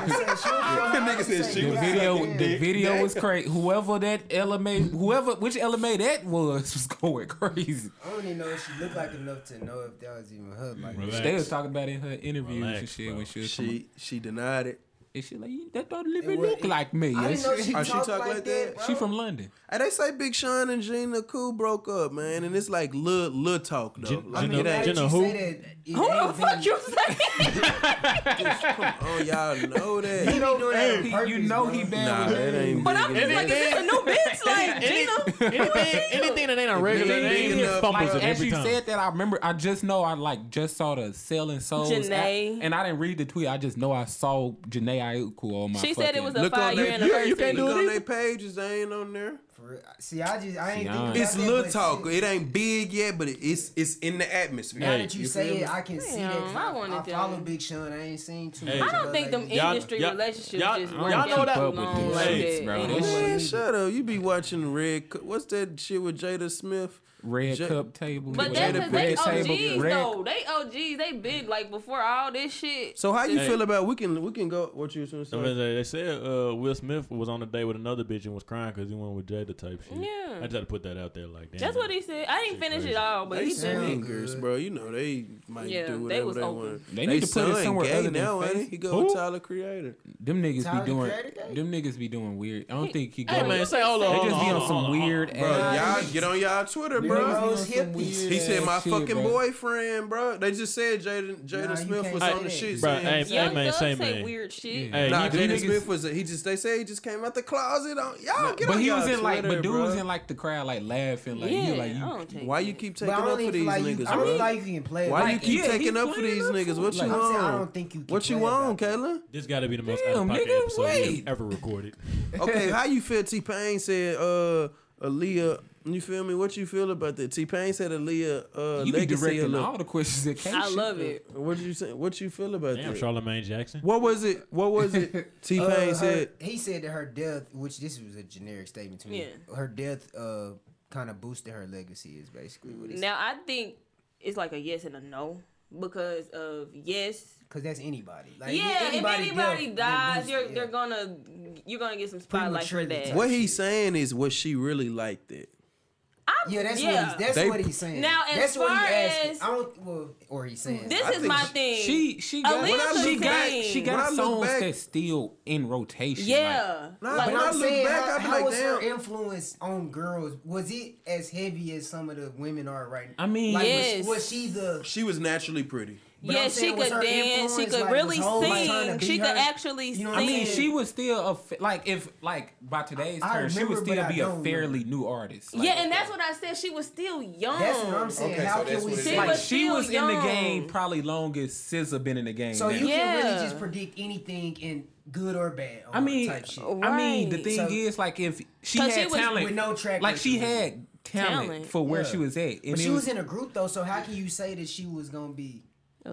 Nigga said she
The
was
video, the video was crazy. Whoever that LMA, whoever which LMA that was, was going crazy.
I don't even know if she looked like enough to know if that was even her. Like,
They was talking about it in her interviews and
Relax,
shit
bro.
when she was she,
She she denied it.
and she like "You- that don't even
It was-
look like
I
me. Yeah,
didn't know
she,
she,
Oh,
talked
she talk
like,
like
that.
that?
bro.
she from London.
And they say Big Sean and Gina Cool broke up, man, and it's like little little talk though.
Gen-
like
Gina-
it ain't.
Gina-
She
who?
say that.
Who the fuck you saying?
oh y'all know
You
that.
know, doing that on
He-
purpose,
you know
bro.
he bad.
nah,
with
that ain't.
but I'm
big
just
enough.
like, is this a new bitch? Like Gina.
anything, anything that ain't a regular
Big
name
enough.
it fumbles
Like, as
it every
you
time.
said that, I remember. I just know I like just saw the selling souls,
Janae.
app, and I didn't read the tweet. I just know I saw Janae Ayuku on my.
She said it was a
Look on
five year
their- you-
anniversary.
you can't do
Look
it
on
either.
their pages, they ain't on there.
For real. See, I just I ain't think
Nah.
about
It's
that,
little
but
talk.
shit,
It ain't big yet, but it- it's it's in the atmosphere.
Now
Hey,
that you,
you feel
say
me?
it, I can see
Damn,
that. 'cause
I
I,
wanted
I follow
them.
Big Sean. I ain't seen too
Hey.
much.
I don't think them
Y'all-
industry
y'all-
relationships
y'all-
just
y'all
work
know
out
that-
long
Keep up with
like
them shits,
that.
bro.
And
This
it's-
Man, shut up. You be watching Red. Cu- What's that shit with Jada Smith?
red
J-
cup table.
But
Jada
that's
Red
because they
Pinkett
OGs
Table,
red-
though. They OGs. They big like before all this shit.
So how you
Hey.
feel about we can we can go what you was gonna
I
say?
mean, They they said uh, Will Smith was on a date with another bitch and was crying because he went with Jada type shit.
Yeah.
I just had to put that out there like that.
That's what he said. I didn't finish it all, but
They
he said
swingers, bro. You know they might
Yeah,
do
they
whatever
was
they,
open.
want.
They need to put it
son
somewhere
gay
other than
now, ain't he?
Facebook.
He go
Who?
with Tyler Creator.
Them niggas
Tyler,
be doing.
the Creator Guy?
Them niggas be doing weird. I don't
Hey,
think he.
hey,
go-
man, say hold on,
They
hold
just
on,
be
hold
on
on,
some
hold on,
weird.
Bro,
ass-
y'all get on y'all Twitter,
Them
bro.
hoes
some
hippies.
weird
He said
ass
my
shit,
fucking
bro.
boyfriend, bro. They just said Jaden Jada
Nah, you
Smith
can't
was
say
on the
that.
shit.
Bro,
saying-
hey,
Young
man,
Thug
say
say
man.
weird shit.
Hey,
Nah,
you
Jaden
niggas-
Smith was. A, he just they say he just came out the closet. On y'all get
But
on
he
y'all
was in like,
Twitter,
but dude
bro.
was in like the crowd, like laughing, like
yeah,
you, like
I
you.
don't take
Why
that.
you keep
But
taking
I
up
don't
for
even feel
these
like you.
niggas,
I don't
bro?
feel like you can play. it
Why
like
you
that.
keep
yeah, he
taking up for
playing
these
up
niggas?
for
What
it.
you
Like,
I'm saying, I don't
on?
think you. Can
What you
play about
on,
that.
Kayla?
This got to be the most
Damn,
out of pocket
nigga,
episode
wait.
we've ever recorded.
Okay, how you feel? T Pain said, uh, Aaliyah. You feel me? What you feel about that? T Pain said Aaliyah. Uh,
You be
legacy.
directing
Aaliyah.
all the questions that came.
I love it.
What you say? What you feel about
Damn,
that?
Charlemagne Jackson.
What was it? What was it? T Pain
Uh, her-
said.
he said that her death, which this was a generic statement to me.
Yeah.
Her death uh kind of boosted her legacy is basically what it's
Now I think it's like a yes and a no because of yes.
because that's anybody. Like,
yeah, if
anybody's
anybody
death, that
dies,
boosts
you're
it,
they're
yeah.
gonna you're gonna get some spotlight for
Prematurely
that.
type.
What he's saying is, was she really like that?
I'm,
Yeah, that's
yeah.
what he's, that's
They-
what he's saying.
Now, as
that's what
far
he asking.
as-
I don't well, or he's saying
this
I
is
think
my
she-
thing.
She she got
Aaliyah
When I
she
look
got
back-
she
when I
got
look
songs
back-
that's still in rotation. like-
yeah,
Nah,
like,
But
when I
I'm
look
saying,
back,
how,
I be
how
like,
was her
damn.
influence on girls? Was it as heavy as some of the women are right now?
I mean,
like, was-
Yes.
was, she the?
She was naturally pretty.
but
yeah,
I'm
she
saying, was
could
her
dance. She
influence,
could
like,
really
was whole, like, trying
sing.
to
She
be
could
her?
actually
You know
sing.
what I'm
I mean,
saying?
she was still a fa- like if like by today's
I
terms, she would
remember, but
still
I
be a
don't
fairly new artist. Like,
yeah, and that's what I said. She was still young.
That's what I'm saying.
Okay,
how
so that's
can we
what it
say?
is.
like
was
she
still
was in the
young.
game probably longest SZA been in the game.
So
now.
you can
Yeah.
really just predict anything in good or bad.
I mean,
type shit.
oh,
I mean, the
Right.
thing
So-
is, like, if she
'Cause
had
she was-
talent,
With no track
like she
record.
had talent,
Talent.
for where
Yeah.
she was at, and
But she
it
was in a group though, so how can you say that she was gonna be?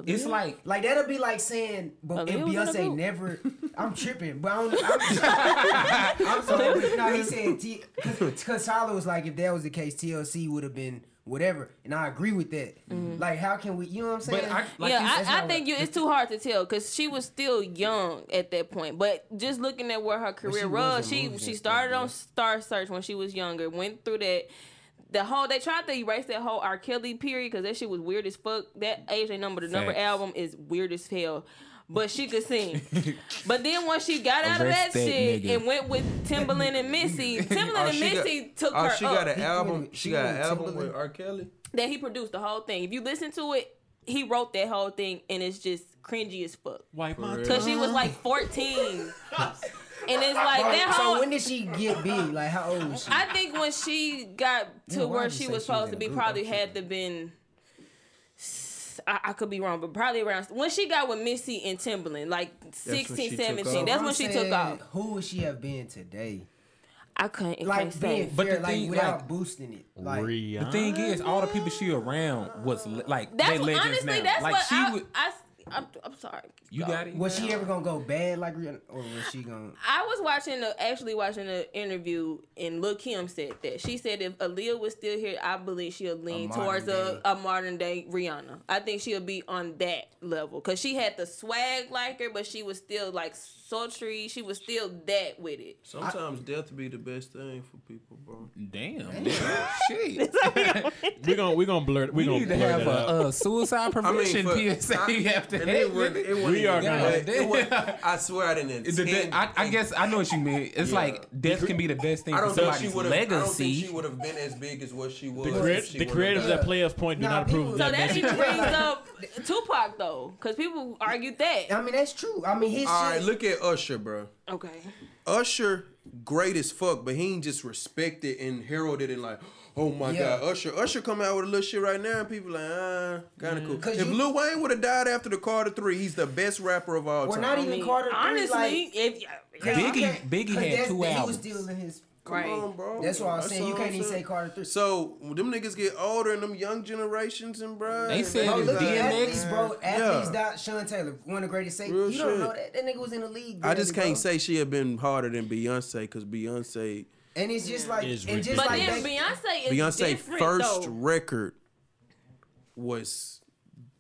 It's like like that'll be like saying, but if
Aaliyah was in the
Beyonce
group.
never, I'm tripping. But I don't, I'm, I'm sorry. No, he said because Tyler was like, if that was the case, TLC would have been whatever, and I agree with that. Like, how can we? You know what I'm saying?
But I- like you-
Mm-hmm. yeah,
that's
I, I
not
think you, it's too hard to tell because she was still young at that point. But just looking at where her
she
career was,
wasn't
she
moving
she
and
started
stuff,
on Star Search when she was younger. Went through that. The whole they tried to erase that whole R. Kelly period because that shit was weird as fuck. That age ain't number the number
Facts.
album is weird as hell. But she could sing. but then once she got out of that,
Arrest that
shit
nigga.
and went with Timbaland and Missy, Timbaland
Oh,
and
she got-
Missy took
oh,
her
she
up
got an album.
would've-
She
she
got an
would've
album
totally-
with R. Kelly.
that he produced the whole thing. If you listen to it, he wrote that whole thing and it's just cringy as fuck.
Wipe my
Cause she was like 14, and it's like
Like,
that
Uh-huh. so
whole.
when did she get big? Like, how old was she?
I think when she got to
Yeah, why
where
did
she
you
was
say she was
supposed
in
to
a
be,
group?
probably
I'm
had to been. I, I could be wrong, but probably around when she got with Missy and Timberland, like
when
16,
she took
17.
off.
That's
I'm
when she took
saying,
off.
Who would she have been today?
I couldn't. Like,
Like being
But the
fair, like
thing,
without
like-
boosting it. Like,
Rihanna.
The thing is, all the people she around was le- like they
that's what,
legends
honestly
now.
that's
like
what
she
I,
would.
I, am I'm sorry.
You
Go.
got it.
was she ever gonna go bad like Rihanna, or was she gonna?
I was watching the actually watching the interview and Lil Kim said that she said if Aaliyah was still here, I believe she'll lean
modern
towards
day.
a, a modern day Rihanna. I think she'll be on that level because she had the swag like her, but she was still like sultry. She was still that with it.
Sometimes death be the best thing for people, bro.
Damn. Shit.
we gonna we gonna blur
We
we, gonna
need to
blur
have
that
a
out.
uh, suicide prevention
for-
PSA after
And it
that.
was,
nigga.
it was,
We are gonna-
I swear I didn't
The
intend.
de- I, I guess I know what you mean. It's like death can be the best thing
I
for
don't think she
somebody's
would have. I don't think she
legacy.
would have been as big as what she was.
The,
if
crea- the
she would've
creators
died.
at playoff point do
Nah,
not approve
people-
of
So
So
that.
that
message.
even brings up Tupac though, because people argue that.
I mean, that's true. I mean, his
All
shit.
right, look at Usher, bro.
Okay,
Usher, great as fuck, but he ain't just respected and heralded and like, oh my
Yeah.
god, Usher. Usher come out with a little shit right now, and people like, ah, kind of cool.
'Cause
If
you-
Lil Wayne would have died after the Carter Three, he's the best rapper of all
We're
time.
not
I
even
mean,
Carter.
honestly,
three,
if
like,
yeah,
Biggie-
okay,
Biggie
'cause
had
that's-
two
He was
albums.
still in his.
right.
Come on, bro.
That's what I'm
That's
saying. You
all
can't
I'm
even say
saying.
Carter three.
So them niggas get older and them young generations and bruh.
They said
Bro,
it's
Oh, look at
DMX,
athletes, bro. Athletes.
Yeah.
Dot Sean Taylor, one of the greatest safeties.
Real
You don't
shit.
know that that nigga was in the league.
I just
barely,
can't
bro.
say she had been harder than Beyonce because Beyonce,
And it's just like,
It's
and just
But
like
then
they-
Beyonce is
Beyonce
different
first
though.
record was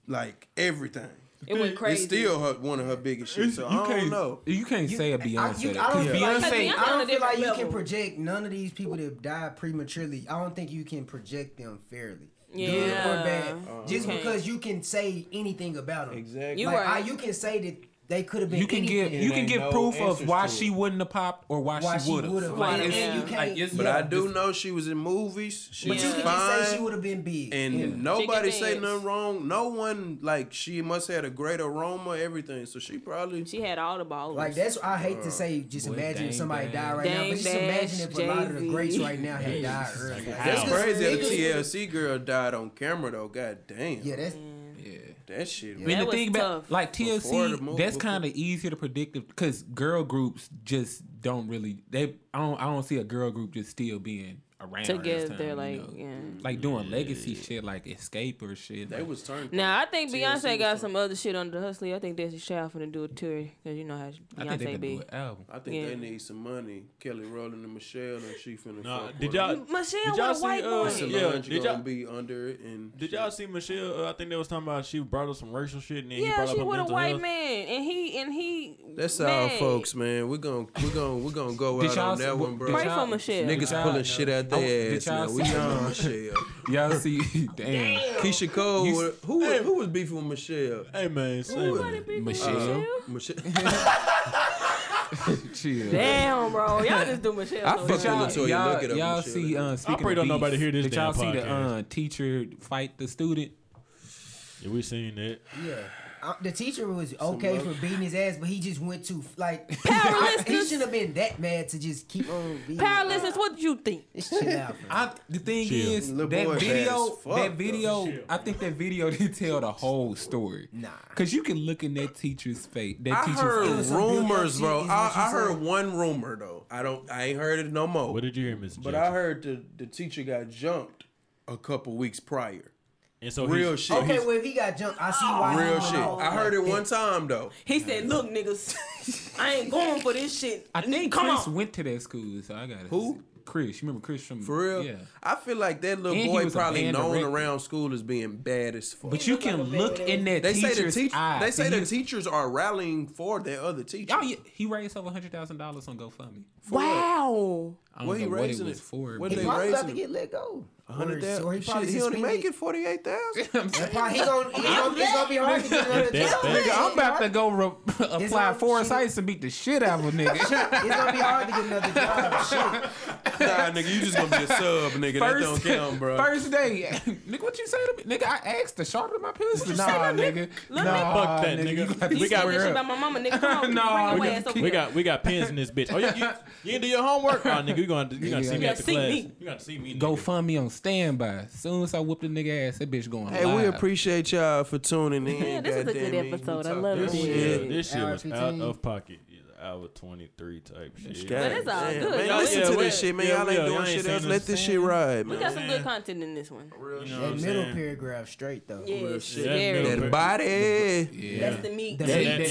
like everything.
It went
It's
crazy.
still her, one of her biggest shit. So I don't
can't,
know.
You can't say a
I,
Beyonce.
you,
that-
I don't
'cause
feel like,
Beyonce-
I
on a
don't feel
different
like you
level.
can project none of these people that died prematurely. I don't think you can project them fairly. Good or
Yeah. Uh-huh.
bad. just
Okay.
because you can say anything about them.
Exactly.
You
Like, I,
right.
you can say that they could have been
you can
anything.
give you can
ain't
give
no
proof of
answers
why
to it.
she wouldn't have popped or why,
Why
she
she
would have.
would've. Like,
and you
can't-
But I do know she was in movies. She
But
was
you can
fine.
say she would have been big.
and
Yeah.
nobody
She can
say
dance.
nothing wrong. No one like she must had a great aroma, everything. So she probably
She had all the balls.
Like that's I hate to say. Just imagine if
Uh, Dang
somebody
Dash.
died right now,
Dang
but just
Dash,
imagine if a lot of the
Jay-Z.
greats right now had died early.
That's
Ow.
crazy. that The
Niggas-
TLC girl died on camera though. God damn.
Yeah, that's
Yeah.
that shit.
And
That
the
was
thing about
tough.
like
Before the
TLC,
move-
that's
before-
kind of easier to predict because girl groups just don't really. They I don't I don't see a girl group just still being around around this
together.
time, you
like,
know?
yeah.
like doing legacy shit like Escape or shit.
They
like-
was turned.
Now I think
TLC
Beyonce
was
got
turned-
some other shit under her sleeve. I think Destiny's Child finna do a tour because you know how
I think they
Beyonce
been
be.
doing album.
I think they
Yeah.
need some money. Kelly Rowland and Michelle and she finna.
Nah,
fuck
did
with
y'all
them.
Michelle
Did
with
y'all
a
see,
white
uh,
boy.
Solange
Yeah, did
gonna
y'all-
be under it and
Did y'all see Michelle? Uh, I think they was talking about she brought up some racial shit and then he
Yeah,
brought
she
up her
with a
mental
white
health.
man, and he and he.
That's all,
man.
folks, man. We're gonna we're gonna we're gonna go
Did
out
y'all
on that
see-
one, bro.
did
Pray
y'all-
for Michelle.
Niggas
y'all-
pulling shit out
Oh,
their
did
ass.
y'all
Now. We
see-
know Michelle.
Y'all see, damn,
Keisha Cole.
You-
with- who was- who was beefing with Michelle?
Hey man, say
Nobody
man.
be-
Michelle,
Michelle.
chill.
Damn, bro, y'all just do Michelle.
I
so
fuck
Did
with
bad.
y'all,
Latoya, look
y'all,
it up,
y'all
Michelle.
see, uh, speaking
pray
of
don't nobody
beef,
hear this
Did y'all
damn
see the
podcast.
uh, teacher fight the student?
Yeah, we seen that.
yeah. Uh, the teacher was okay for beating his ass, but he just went too like
Powerless.
he shouldn't have been that mad to just keep on beating.
Powerless is what you think.
Just chill out, bro.
I, the thing
Chill.
is
Lil
that
boy bad
video,
as fuck,
that
though.
video, I think that video did tell the whole story.
Nah.
cause you can look in that teacher's face. That
I
teacher's
heard
some built-up
rumors,
shit,
bro.
is what
I,
you
I heard
said.
one rumor though. I don't. I ain't heard it no more.
What did you hear, Miss?
But I heard the the teacher got jumped a couple weeks prior.
And so
Real
he's-
shit.
Okay, well if he got jumped, I see why. he
Real
went
shit.
off
I heard
like
it one
that.
time though.
He said, "Look, niggas, I ain't going for this shit."
I think
Come
Chris
on.
went to that school, so I got it.
Who?
Chris. You remember Chris from
For real.
Yeah.
I feel like that little
And he
boy
was a
probably
band
known
director.
around school as being bad as fuck.
But you can look in that
they say the
teacher's
teach-
eye.
they say
and
the
you-
teachers are rallying for their other teachers.
Oh, yeah, he raised over hundred thousand dollars on GoFundMe.
Wow.
I don't
What he
know what it
raising
was
it-
for. but-
what
He
They
probably
raised
about to
him.
get let go.
Hundred
Or- so
thousand.
he
Shit,
probably
he only
suspended.
make it forty eight thousand.
I'm saying-
That's why he gonna, he gonna, it's gonna be hard to get another
That-
job.
that-
Nigga, I'm about to go re- apply
hard
four
shit.
sites and beat the shit out of a nigga.
It's gonna be hard to get another job. Shit.
nah, nigga, you just gonna be a sub, nigga. that don't
First,
count, bro.
first day, nigga, what you say to me? Nigga, I asked the sharp of my pencil. Nah, nigga,
Let
nah,
me-
Fuck that, nigga.
you gonna have to
We
You said
got-
that
square
shit
up.
about my mama, nigga. Come on,
Nah,
bring
we
your
got-
ass over
We
here.
got we got pins in this bitch. Oh, you, you, you didn't do your homework? Oh, nigga, you gonna you gonna see me
Yeah.
after
See
class.
me.
You gotta see me.
Go
nigga.
find me on standby. Soon as I whoop the nigga ass, that bitch going
Hey,
live.
we appreciate y'all for tuning in.
Yeah, this is a
goddamn
good
it. We
episode. I
talked
love
that
This
it.
shit, this shit
Hour
was out
15.
of pocket. Yeah, Hour twenty three type shit.
God
it's all
damn.
good.
Man,
Yeah,
listen to
yeah,
this shit, man.
yeah,
y'all ain't
yeah,
doing
y'all ain't
shit
seen
else.
no
Let this shit ride, man.
We got some good content in this one.
You know what
That
I'm
middle
saying?
paragraph straight though.
Yeah,
real
it's
shit.
very-
That
That body.
Yeah.
That's the meat.
That-
Yeah,
that-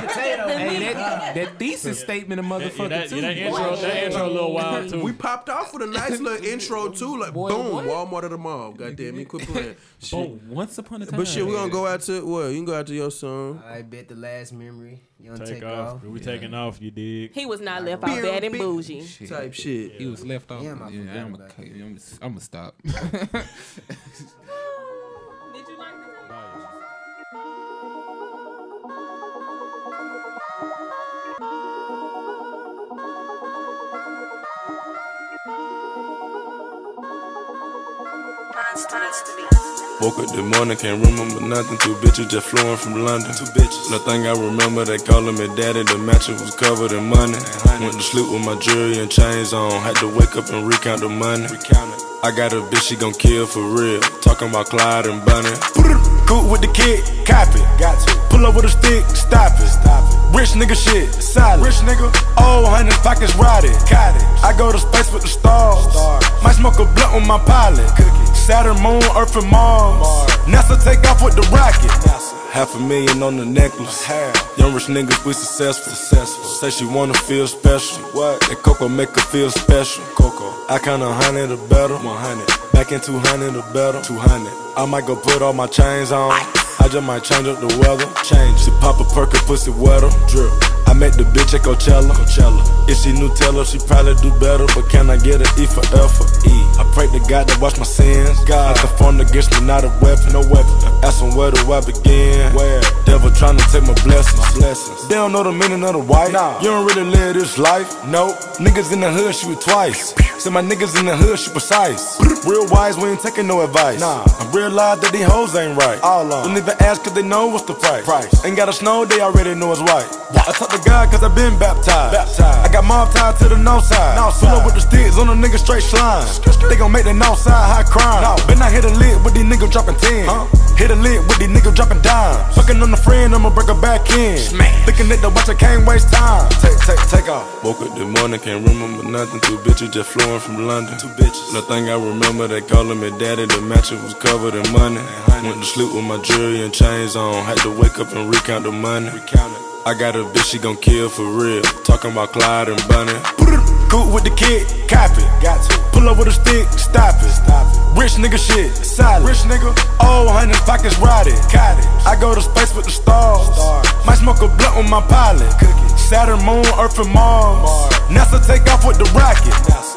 Potato.
Hey,
man.
that, that thesis statement of
That- yeah,
motherfucker
that,
too.
yeah, that intro, that intro a little wild too.
We popped off with a nice little intro too, like
Boy,
boom,
what?
Walmart of the mall. Goddamn, you quit playing. Shit.
Boom. Oh, Once upon a time.
But shit, we gonna go out to well, you can go out to your song.
I bet the last memory. You don't
take off. We taking off. You dig?
He was not left out bad and bougie.
Shit.
Type shit.
He was left off.
Damn, I forgot
I'm
about
gonna I'm stop.
Did you like that?
Woke up the morning, can't remember nothing. Two bitches just flew in from London. Two bitches. The thing I remember, they calling me daddy. The mattress was covered in money. Went to sleep with my jewelry and chains on. Had to wake up and recount the money. I got a bitch, she gon' kill for real. Talking about Clyde and Bunny. Good with the kid, copy. Got to. Pull up with a stick, stop it. Stop it. Rich nigga shit, solid. Rich nigga. Oh, hundred pockets rotted. Cottage. I go to space with the stars. Might smoke a blunt with my pilot. Saturn, moon, Earth, and Mars. NASA take off with the rocket. Half a million on the necklace. Young rich niggas, we successful. successful. Say she wanna feel special. What? That cocoa make her feel special. Coco. I count a hundred or better. One hundred. Back in two hundred or better. Two hundred. I might go put all my chains on. I just might change up the weather. Change. She pop a perk and pussy wetter. Drip. I met the bitch at Coachella. Coachella. If she knew Taylor, she probably do better. But can I get an E for F for E? I pray to God to watch my sins. God, the phone against me, not a weapon. No weapon. Ask them where do I begin? Where? Devil trying to take my blessings. blessings. They don't know the meaning of the white. You don't really live this life. No. Niggas in the hood shoot twice. Say my niggas in the hood shoot precise. Real wise, we ain't taking no advice. Nah. I realize that these hoes ain't right. All on. Don't even ask cause they know what's the price. price. Ain't got a snow, they already know it's white. I talk to God cause I've been baptized. I got mob tied to the north side. Pull up with the sticks on a nigga straight slime. They gon' make the north side high crime. Been I hit a lid with these niggas dropping 10. Hit a lid with these niggas dropping dimes. Fucking on the friend, I'ma break her back in. Looking at the watch, I can't waste time. Take, take, take off. Woke up the morning, can't remember nothing. Two bitches just flowing from London. Two bitches. The thing I remember, they calling me daddy. The mattress was covered in money. Went to sleep with my jewelry and chains on. Had to wake up and recount the money. I got a bitch, she gon' kill for real. Talking about Clyde and Bunny. Cool with the kid, copy. Got to. Pull up with a stick, stop it. Stop it. Rich nigga shit, solid. Rich nigga. Oh, hundred pockets rotted. Cottage. I go to space with the stars. Might smoke a blunt with my pilot. Saturn, moon, Earth, and Mars. NASA take off with the rocket.